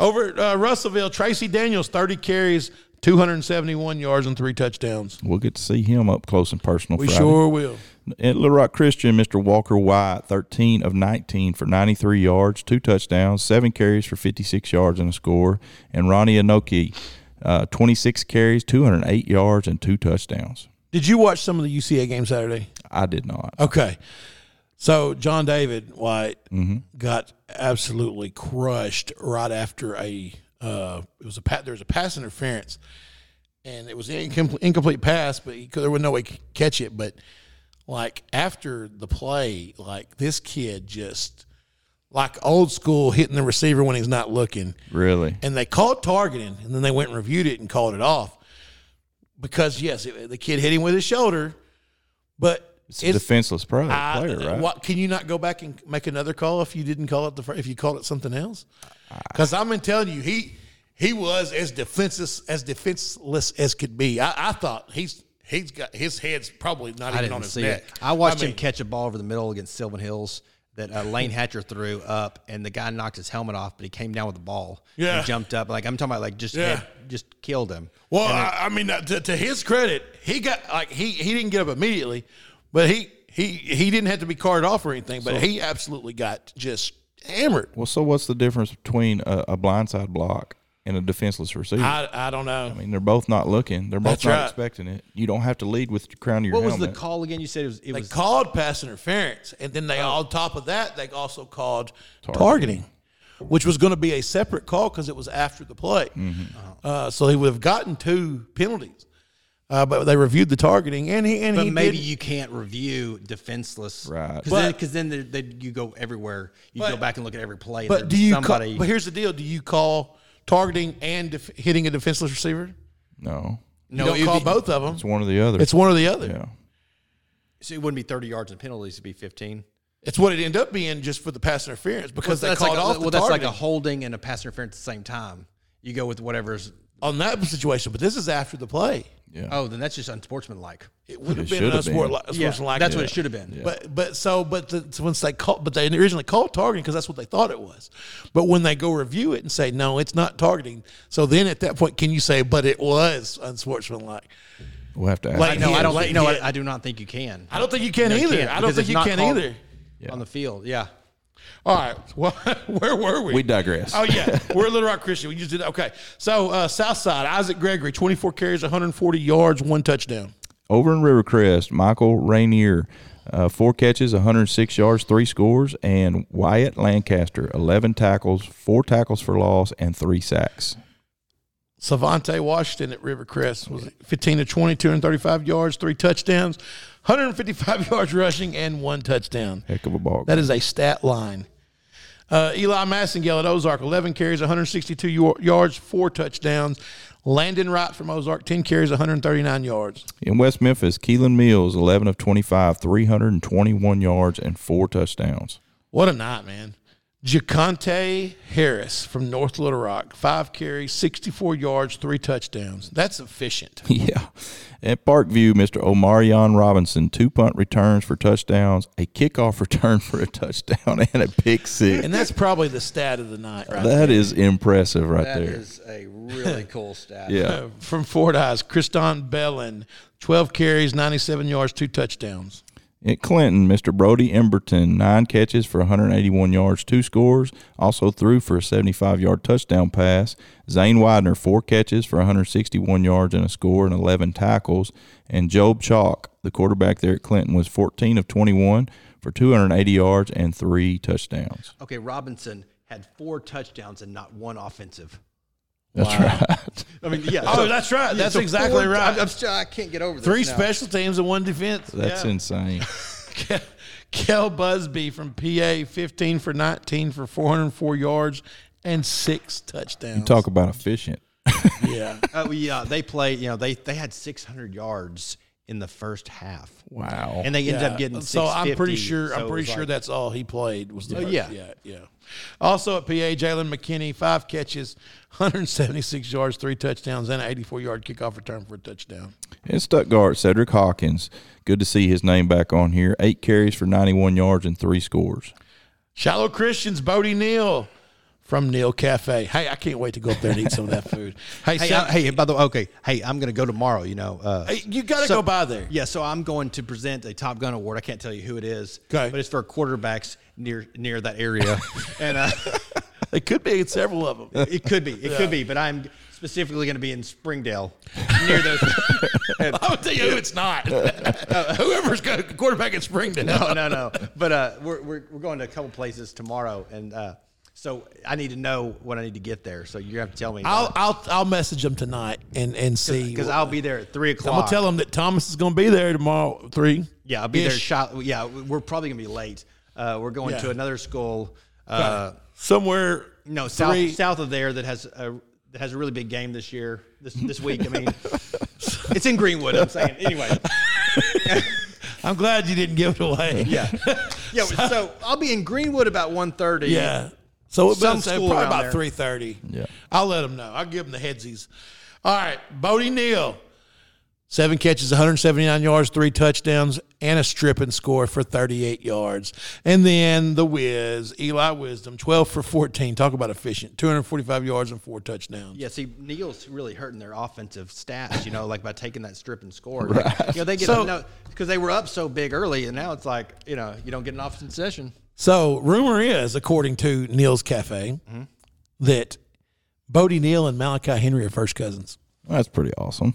S1: Over at uh, Russellville, Tracy Daniels, 30 carries, 271 yards, and three touchdowns.
S2: We'll get to see him up close and personal
S1: We
S2: Friday.
S1: sure will.
S2: At Little Rock Christian, Mr. Walker White, 13 of 19 for 93 yards, two touchdowns, seven carries for 56 yards and a score. And Ronnie Anoki, uh, 26 carries, 208 yards, and two touchdowns.
S1: Did you watch some of the UCA game Saturday?
S2: I did not.
S1: Okay. So John David White got absolutely crushed right after a uh, it was a pa- there was a pass interference, and it was an incomplete, incomplete pass, but he could, there was no way he could catch it. But like after the play, like this kid just like old school hitting the receiver when he's not looking.
S2: Really?
S1: And they called targeting, and then they went and reviewed it and called it off because yes, it, the kid hit him with his shoulder, but
S2: It's a defenseless player,
S1: I-
S2: player right?
S1: what- can you not go back and make another call if you didn't call it the fir- if you called it something else? Because I'm been telling you, he he was as defenseless as defenseless as could be. I, I thought he's he's got his head's probably not
S3: I
S1: even on
S3: didn't
S1: his
S3: see
S1: neck.
S3: it. I watched
S1: mean,
S3: him catch a ball over the middle against Sylvan Hills that uh, Lane Hatcher threw up, and the guy knocked his helmet off, but he came down with the ball.
S1: Yeah.
S3: and jumped up. Like I'm talking about, like just
S1: Yeah.
S3: head- just killed him.
S1: Well, I, I mean, uh, to, to his credit, he got like he he didn't get up immediately, but he he he didn't have to be carted off or anything. But he absolutely got just hammered.
S2: Well, so what's the difference between a, a blindside block and a defenseless receiver? I,
S1: I I don't know.
S2: mean, they're both not looking. They're both
S1: That's
S2: not
S1: right.
S2: expecting it. You don't have to lead with the crown of your
S3: What was
S2: helmet.
S3: the call again? You said it was. It
S1: They
S3: was Oh.
S1: called pass interference, and then they on top of that they also called targeting, which was going to be a separate call because it was after the play.
S3: Mm-hmm.
S1: Uh, so he would have gotten two penalties, uh, but they reviewed the targeting and he and
S3: but
S1: he
S3: maybe
S1: did,
S3: you can't review defenseless,
S2: Right.
S3: Because
S1: But-
S3: then, 'cause then, there- then you go everywhere. You
S1: But-
S3: go back and look at every play. and
S1: But
S3: there'd
S1: do
S3: be
S1: you? ca-
S3: somebody?
S1: but here's the deal: Do you call targeting and def- hitting a defenseless receiver?
S2: no,
S1: No, you
S3: no, it
S1: don't call
S3: would be,
S1: both of them.
S2: it's one or the other.
S1: It's one or the other.
S2: yeah.
S3: So it wouldn't be 30 yards in penalties. It'd be 15.
S1: It's what it ended up being just for the pass interference because they
S3: that's
S1: called
S3: like a,
S1: off.
S3: well,
S1: the
S3: that's like
S1: targeting.
S3: a holding and a pass interference at the same time. You go with whatever's.
S1: on that situation, but this is after the play.
S3: Oh, then that's just unsportsmanlike.
S1: It would have
S2: It
S1: been
S2: should
S1: an
S2: have been.
S1: unsportsmanlike.
S3: Yeah, that's what it should have been.
S1: But but so but the, so once they called but they originally called targeting because that's what they thought it was, but when they go review it and say no, it's not targeting. So then at that point, can you say but it was unsportsmanlike?
S2: We'll have to ask.
S1: Like-
S2: him.
S3: No, I don't.
S1: Late
S3: Think, no,
S1: hit.
S3: I, I do not think you can.
S1: I don't think you can
S3: No, you
S1: either.
S3: can't,
S1: I don't
S3: because
S1: think
S3: it's
S1: you
S3: not
S1: can
S3: called
S1: either.
S3: on the field. Yeah,
S1: All right, *laughs* well, where were we?
S2: we digress.
S1: Oh yeah, we're Little Rock Christian. We just did okay. So uh, Southside Isaac Gregory, twenty four carries, one hundred forty yards, one touchdown.
S2: Over in Rivercrest, Michael Rainier, uh, four catches, 106 yards, three scores, and Wyatt Lancaster, 11 tackles, four tackles for loss, and three sacks.
S1: Savante Washington at Rivercrest was 15 to 20, 235 yards, three touchdowns, 155 *laughs* yards rushing, and one touchdown.
S2: Heck of a ball.
S1: That is a stat line. Uh, Eli Massingale at Ozark, 11 carries, 162 yor- yards, four touchdowns. Landon Wright from Ozark, 10 carries, 139 yards.
S2: In West Memphis, Keelan Mills, 11 of 25, 321 yards, and four touchdowns.
S1: What a night, man. Jaconte Harris from North Little Rock, five carries, 64 yards, three touchdowns. That's efficient.
S2: *laughs* Yeah. At Parkview, Mr. Omarion Robinson, two punt returns for touchdowns, a kickoff *laughs* return for a touchdown, and a pick six.
S1: And that's probably the stat of the night, right?
S2: That is impressive right
S3: that
S2: there.
S3: is
S1: *laughs*
S3: a really cool stat.
S2: yeah.
S1: from Fort Eyes, Kriston Bellin, 12 carries, 97 yards, two touchdowns.
S2: At Clinton, Mr. Brody Emberton, nine catches for 181 yards, two scores, also threw for a 75 yard touchdown pass. Zane Widener, four catches for 161 yards and a score and 11 tackles. And Job Chalk, the quarterback there at Clinton, was 14 of 21 for 280 yards and three touchdowns.
S3: Okay, Robinson had four touchdowns and not one offensive.
S2: That's right.
S3: I *laughs* mean, yeah.
S1: Oh, that's right. That's exactly
S3: four-
S1: right.
S3: I'm, I'm still, I can't get over this
S1: Three
S3: now.
S1: special teams and one defense.
S2: *laughs* That's
S1: yeah.
S2: insane.
S1: Ke- *laughs* Kel Busby from PA, 15 for 19 for 404 yards and six touchdowns.
S2: Talk about efficient.
S3: *laughs*
S1: Yeah.
S3: Oh, yeah, they played. You know, they they had 600 yards in the first half,
S2: Wow.
S3: and they ended
S1: Yeah.
S3: up getting.
S1: so I'm pretty
S3: 650,
S1: sure
S3: so
S1: I'm
S3: it
S1: pretty
S3: was
S1: sure
S3: like-
S1: that's all he played was the
S3: Oh,
S1: first-
S3: yeah.
S1: yeah yeah. Also at PA, Jalen McKinney five catches, 176 yards, three touchdowns, and an 84 yard kickoff return for a touchdown.
S2: In Stuttgart, Cedric Hawkins, good to see his name back on here. Eight carries for 91 yards and three scores.
S1: Shallow Christians, Bodie Neal from Neal Cafe. Hey, I can't wait to go up there and eat some of that food. Hey,
S3: *laughs* Hey,
S1: so-
S3: I- hey, by the way, okay. Hey, I'm gonna go tomorrow. You know, uh,
S1: hey, you got to
S3: So-
S1: go by there.
S3: Yeah, so I'm going to present a Top Gun award. I can't tell you who it is,
S1: Okay.
S3: but it's for quarterbacks near near
S1: *laughs*
S3: that area, and uh, *laughs*
S1: It could be several of them.
S3: it could be, it could be. But I'm specifically going to be in Springdale, near those.
S1: I would tell you who it's
S3: *laughs*
S1: not. *laughs* Uh, Whoever's got a quarterback at Springdale.
S3: no, no, no. But uh, we're, we're we're going to a couple places tomorrow, and uh, So I need to know what I need to get there. So you have to tell me
S1: I'll I'll I'll message them tonight and and see.
S3: because I'll be there at three
S1: I'm
S3: o'clock.
S1: gonna tell them that Thomas is gonna be there tomorrow at three.
S3: Yeah, I'll be there.
S1: Ish.
S3: Shot. Yeah, we're probably gonna be late. Uh, we're going
S1: Yeah.
S3: to another school. Uh,
S1: somewhere.
S3: no, south
S1: three-
S3: south of there that has a that has a really big game this year. This this week. I
S1: *laughs*
S3: mean, it's in Greenwood. I'm saying anyway.
S1: I'm glad you didn't give it away. *laughs*
S3: *laughs* Yeah. Yeah. So I'll be in Greenwood about 1.30.
S1: Yeah. So it's
S3: Some
S1: been
S3: school
S1: probably
S3: around
S1: about
S3: there.
S1: three thirty.
S2: Yeah.
S1: I'll let them know. I'll give them the headsies. All right, Bodie Neal, seven catches, 179 yards, three touchdowns, and a strip and score for 38 yards. And then the Wiz, Eli Wisdom, 12 for 14. Talk about efficient, 245 yards and four touchdowns.
S3: Yeah, see, Neil's really hurting their offensive stats, you know, like by taking that strip and score. Like, you know, they get
S1: So-
S3: because they were up so big early, and now it's like, you know, you don't get an offensive session.
S1: So rumor is, according to Neal's Cafe,
S3: Mm-hmm.
S1: that Bodie Neal and Malachi Henry are first cousins.
S2: That's pretty awesome.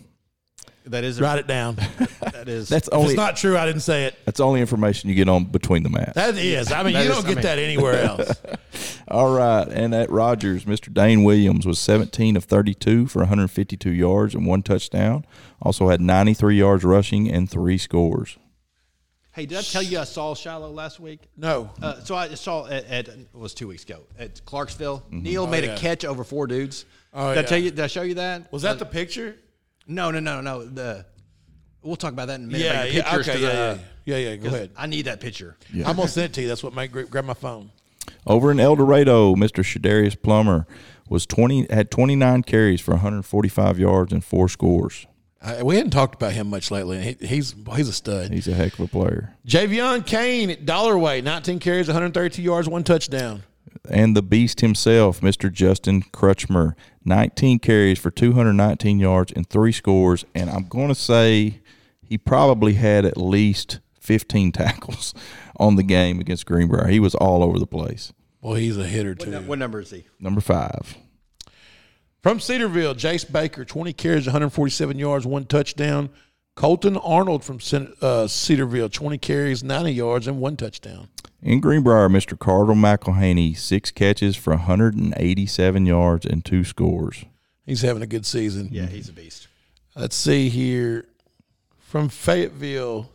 S3: That is
S1: Write it
S2: *laughs*
S1: down. If
S3: That is
S2: That's only
S1: it's not true. I didn't say it.
S2: that's only information you get on between the mats.
S1: That is. I mean,
S3: That
S1: you
S3: is-
S1: don't
S3: I
S1: get
S3: mean-
S1: that anywhere else.
S2: All right, and at Rogers, Mr. Dane Williams was 17 of 32 for 152 yards and one touchdown. Also had 93 yards rushing and three scores.
S3: Hey, did I tell you I saw Shiloh last week?
S1: *laughs* No.
S3: Uh, so I saw at, at it was two weeks ago at Clarksville. Neil made
S1: Oh, yeah.
S3: a catch over four dudes.
S1: Oh,
S3: did I
S1: yeah.
S3: tell you? Did I show you that? Uh,
S1: Was that the picture?
S3: No, no, no, no. The we'll talk about that in a minute.
S1: Yeah,
S3: like the
S1: yeah,
S3: pictures,
S1: okay,
S3: 'cause,
S1: yeah,
S3: uh,
S1: yeah, yeah, yeah. Go
S3: 'cause
S1: ahead.
S3: I need that picture.
S1: I'm gonna send it to you. That's what my group. Grab my phone.
S2: Over in El Dorado, Mr. Shadarius Plummer was 20 had 29 carries for 145 yards and four scores.
S1: I, we hadn't talked about him much lately. He, he's he's a stud.
S2: He's a heck of a player.
S1: Javion Kane at Dollarway, 19 carries, 132 yards, one touchdown.
S2: And the beast himself, Mr. Justin Crutchmer, 19 carries for 219 yards and three scores. And I'm going to say he probably had at least 15 *laughs* tackles on the game against Greenbrier. He was all over the place.
S1: Boy, he's a hitter
S3: What,
S1: too.
S3: nu- what number is he?
S2: Number five.
S1: From Cedarville, Jace Baker, 20 carries, 147 yards, one touchdown. Colton Arnold from Cen- uh, Cedarville, 20 carries, 90 yards, and one touchdown.
S2: In Greenbrier, Mr. Cardinal McElhaney, six catches for 187 yards and two scores.
S1: He's having a good season.
S3: Yeah, he's a beast.
S1: Let's see here. From Fayetteville,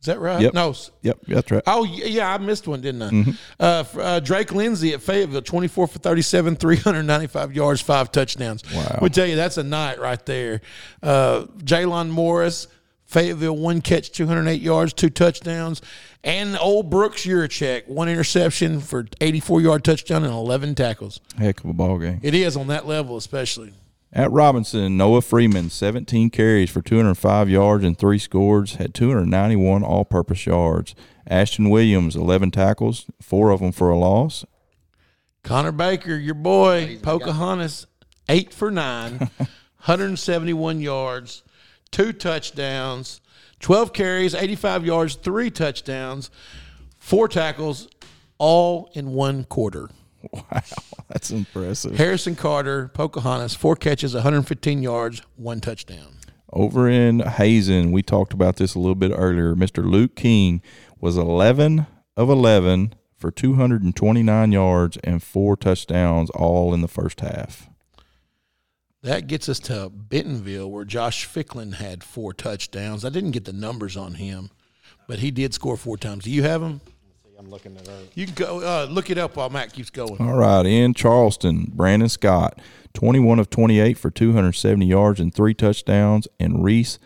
S1: is that right?
S2: Yep. Mm-hmm.
S1: No, s-
S2: Yep, that's right.
S1: Oh y- yeah, I missed one, didn't I? Uh, f- uh, Drake Lindsey at Fayetteville, twenty four for thirty seven, three hundred ninety five yards, five touchdowns.
S2: Wow.
S1: we tell you that's a night right there. Uh, Jalen Morris, Fayetteville, one catch, two hundred eight yards, two touchdowns, and old Brooks Urachek, one interception for eighty four yard touchdown and eleven tackles.
S2: Heck of a ball game.
S1: It is on that level, especially.
S2: At Robinson, Noah Freeman, 17 carries for 205 yards and three scores, had 291 all purpose yards. Ashton Williams, 11 tackles, four of them for a loss. *laughs*
S1: Connor Baker, your boy, Pocahontas, eight for nine, 171 yards, two touchdowns, 12 carries, 85 yards, three touchdowns, four tackles, all in one quarter.
S2: Wow, that's impressive.
S1: Harrison Carter, Pocahontas, four catches, 115 yards, one touchdown.
S2: Over in Hazen, we talked about this a little bit earlier. Mr. Luke King was 11 of 11 for 229 yards and four touchdowns, all in the first half.
S1: That gets us to Bentonville, where Josh Ficklin had four touchdowns. I didn't get the numbers on him, but he did score four times. Do you have them?
S3: I'm looking at her.
S1: You can go uh, look it up while Matt keeps going.
S2: All right, in Charleston, Brandon Scott, 21 of 28 for 270 yards and three touchdowns, and Reese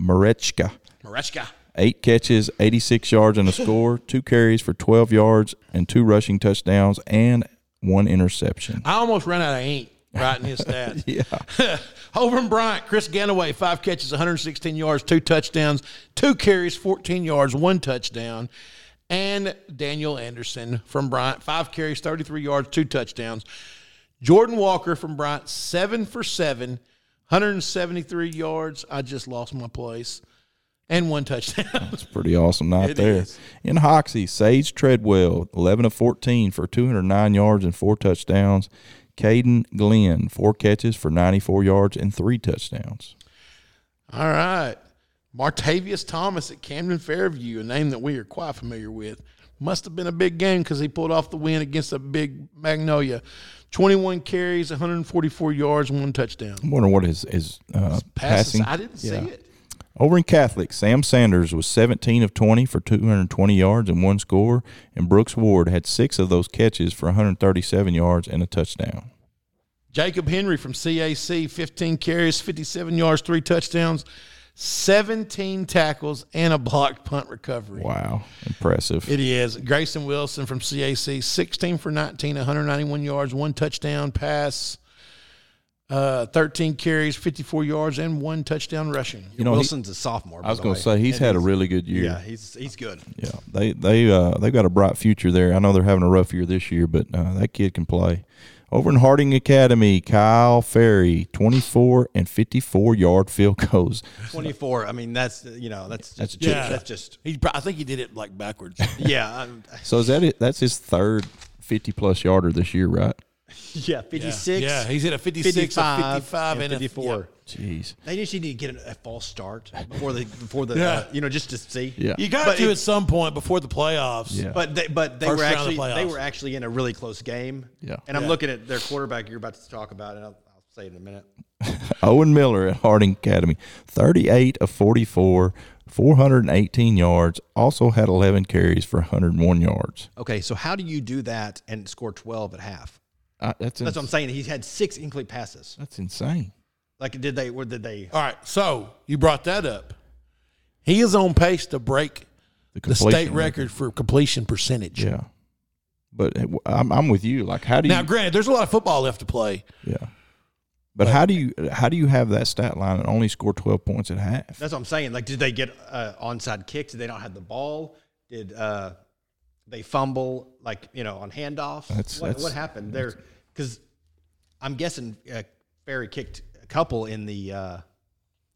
S2: Marechka,
S1: Mareshka.
S2: eight catches, 86 yards and a score, two carries for 12 yards and two rushing touchdowns and one interception.
S1: I almost ran out of ink writing his stats.
S2: Yeah.
S1: *laughs* Over in Bryant, Chris Ganaway, five catches, 116 yards, two touchdowns, two carries, 14 yards, one touchdown. And Daniel Anderson from Bryant, five carries, 33 yards, two touchdowns. Jordan Walker from Bryant, seven for seven, 173 yards. I just lost my place. And one touchdown.
S2: Pretty awesome night there. In Hoxie, Sage Treadwell, 11 of 14 for 209 yards and four touchdowns. Caden Glenn, four catches for 94 yards and three touchdowns.
S1: All right. Martavius Thomas at Camden Fairview, a name that we are quite familiar with. Must have been a big game because he pulled off the win against a big Magnolia. 21 carries, 144 yards, one touchdown.
S2: I'm wondering what his, his, uh,
S1: Passes.
S2: passing.
S1: I didn't see it.
S2: Over in Catholic, Sam Sanders was 17 of 20 for 220 yards and one score, and Brooks Ward had six of those catches for 137 yards and a touchdown.
S1: Jacob Henry from CAC, 15 carries, 57 yards, three touchdowns, 17 tackles, and a blocked punt recovery.
S2: Wow, impressive.
S1: It is. Grayson Wilson from CAC, 16 for 19, 191 yards, one touchdown pass, uh, 13 carries, 54 yards, and one touchdown rushing.
S2: you know, he-
S3: Wilson's a sophomore.
S2: I was
S3: going to
S2: say he's had a really good year.
S3: yeah, he's he's good.
S2: Yeah, they they uh, they've got a bright future there. I know they're having a rough year this year, but uh, that kid can play. Over in Harding Academy, Kyle Ferry, twenty four and fifty four yard field *laughs* goals.
S3: Twenty four. I mean, that's you know that's just,
S2: That's a chip
S3: yeah. that's just
S1: He, pro- I think he did it like backwards.
S3: yeah I'm- *laughs*
S2: So is that it? That's his third fifty plus yarder this year, right?
S3: yeah fifty six.
S1: Yeah, he's hit a 56, 55,
S3: 55,
S1: 55
S3: and
S1: and, a
S3: 54.
S2: Jeez.
S3: They just need to get a, a false start before the before the
S1: *laughs* Yeah.
S3: uh, you know just to see.
S2: Yeah.
S1: *laughs* You got
S3: But
S1: to
S3: it-
S1: at some point before the playoffs.
S2: Yeah.
S3: But they but they
S1: First
S3: were
S1: round of
S3: actually
S1: playoffs.
S3: they were actually in a really close game.
S2: Yeah.
S3: And I'm
S1: Yeah.
S3: looking at their quarterback you're about to talk about, and I'll, I'll say it in a minute.
S2: Owen Miller at Harding Academy, 38 of 44, 418 yards, also had 11 carries for 101 yards.
S3: Okay, so how do you do that and score twelve at half?
S2: Uh, that's
S3: That's
S2: ins-
S3: what I'm saying. He's had six incomplete passes.
S2: that's insane.
S3: Like did they or did they
S1: All right, so you brought that up. He is on pace to break the state
S2: completion
S1: record for completion percentage.
S2: Yeah. But it- I'm, I'm with you. Like, how do you?
S1: Now, granted, there's a lot of football left to play.
S2: yeah. But how do you how do you have that stat line and only score 12 points at half?
S3: That's what I'm saying. Like, did they get uh, onside kicks? Did they not have the ball? Did uh, they fumble? Like, you know, on handoff?
S2: That's-
S3: what,
S2: that's-
S3: what happened there? Because I'm guessing uh, Barry kicked a couple in the uh,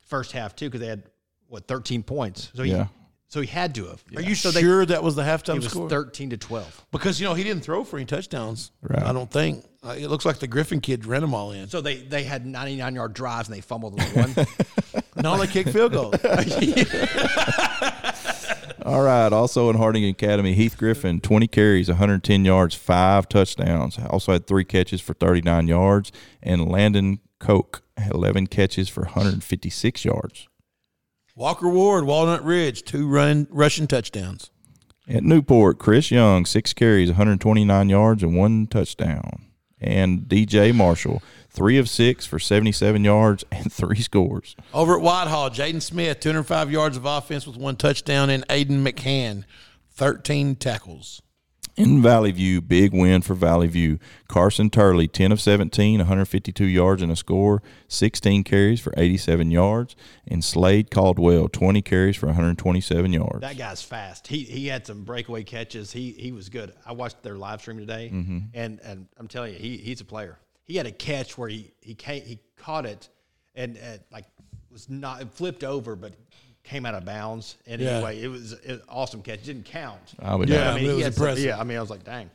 S3: first half too, because they had what 13 points. So he,
S2: Yeah.
S3: so he had to have.
S1: Are you
S3: so They,
S1: sure that was the
S3: it
S1: halftime
S3: was
S1: score?
S3: 13 to 12.
S1: because you know he didn't throw for any touchdowns.
S2: Right.
S1: I don't think. Uh, it looks like the Griffin kid ran them all in.
S3: So they they had 99 yard drives and they fumbled on one.
S2: *laughs*
S1: No, they kicked field goal.
S2: All right. Also in Harding Academy, Heath Griffin, 20 carries, 110 yards, five touchdowns. Also had three catches for 39 yards. And Landon Koch, 11 catches for 156 yards.
S1: Walker Ward, Walnut Ridge, two run rushing touchdowns.
S2: At Newport, Chris Young, six carries, 129 yards, and one touchdown. And DJ Marshall, three of six for 77 yards and three scores.
S1: Over at Whitehall, Jaden Smith, 205 yards of offense with one touchdown, and Aiden McCann, 13 tackles.
S2: In Valley View, big win for Valley View. Carson Turley, 10 of 17, 152 yards and a score, 16 carries for 87 yards. And Slade Caldwell, 20 carries for 127 yards.
S3: That guy's fast. He he had some breakaway catches. He he was good. I watched their live stream today, and and I'm telling you, he he's a player. He had a catch where he he came, he caught it, and, and like was not it flipped over, but came out of bounds. And
S1: Yeah.
S3: anyway, it was an awesome catch. Didn't count.
S2: I would
S1: Yeah. I
S2: not-
S1: mean, it was
S3: had some-
S1: impressive.
S3: yeah, I mean, I was like, dang.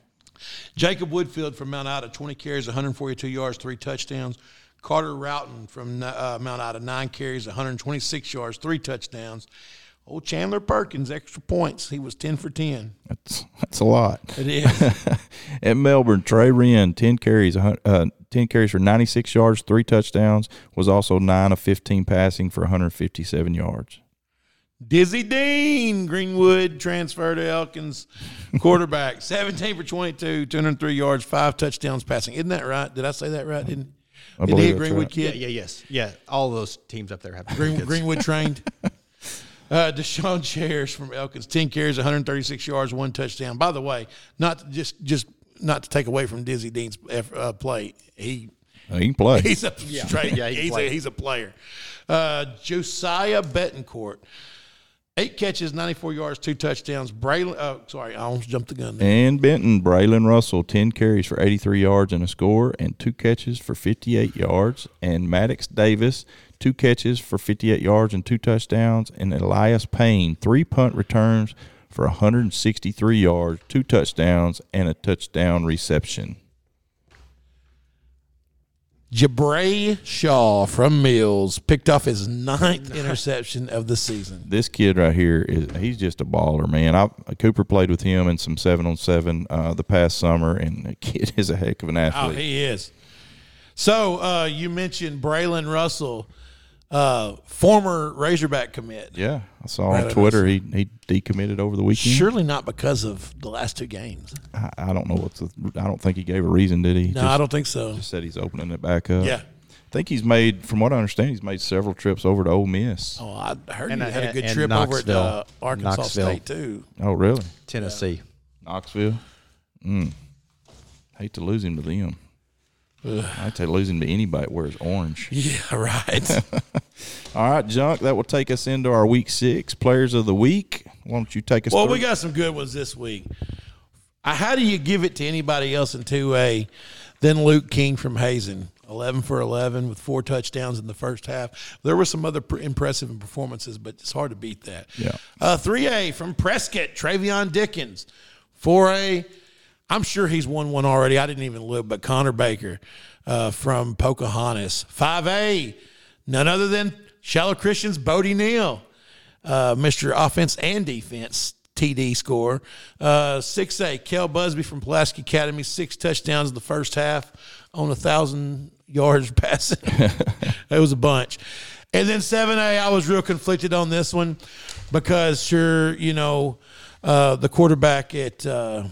S1: Jacob Woodfield from Mount Ida, 20 carries, 142 yards, three touchdowns. Carter Routon from uh, Mount Ida, nine carries, 126 yards, three touchdowns. Old Chandler Perkins, extra points. He was 10 for 10.
S2: that's, that's a lot.
S1: It is.
S2: At Melbourne, Trey Wren, 10 carries, a hun- uh, 10 carries for 96 yards, three touchdowns, was also 9 of 15 passing for 157 yards.
S1: Dizzy Dean, Greenwood transfer to Elkins,
S2: *laughs*
S1: quarterback, 17 for 22, 203 yards, five touchdowns passing. Isn't that right? Did I say that right? Didn't,
S2: I
S1: didn't he
S2: believe
S1: a
S2: that's
S1: Greenwood
S2: right.
S1: kid?
S3: Yeah, yeah, yes, yeah. All those teams up there have
S1: Green,
S3: kids.
S2: *laughs*
S1: Greenwood trained. Uh, Deshaun Chairs from Elkins, ten carries, 136 yards, one touchdown. By the way, not to just just not to take away from Dizzy Dean's eff- uh, play, he
S2: Uh, He can
S1: *laughs*
S2: play.
S1: he's a straight,
S3: Yeah, he
S1: he's, a,
S3: played.
S1: he's a player. Uh, Josiah Betancourt, eight catches, 94 yards, two touchdowns. Braylon, oh, sorry, I almost jumped the gun. There.
S2: and Benton, Braylon Russell, 10 carries for 83 yards and a score, and two catches for 58 yards. And Maddox Davis, two catches for 58 yards and two touchdowns. And Elias Payne, three punt returns for 163 yards, two touchdowns, and a touchdown reception.
S1: Jabray Shaw from Mills picked off his ninth *laughs* interception of the season.
S2: This kid right here is he's just a baller, man. I Cooper played with him in some seven on seven uh, the past summer, and the kid *laughs* is a heck of an
S1: Oh,
S2: athlete.
S1: he is. So uh, you mentioned Braylon Russell, uh, former Razorback commit.
S2: yeah, I saw on Twitter he he decommitted over the weekend.
S1: Surely not because of the last two games.
S2: I, I don't know what's the, I don't think he gave a reason, did he?
S1: No,
S2: Just-
S1: I don't think so.
S2: said he's opening it back up.
S1: Yeah.
S2: I think he's made, from what I understand, he's made several trips over to Ole Miss. Oh,
S1: Oh, I heard
S3: And,
S1: you
S3: uh,
S1: had a good
S3: and
S1: trip over at uh,
S3: Knoxville.
S1: Arkansas
S3: Knoxville.
S1: State too.
S3: *laughs*
S2: Oh, really?
S3: Tennessee.
S2: Knoxville? Mm. Hate to lose him to them. I'd say lose him to anybody that wears orange.
S1: Yeah, right.
S2: All right, Junk, that will take us into our week six players of the week. Why don't you take
S1: *laughs*
S2: us
S1: well,
S2: through?
S1: we got some good ones this week. Uh, How do you give it to anybody else in two A than Luke King from Hazen? Eleven for eleven with four touchdowns in the first half. There were some other pr- impressive performances, but it's hard to beat that.
S2: Yeah.
S1: Uh, 3A from Prescott, Travion Dickens. 4A, I'm sure he's won one already. I didn't even look, but Connor Baker uh, from Pocahontas. 5A, none other than Shallow Christian's Bodie Neal, uh, Mr. Offense and Defense. TD score. Uh, 6A, Kel Busby from Pulaski Academy, six touchdowns in the first half on a thousand yards *laughs* passing. it was a bunch. And then 7A, I was real conflicted on this one because, sure, you know, uh, the quarterback at uh,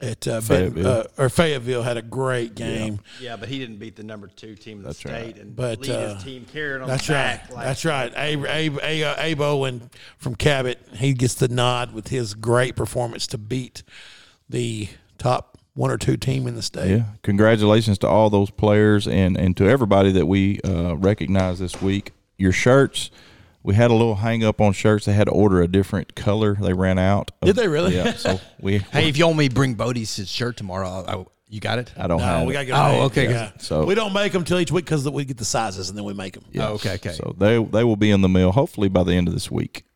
S1: at uh, Benton-
S2: Fayetteville.
S1: uh, or Fayetteville had a great game.
S3: Yeah, but he didn't beat the number two team in the state
S2: right.
S3: and
S1: But,
S3: lead
S1: uh,
S3: his team carried on
S1: That's
S3: the
S1: right.
S3: back.
S1: That's right. Abe, Abe, A- uh, Abe Owen from Cabot, he gets the nod with his great performance to beat the top one or two team in the state.
S2: Yeah. Congratulations to all those players and, and to everybody that we uh, recognize this week. Your shirts, we had a little hang up on shirts. They had to order a different color. They ran out. of-
S1: Did they really?
S2: Yeah. So we.
S3: Hey, if you want me to bring Bodie's shirt tomorrow, I, I- you got it?
S2: I don't
S1: No,
S2: have.
S1: we gotta
S2: it.
S1: get. them
S3: Oh,
S1: made.
S3: okay.
S1: Yeah.
S2: So-
S1: we don't make them till each week because we get the sizes and then we make them.
S2: Yes.
S3: Oh, okay, okay.
S2: So they they will be in the mail hopefully by the end of this week.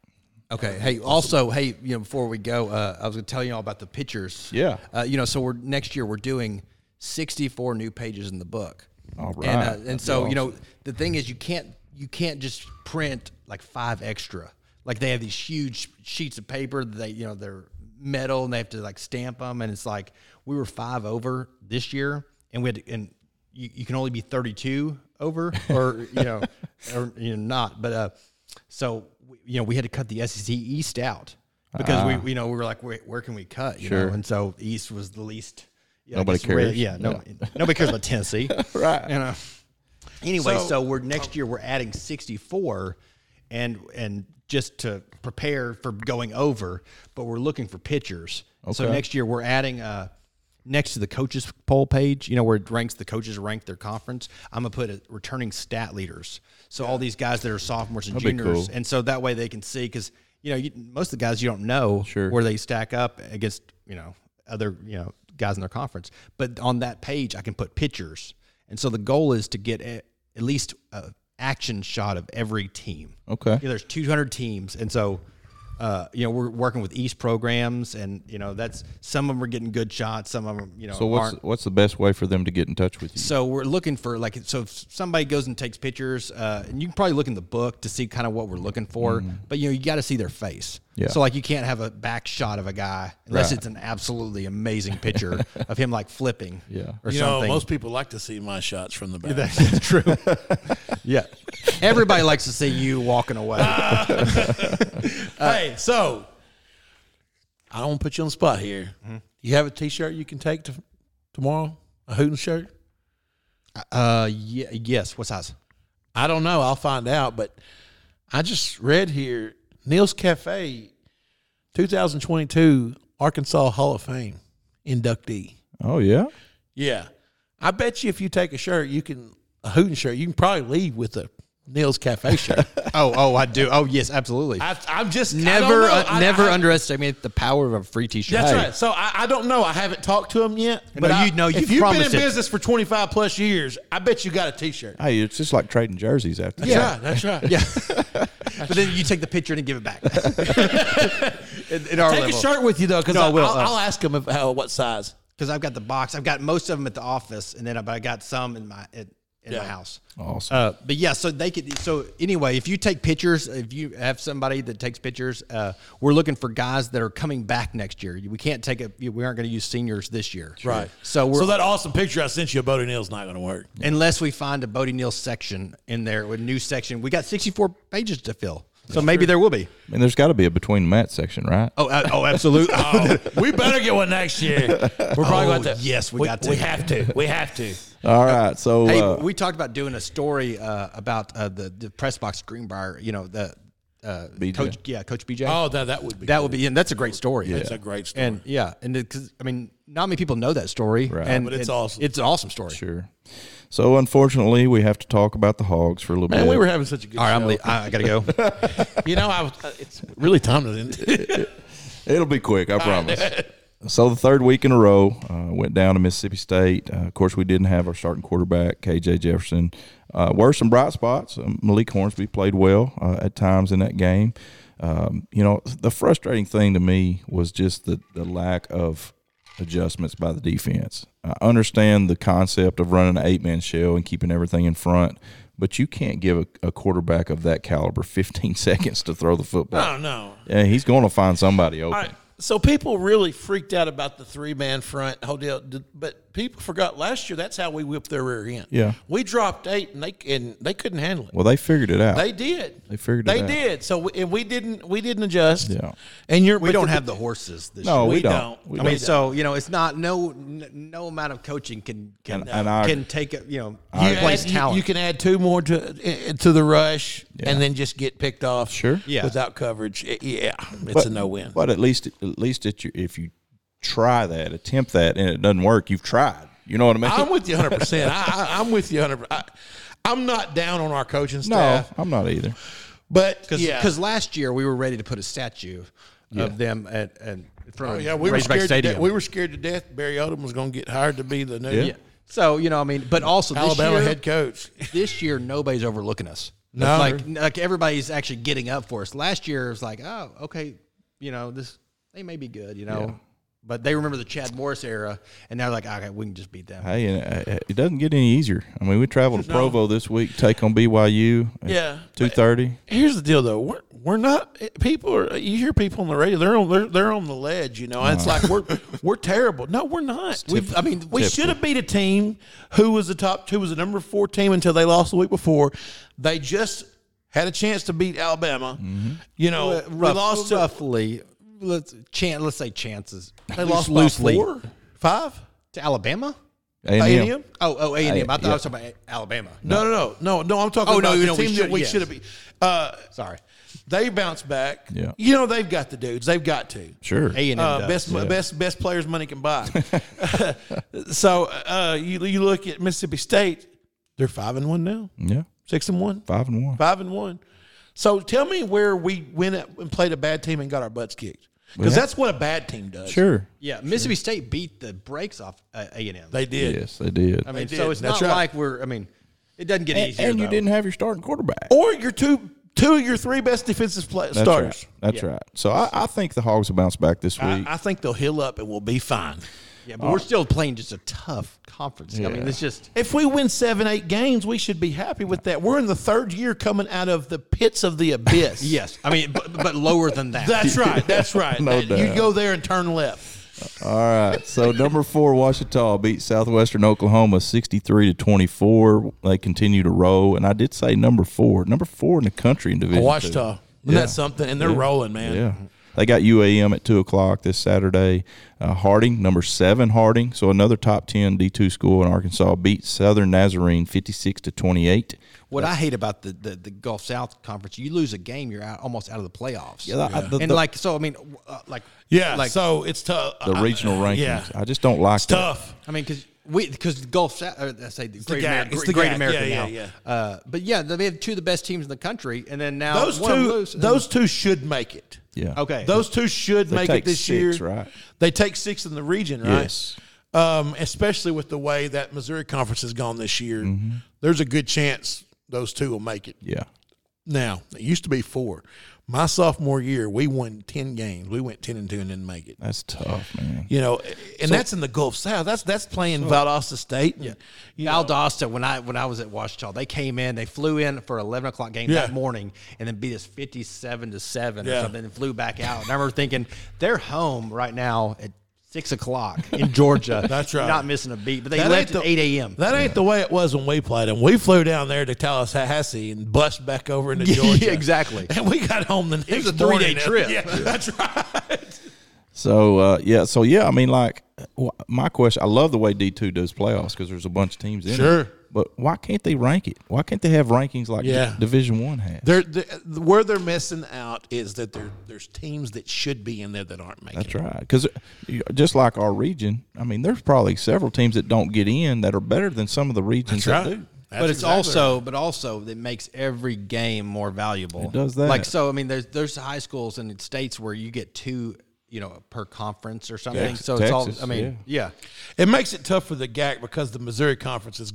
S3: Okay. Hey, also, hey, you know, before we go, uh, I was going to tell you all about the pictures.
S2: Yeah.
S3: Uh, you know, so we're next year we're doing 64 new pages in the book.
S2: All right.
S3: And,
S2: That'd
S3: uh,
S2: be
S3: and so, you know, the thing is you can't you can't just print like five extra. Like they have these huge sheets of paper that they, you know, they're metal and they have to like stamp them and it's like we were 5 over this year and we had to, and you, you can only be 32 over or
S2: *laughs*
S3: you know or you know not but uh so we- you know we had to cut the SEC East out because
S2: Ah.
S3: we- we you know we were like where, where can we cut you know and so East was the least yeah, I
S2: Nobody
S3: guess red-
S2: cares.
S3: yeah no nobody cares about Tennessee
S2: *laughs* Right.
S3: you know anyway
S1: So-
S3: so, we're
S2: oh.
S3: next year we're adding 64 and and just to prepare for going over but we're looking for pitchers so
S2: Okay.
S3: next year we're adding uh next to the coaches poll page you know where it ranks the coaches rank their conference i'm gonna put a, returning stat leaders so all these guys that are sophomores and
S2: That'd be
S3: juniors
S2: cool.
S3: and so that way they can see because you know you, most of the guys you don't know
S2: Sure.
S3: where they stack up against you know other you know guys in their conference. But on that page, I can put pictures, and so the goal is to get a, at least a action shot of every team.
S2: Okay.
S3: You know, there's 200 teams, and so. Uh, you know, we're working with East programs, and you know that's some of them are getting good shots, some of them, you know,
S2: So what's
S3: aren't.
S2: what's the best way for them to get in touch with you?
S3: So we're looking for like so if somebody goes and takes pictures, uh, and you can probably look in the book to see kind of what we're looking for. But you know you got to see their face.
S2: Mm-hmm. Yeah.
S3: So like you can't have a back shot of a guy unless
S2: Right.
S3: it's an absolutely amazing
S2: *laughs*
S3: picture of him like flipping.
S2: Yeah.
S3: Or
S1: You know,
S3: something.
S1: most people like to see my shots from the back.
S3: That's true.
S2: *laughs*
S3: yeah. Everybody likes to see you walking away.
S1: *laughs* hey, so Uh, Mm-hmm. I don't want to put you on the spot here. You have a T-shirt you can take to tomorrow, a Hooten shirt.
S3: Uh, yeah, yes. What size?
S1: I don't know. I'll find out. But I just read here Neil's Cafe, 2022 Arkansas Hall of Fame inductee.
S2: oh yeah.
S1: Yeah, I bet you if you take a shirt, you can a Hooten shirt. You can probably leave with a Neil's Cafe shirt.
S3: Oh, oh, I do. Oh, yes, absolutely.
S1: *laughs* I, I'm just I don't
S3: never,
S1: know.
S3: uh,
S1: I-
S3: never
S1: I-
S3: underestimate the power of a free T-shirt.
S1: That's
S3: Hey.
S1: right. So I, I don't know. I haven't talked to him yet. But I,
S3: you- no,
S1: if
S3: you've
S1: you've been in
S3: promised it.
S1: business for 25 plus years, I bet you got a T-shirt.
S2: Hey, it's just like trading jerseys after.
S1: That's right. That's right.
S3: *laughs* Yeah. but then you take the picture and give
S1: *laughs*
S3: it back. *laughs* in, in our
S1: Take a shirt with you though, because
S3: No, I
S1: I'll,
S3: will,
S1: I'll,
S3: uh,
S1: I'll ask him if, how, what size.
S3: because I've got the box. I've got most of them at the office, and then I- but I got some in my at, in
S1: Yeah. Oh.
S3: my house.
S2: Awesome.
S3: Uh, but yeah, so they could. So anyway, if you take pictures, if you have somebody that takes pictures, uh, we're looking for guys that are coming back next year. We can't take a. We aren't going to use seniors this year,
S1: Right.
S3: So we're
S1: so that awesome picture I sent you of Bodie Neal's not going to work.
S3: unless we find a Bodie Neal section in there, a new section. We got sixty four pages to fill, so maybe there will be.
S2: I mean, there's got to be a between Matt section, right?
S3: Oh, uh,
S1: *laughs*
S3: oh, absolutely.
S1: we better get one next
S3: *laughs*
S1: year. We're probably
S3: Oh,
S1: going to.
S3: yes, we got to.
S1: We have to. We have to.
S2: All right. So
S3: Hey,
S2: uh,
S3: we talked about doing a story uh, about uh, the, the press box Greenbrier. You know the uh,
S2: BJ.
S3: coach, yeah, Coach BJ.
S1: Oh, that that would be.
S3: that would be, and that's a great story.
S1: That's a great story.
S3: And yeah, and because I mean, not many people know that story. Right. And
S1: But it's
S3: and
S1: awesome.
S3: It's an awesome story.
S2: sure. So unfortunately, we have to talk about the hogs for a little
S1: Man,
S2: bit.
S1: we were having such a good.
S3: All right, I'm
S1: show.
S3: le- I, I gotta *laughs* go.
S1: You know, I was, uh, it's really time to end. it. *laughs*
S2: It'll be quick, I promise. so the third week in a row, uh, went down to Mississippi State. Uh, of course, we didn't have our starting quarterback, KJ Jefferson. Uh, were some bright spots. Um, Malik Hornsby played well uh, at times in that game. Um, you know, the frustrating thing to me was just the, the lack of adjustments by the defense. I understand the concept of running an eight man shell and keeping everything in front, but you can't give a, a quarterback of that caliber 15 *laughs* seconds to throw the football.
S1: I don't know.
S2: Yeah, he's going to find somebody open.
S1: All right. So people really freaked out about the three man front whole deal, Did- but people forgot last year that's how we whipped their rear end.
S2: Yeah.
S1: we dropped eight and they and they couldn't handle it.
S2: Well, they figured it out.
S1: They did.
S2: They figured it
S1: They
S2: out.
S1: did. So we, and we didn't. We didn't adjust.
S2: Yeah.
S1: And you're.
S3: we don't have the horses. This
S2: no,
S3: year.
S2: we,
S1: we
S2: don't.
S1: don't.
S2: We
S3: I
S2: don't.
S3: mean, so you know, it's not no n- no amount of coaching can can
S2: And- and I-
S3: can take a, you know
S1: You,
S3: place
S1: add- you-
S3: talent.
S1: you can add two more to eh, to the rush, and then just get picked off.
S2: Sure.
S3: Yeah.
S1: Without coverage, It- yeah, it's a no win.
S2: But at least, at least it, if you try that, attempt that, and it doesn't work, you've tried. You know what I mean?
S1: I'm with you 100. percent I, I, I'm with you 100. I, I'm not down on our coaching
S2: no,
S1: staff,
S2: I'm not either.
S1: but
S3: Because
S1: yeah,
S3: last year we were ready to put a statue of them at, at in front
S1: Oh,
S3: of
S1: yeah, we were
S3: Razorback
S1: scared. To
S3: Stadium.
S1: death. We were scared to death. Barry Odom was going to get hired to be the new
S2: Yeah.
S3: so you know, I mean, but also
S1: Alabama
S3: this year,
S1: head coach.
S3: this year nobody's overlooking us.
S1: No.
S3: It's like like everybody's actually getting up for us. Last year it was like, oh, okay, you know, this they may be good, you know. But they remember the Chad Morris era, and now they're like, okay, we can just beat them.
S2: Hey, and uh, it doesn't get any easier. I mean, we travel to Provo this week, take on BYU.
S1: Yeah.
S2: two thirty.
S1: Here's the deal, though. We're we're not eh, people. Are, you hear people on the radio. They're on they're, they're on the ledge. You know, it's like we're we're terrible. No, we're not. We I mean, we
S2: typical.
S1: should have beat a team who was the top who was the number four team until they lost the week before. They just had a chance to beat Alabama. You know,
S3: Uh,
S1: we
S3: rough-
S1: lost. to-
S3: roughly. Let's chan- Let's say chances.
S1: they lost
S3: loosely
S1: by four, five.
S3: to Alabama.
S2: A and M.
S1: A&M?
S3: Oh, oh, A and M. I thought I was talking about Alabama.
S1: No, no, no, no, no. I'm talking
S3: Oh, no,
S1: about the
S3: no, we
S1: team
S3: should-
S1: that we
S3: yes.
S1: should have been. Uh,
S3: Sorry,
S1: they bounce back.
S2: Yeah.
S1: You know they've got the dudes. They've got to.
S2: Sure.
S3: A and
S1: Uh,
S3: M.
S1: best best best players money can
S2: *laughs*
S1: buy. *laughs* so uh, you you look at Mississippi State. They're five and one now.
S2: yeah,
S1: Six and one.
S2: five and one.
S1: Five and one. So tell me where we went at- and played a bad team and got our butts kicked. Because that's what a bad team does.
S2: Sure.
S3: Yeah, Mississippi State beat the brakes off uh, A and M.
S1: They did.
S2: Yes, they did.
S3: I mean,
S1: They
S3: so
S1: did.
S3: it's
S1: That's
S3: not
S1: right.
S3: like we're. I mean, it doesn't get
S2: and,
S3: easier.
S2: and you
S3: though.
S2: didn't have your starting quarterback.
S1: Or your two two of your three best defensive play,
S2: That's
S1: starters.
S2: right. That's right. So I, I think the hogs will bounce back this week.
S1: I, I think they'll heal up and we'll be fine.
S3: Yeah, but
S1: Uh,
S3: we're still playing just a tough conference. I mean, it's just.
S1: If we win seven, eight games, we should be happy with that. We're in the third year coming out of the pits of the
S2: *laughs*
S1: abyss.
S3: Yes, I mean, but, but lower than
S1: *laughs*
S3: that.
S1: That's right. That's right.
S2: No
S1: That- you
S2: doubt.
S1: go there and turn left.
S2: All right. So number four, Washita beat Southwestern Oklahoma sixty-three to twenty-four. They continue to roll, and I did say number four, number four in the country in Division. Two.
S1: Washita. Isn't that something? And they're rolling, man.
S2: Yeah. They got UAM at two o'clock this Saturday. Uh, Harding, number seven, Harding. So another top ten D two school in Arkansas beat Southern Nazarene fifty-six to twenty-eight.
S3: *laughs* What I hate about the, the, the Gulf South Conference, you lose a game, you're out, almost out of the playoffs.
S2: Yeah, I- the-
S3: and
S2: the-
S3: like, so I mean, w- uh, like,
S1: Yeah.
S3: like
S1: so it's tough.
S2: The
S1: I-
S2: regional rankings.
S1: Uh, yeah.
S2: I just don't like that.
S1: tough.
S3: I mean, because we because Gulf South, or I say the Great,
S1: gap.
S3: America,
S1: It's the
S3: Great
S1: gap.
S3: America
S1: Yeah,
S3: now.
S1: yeah,
S3: Uh, but yeah, they have two of the best teams in the country, and then now
S1: Those
S3: one of them
S1: two
S3: lose, and-
S1: those two should make it.
S2: Yeah.
S3: Okay.
S1: Those two should make it
S2: take
S1: this
S2: six,
S1: year.
S2: right?
S1: They take six in the region, right?
S2: Yes.
S1: Um, especially with the way that
S2: Mm-hmm.
S1: Missouri Conference has gone this year. There's a good chance those two will make it.
S2: Yeah.
S1: Now, it used to be four. My sophomore year, we won 10 games. We went 10 and 2 and didn't make it.
S2: That's tough, man.
S1: You know, and that's in the Gulf South. That's that's playing Valdosta State. And, you know,
S3: Valdosta, when I when I was at Washington, they came in, they flew in for eleven o'clock game
S1: Yeah.
S3: that morning, and then beat us fifty seven to seven
S1: Yeah.
S3: or something, and flew back out. And I remember thinking they're home right now at six o'clock in Georgia.
S1: *laughs* That's right.
S3: not missing a beat. But they
S1: That
S3: left
S1: ain't
S3: at
S1: the-
S3: eight a.m.
S1: That ain't the way it was when we played them. We flew down there to Tallahassee and bust back over *laughs* into
S3: Yeah,
S1: Georgia.
S3: exactly.
S1: And we got home the next
S3: was a three-day
S1: morning. *laughs*
S3: trip.
S1: Yeah, that's right.
S2: So uh, yeah, so yeah, I mean, like wh- my question, I love the way D two does playoffs because there's a bunch of teams in it.
S1: Sure.
S2: But why can't they rank it? Why can't they have rankings like
S1: Yeah.
S2: Division One has?
S1: They're, they where they're missing out is that there there's teams that should be in there that aren't making.
S2: That's right. Because uh, just like our region, I mean, there's probably several teams that don't get in that are better than some of the regions
S1: it.
S2: that do.
S1: That's
S3: but it's
S1: exactly
S3: also, but also, it makes every game more valuable. It
S2: does that.
S3: Like so, I mean, there's there's high schools in states where you get two, you know, per conference or something.
S2: Texas-
S3: so it's
S2: Texas,
S3: all. I mean, yeah.
S1: It makes it tough for the GAC because the Missouri Conference is.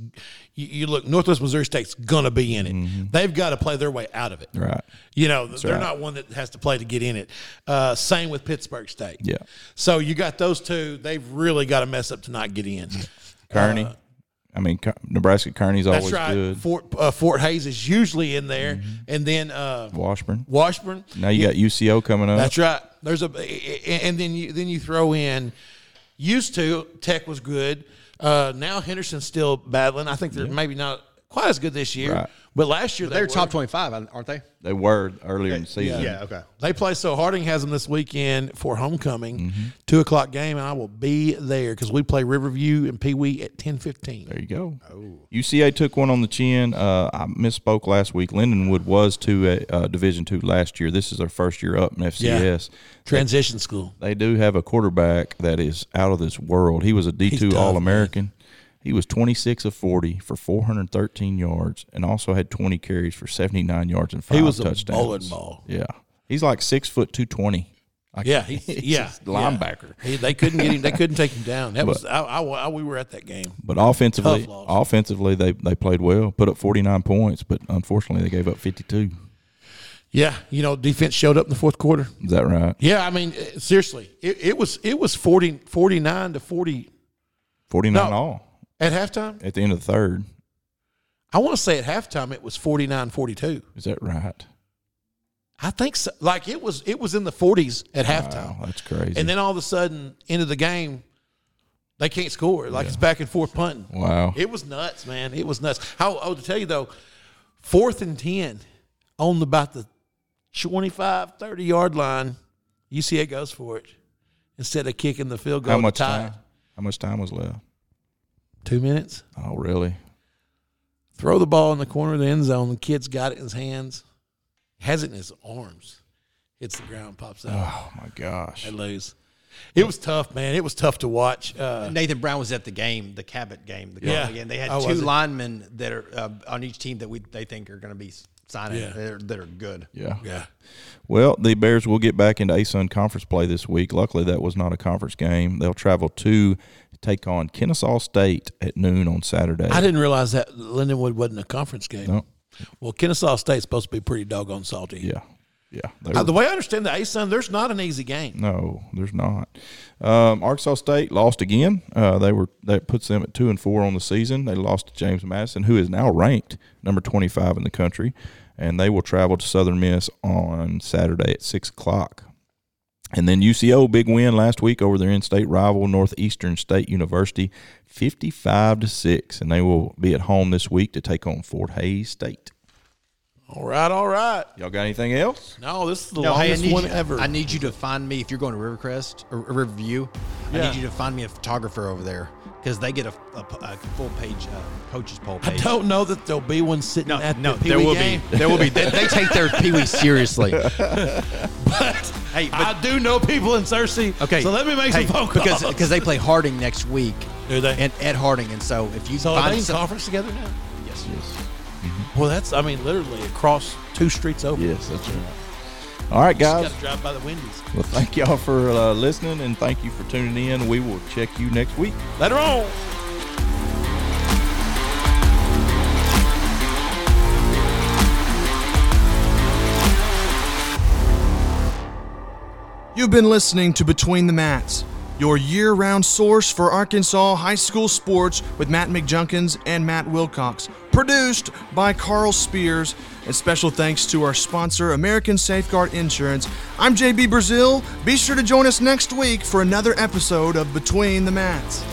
S1: You, you look, Northwest Missouri State's gonna be in it. They've got to play their way out of it.
S2: Mm-hmm. Right.
S1: You know, they're
S2: right.
S1: not one that has to play to get in it. Uh, same with Pittsburgh State.
S2: Yeah.
S1: So you got those two. They've really got to mess up to not get in.
S2: Kearney. I mean, Ke- Nebraska Kearney's
S1: That's
S2: always
S1: right.
S2: good. Mm-hmm.
S1: Fort uh, Fort Hayes is usually in there, and then uh,
S2: Washburn.
S1: Washburn.
S2: Now you got UCO coming up.
S1: That's right. There's a and then you then you throw in used to Tech was good. Uh, now Henderson's still battling. I think they're maybe not quite as good this year,
S2: Right.
S1: but last year they
S3: They're
S1: were.
S3: top twenty five, aren't they?
S2: They were earlier in the season.
S3: Okay.
S1: They play so Harding has them this weekend for homecoming, two o'clock game, and I will be there because we play Riverview and Pee Wee at ten fifteen.
S2: There you go.
S1: Oh.
S2: UCA took one on the chin. Uh, I misspoke last week. Lindenwood was to uh, Division two last year. This is their first year up in FCS.
S1: Transition school.
S2: They do have a quarterback that is out of this world. He was a D
S1: He's
S2: two
S1: tough,
S2: All American. He was twenty six of forty for four hundred thirteen yards, and also had twenty carries for seventy nine yards and five
S1: He was a
S2: touchdowns.
S1: bowling ball.
S2: Yeah, he's like six foot two twenty.
S1: Yeah, he, yeah,
S2: linebacker.
S1: yeah. He- they couldn't get him. They couldn't take him down. That was I, I, I. We were at that game.
S2: But offensively,
S1: Tough loss.
S2: offensively they they played well. Put up forty nine points, but unfortunately they gave up fifty two.
S1: Yeah, you know, defense showed up in the fourth quarter.
S2: Is that right?
S1: Yeah, I mean, eh, seriously, it, it was it was 40, 49 to forty
S2: Forty nine
S1: No.
S2: all
S1: at halftime.
S2: at the end of the third.
S1: I want to say at halftime it was 49-42.
S2: Is that right?
S1: I think so. Like it was it was in the forties at halftime,
S2: Wow, that's crazy.
S1: and then all of a sudden, end of the game, they can't score. Like it's back and forth punting.
S2: wow.
S1: It was nuts, man. It was nuts. How oh to tell you though, fourth and ten on about the 25, 30 yard line, UCA goes for it instead of kicking the field goal.
S2: How
S1: to
S2: much
S1: tie it.
S2: time? How much time was left?
S1: Two minutes.
S2: Oh, really?
S1: throw the ball in the corner of the end zone. The kid's got it in his hands, has it in his arms, hits the ground, pops out.
S2: Oh my gosh.
S1: They lose. It was tough, man. It was tough to watch. Uh,
S3: Nathan Brown was at the game, the Cabot game. The
S1: Yeah.
S3: yeah. game. They had
S1: Oh,
S3: two
S1: was it?
S3: linemen that are uh, on each team that we they think are going to be signing
S1: Yeah.
S3: that, are, that are good.
S2: Yeah.
S1: yeah,
S2: Well, the Bears will get back into ASUN conference play this week. Luckily, that was not a conference game. They'll travel to take on Kennesaw State at noon on Saturday.
S1: I didn't realize that Lindenwood wasn't a conference game.
S2: No.
S1: Well, Kennesaw State's supposed to be pretty doggone salty.
S2: Yeah. Yeah. They
S1: Uh,
S2: were-
S1: the way I understand the ASUN, there's not an easy game.
S2: no, there's not. Um, Arkansas State lost again. Uh, they were that puts them at two and four on the season. They lost to James Madison, who is now ranked number twenty five in the country, and they will travel to Southern Miss on Saturday at six o'clock. And then UCO big win last week over their in-state rival Northeastern State University, fifty-five to six, and they will be at home this week to take on Fort Hays State. Mm.
S1: All right, all right.
S2: Y'all got anything else?
S1: No, this is the
S3: hey, I
S1: longest
S3: need
S1: one
S3: you,
S1: ever.
S3: I need you to find me if you're going to Rivercrest or, or Riverview.
S1: Yeah.
S3: I need you to find me a photographer over there because they get a, a, full page uh, coaches poll
S1: I *laughs*
S3: page.
S1: don't know that there'll be one sitting
S3: no,
S1: at
S3: no,
S1: the Pee
S3: there
S1: Wee
S3: will
S1: game,
S3: be. There will be. They, they take their Pee Wee
S1: *laughs*
S3: seriously.
S1: but
S3: Hey, but-
S1: I do know people in Cersei.
S3: Okay.
S1: so let me make
S3: Hey,
S1: some phone calls
S3: because because they play Harding next week.
S1: Do they?
S3: And at Harding, and so if you
S1: So are
S3: find
S1: they in
S3: some-
S1: conference together now?
S3: yes.
S2: Yes.
S1: Well, that's I mean literally across two streets over.
S2: Yes, that's right. All right, guys.
S1: Got to drive by the Wendy's.
S2: Well, thank y'all for uh, listening and thank you for tuning in. We will check you next week.
S1: Later on.
S4: You've been listening to Between the Mats, your year round source for Arkansas high school sports with Matt McJunkins and Matt Wilcox. Produced by Carl Spears, and special thanks to our sponsor, American Safeguard Insurance. I'm JB Brazil. Be sure to join us next week for another episode of Between the Mats.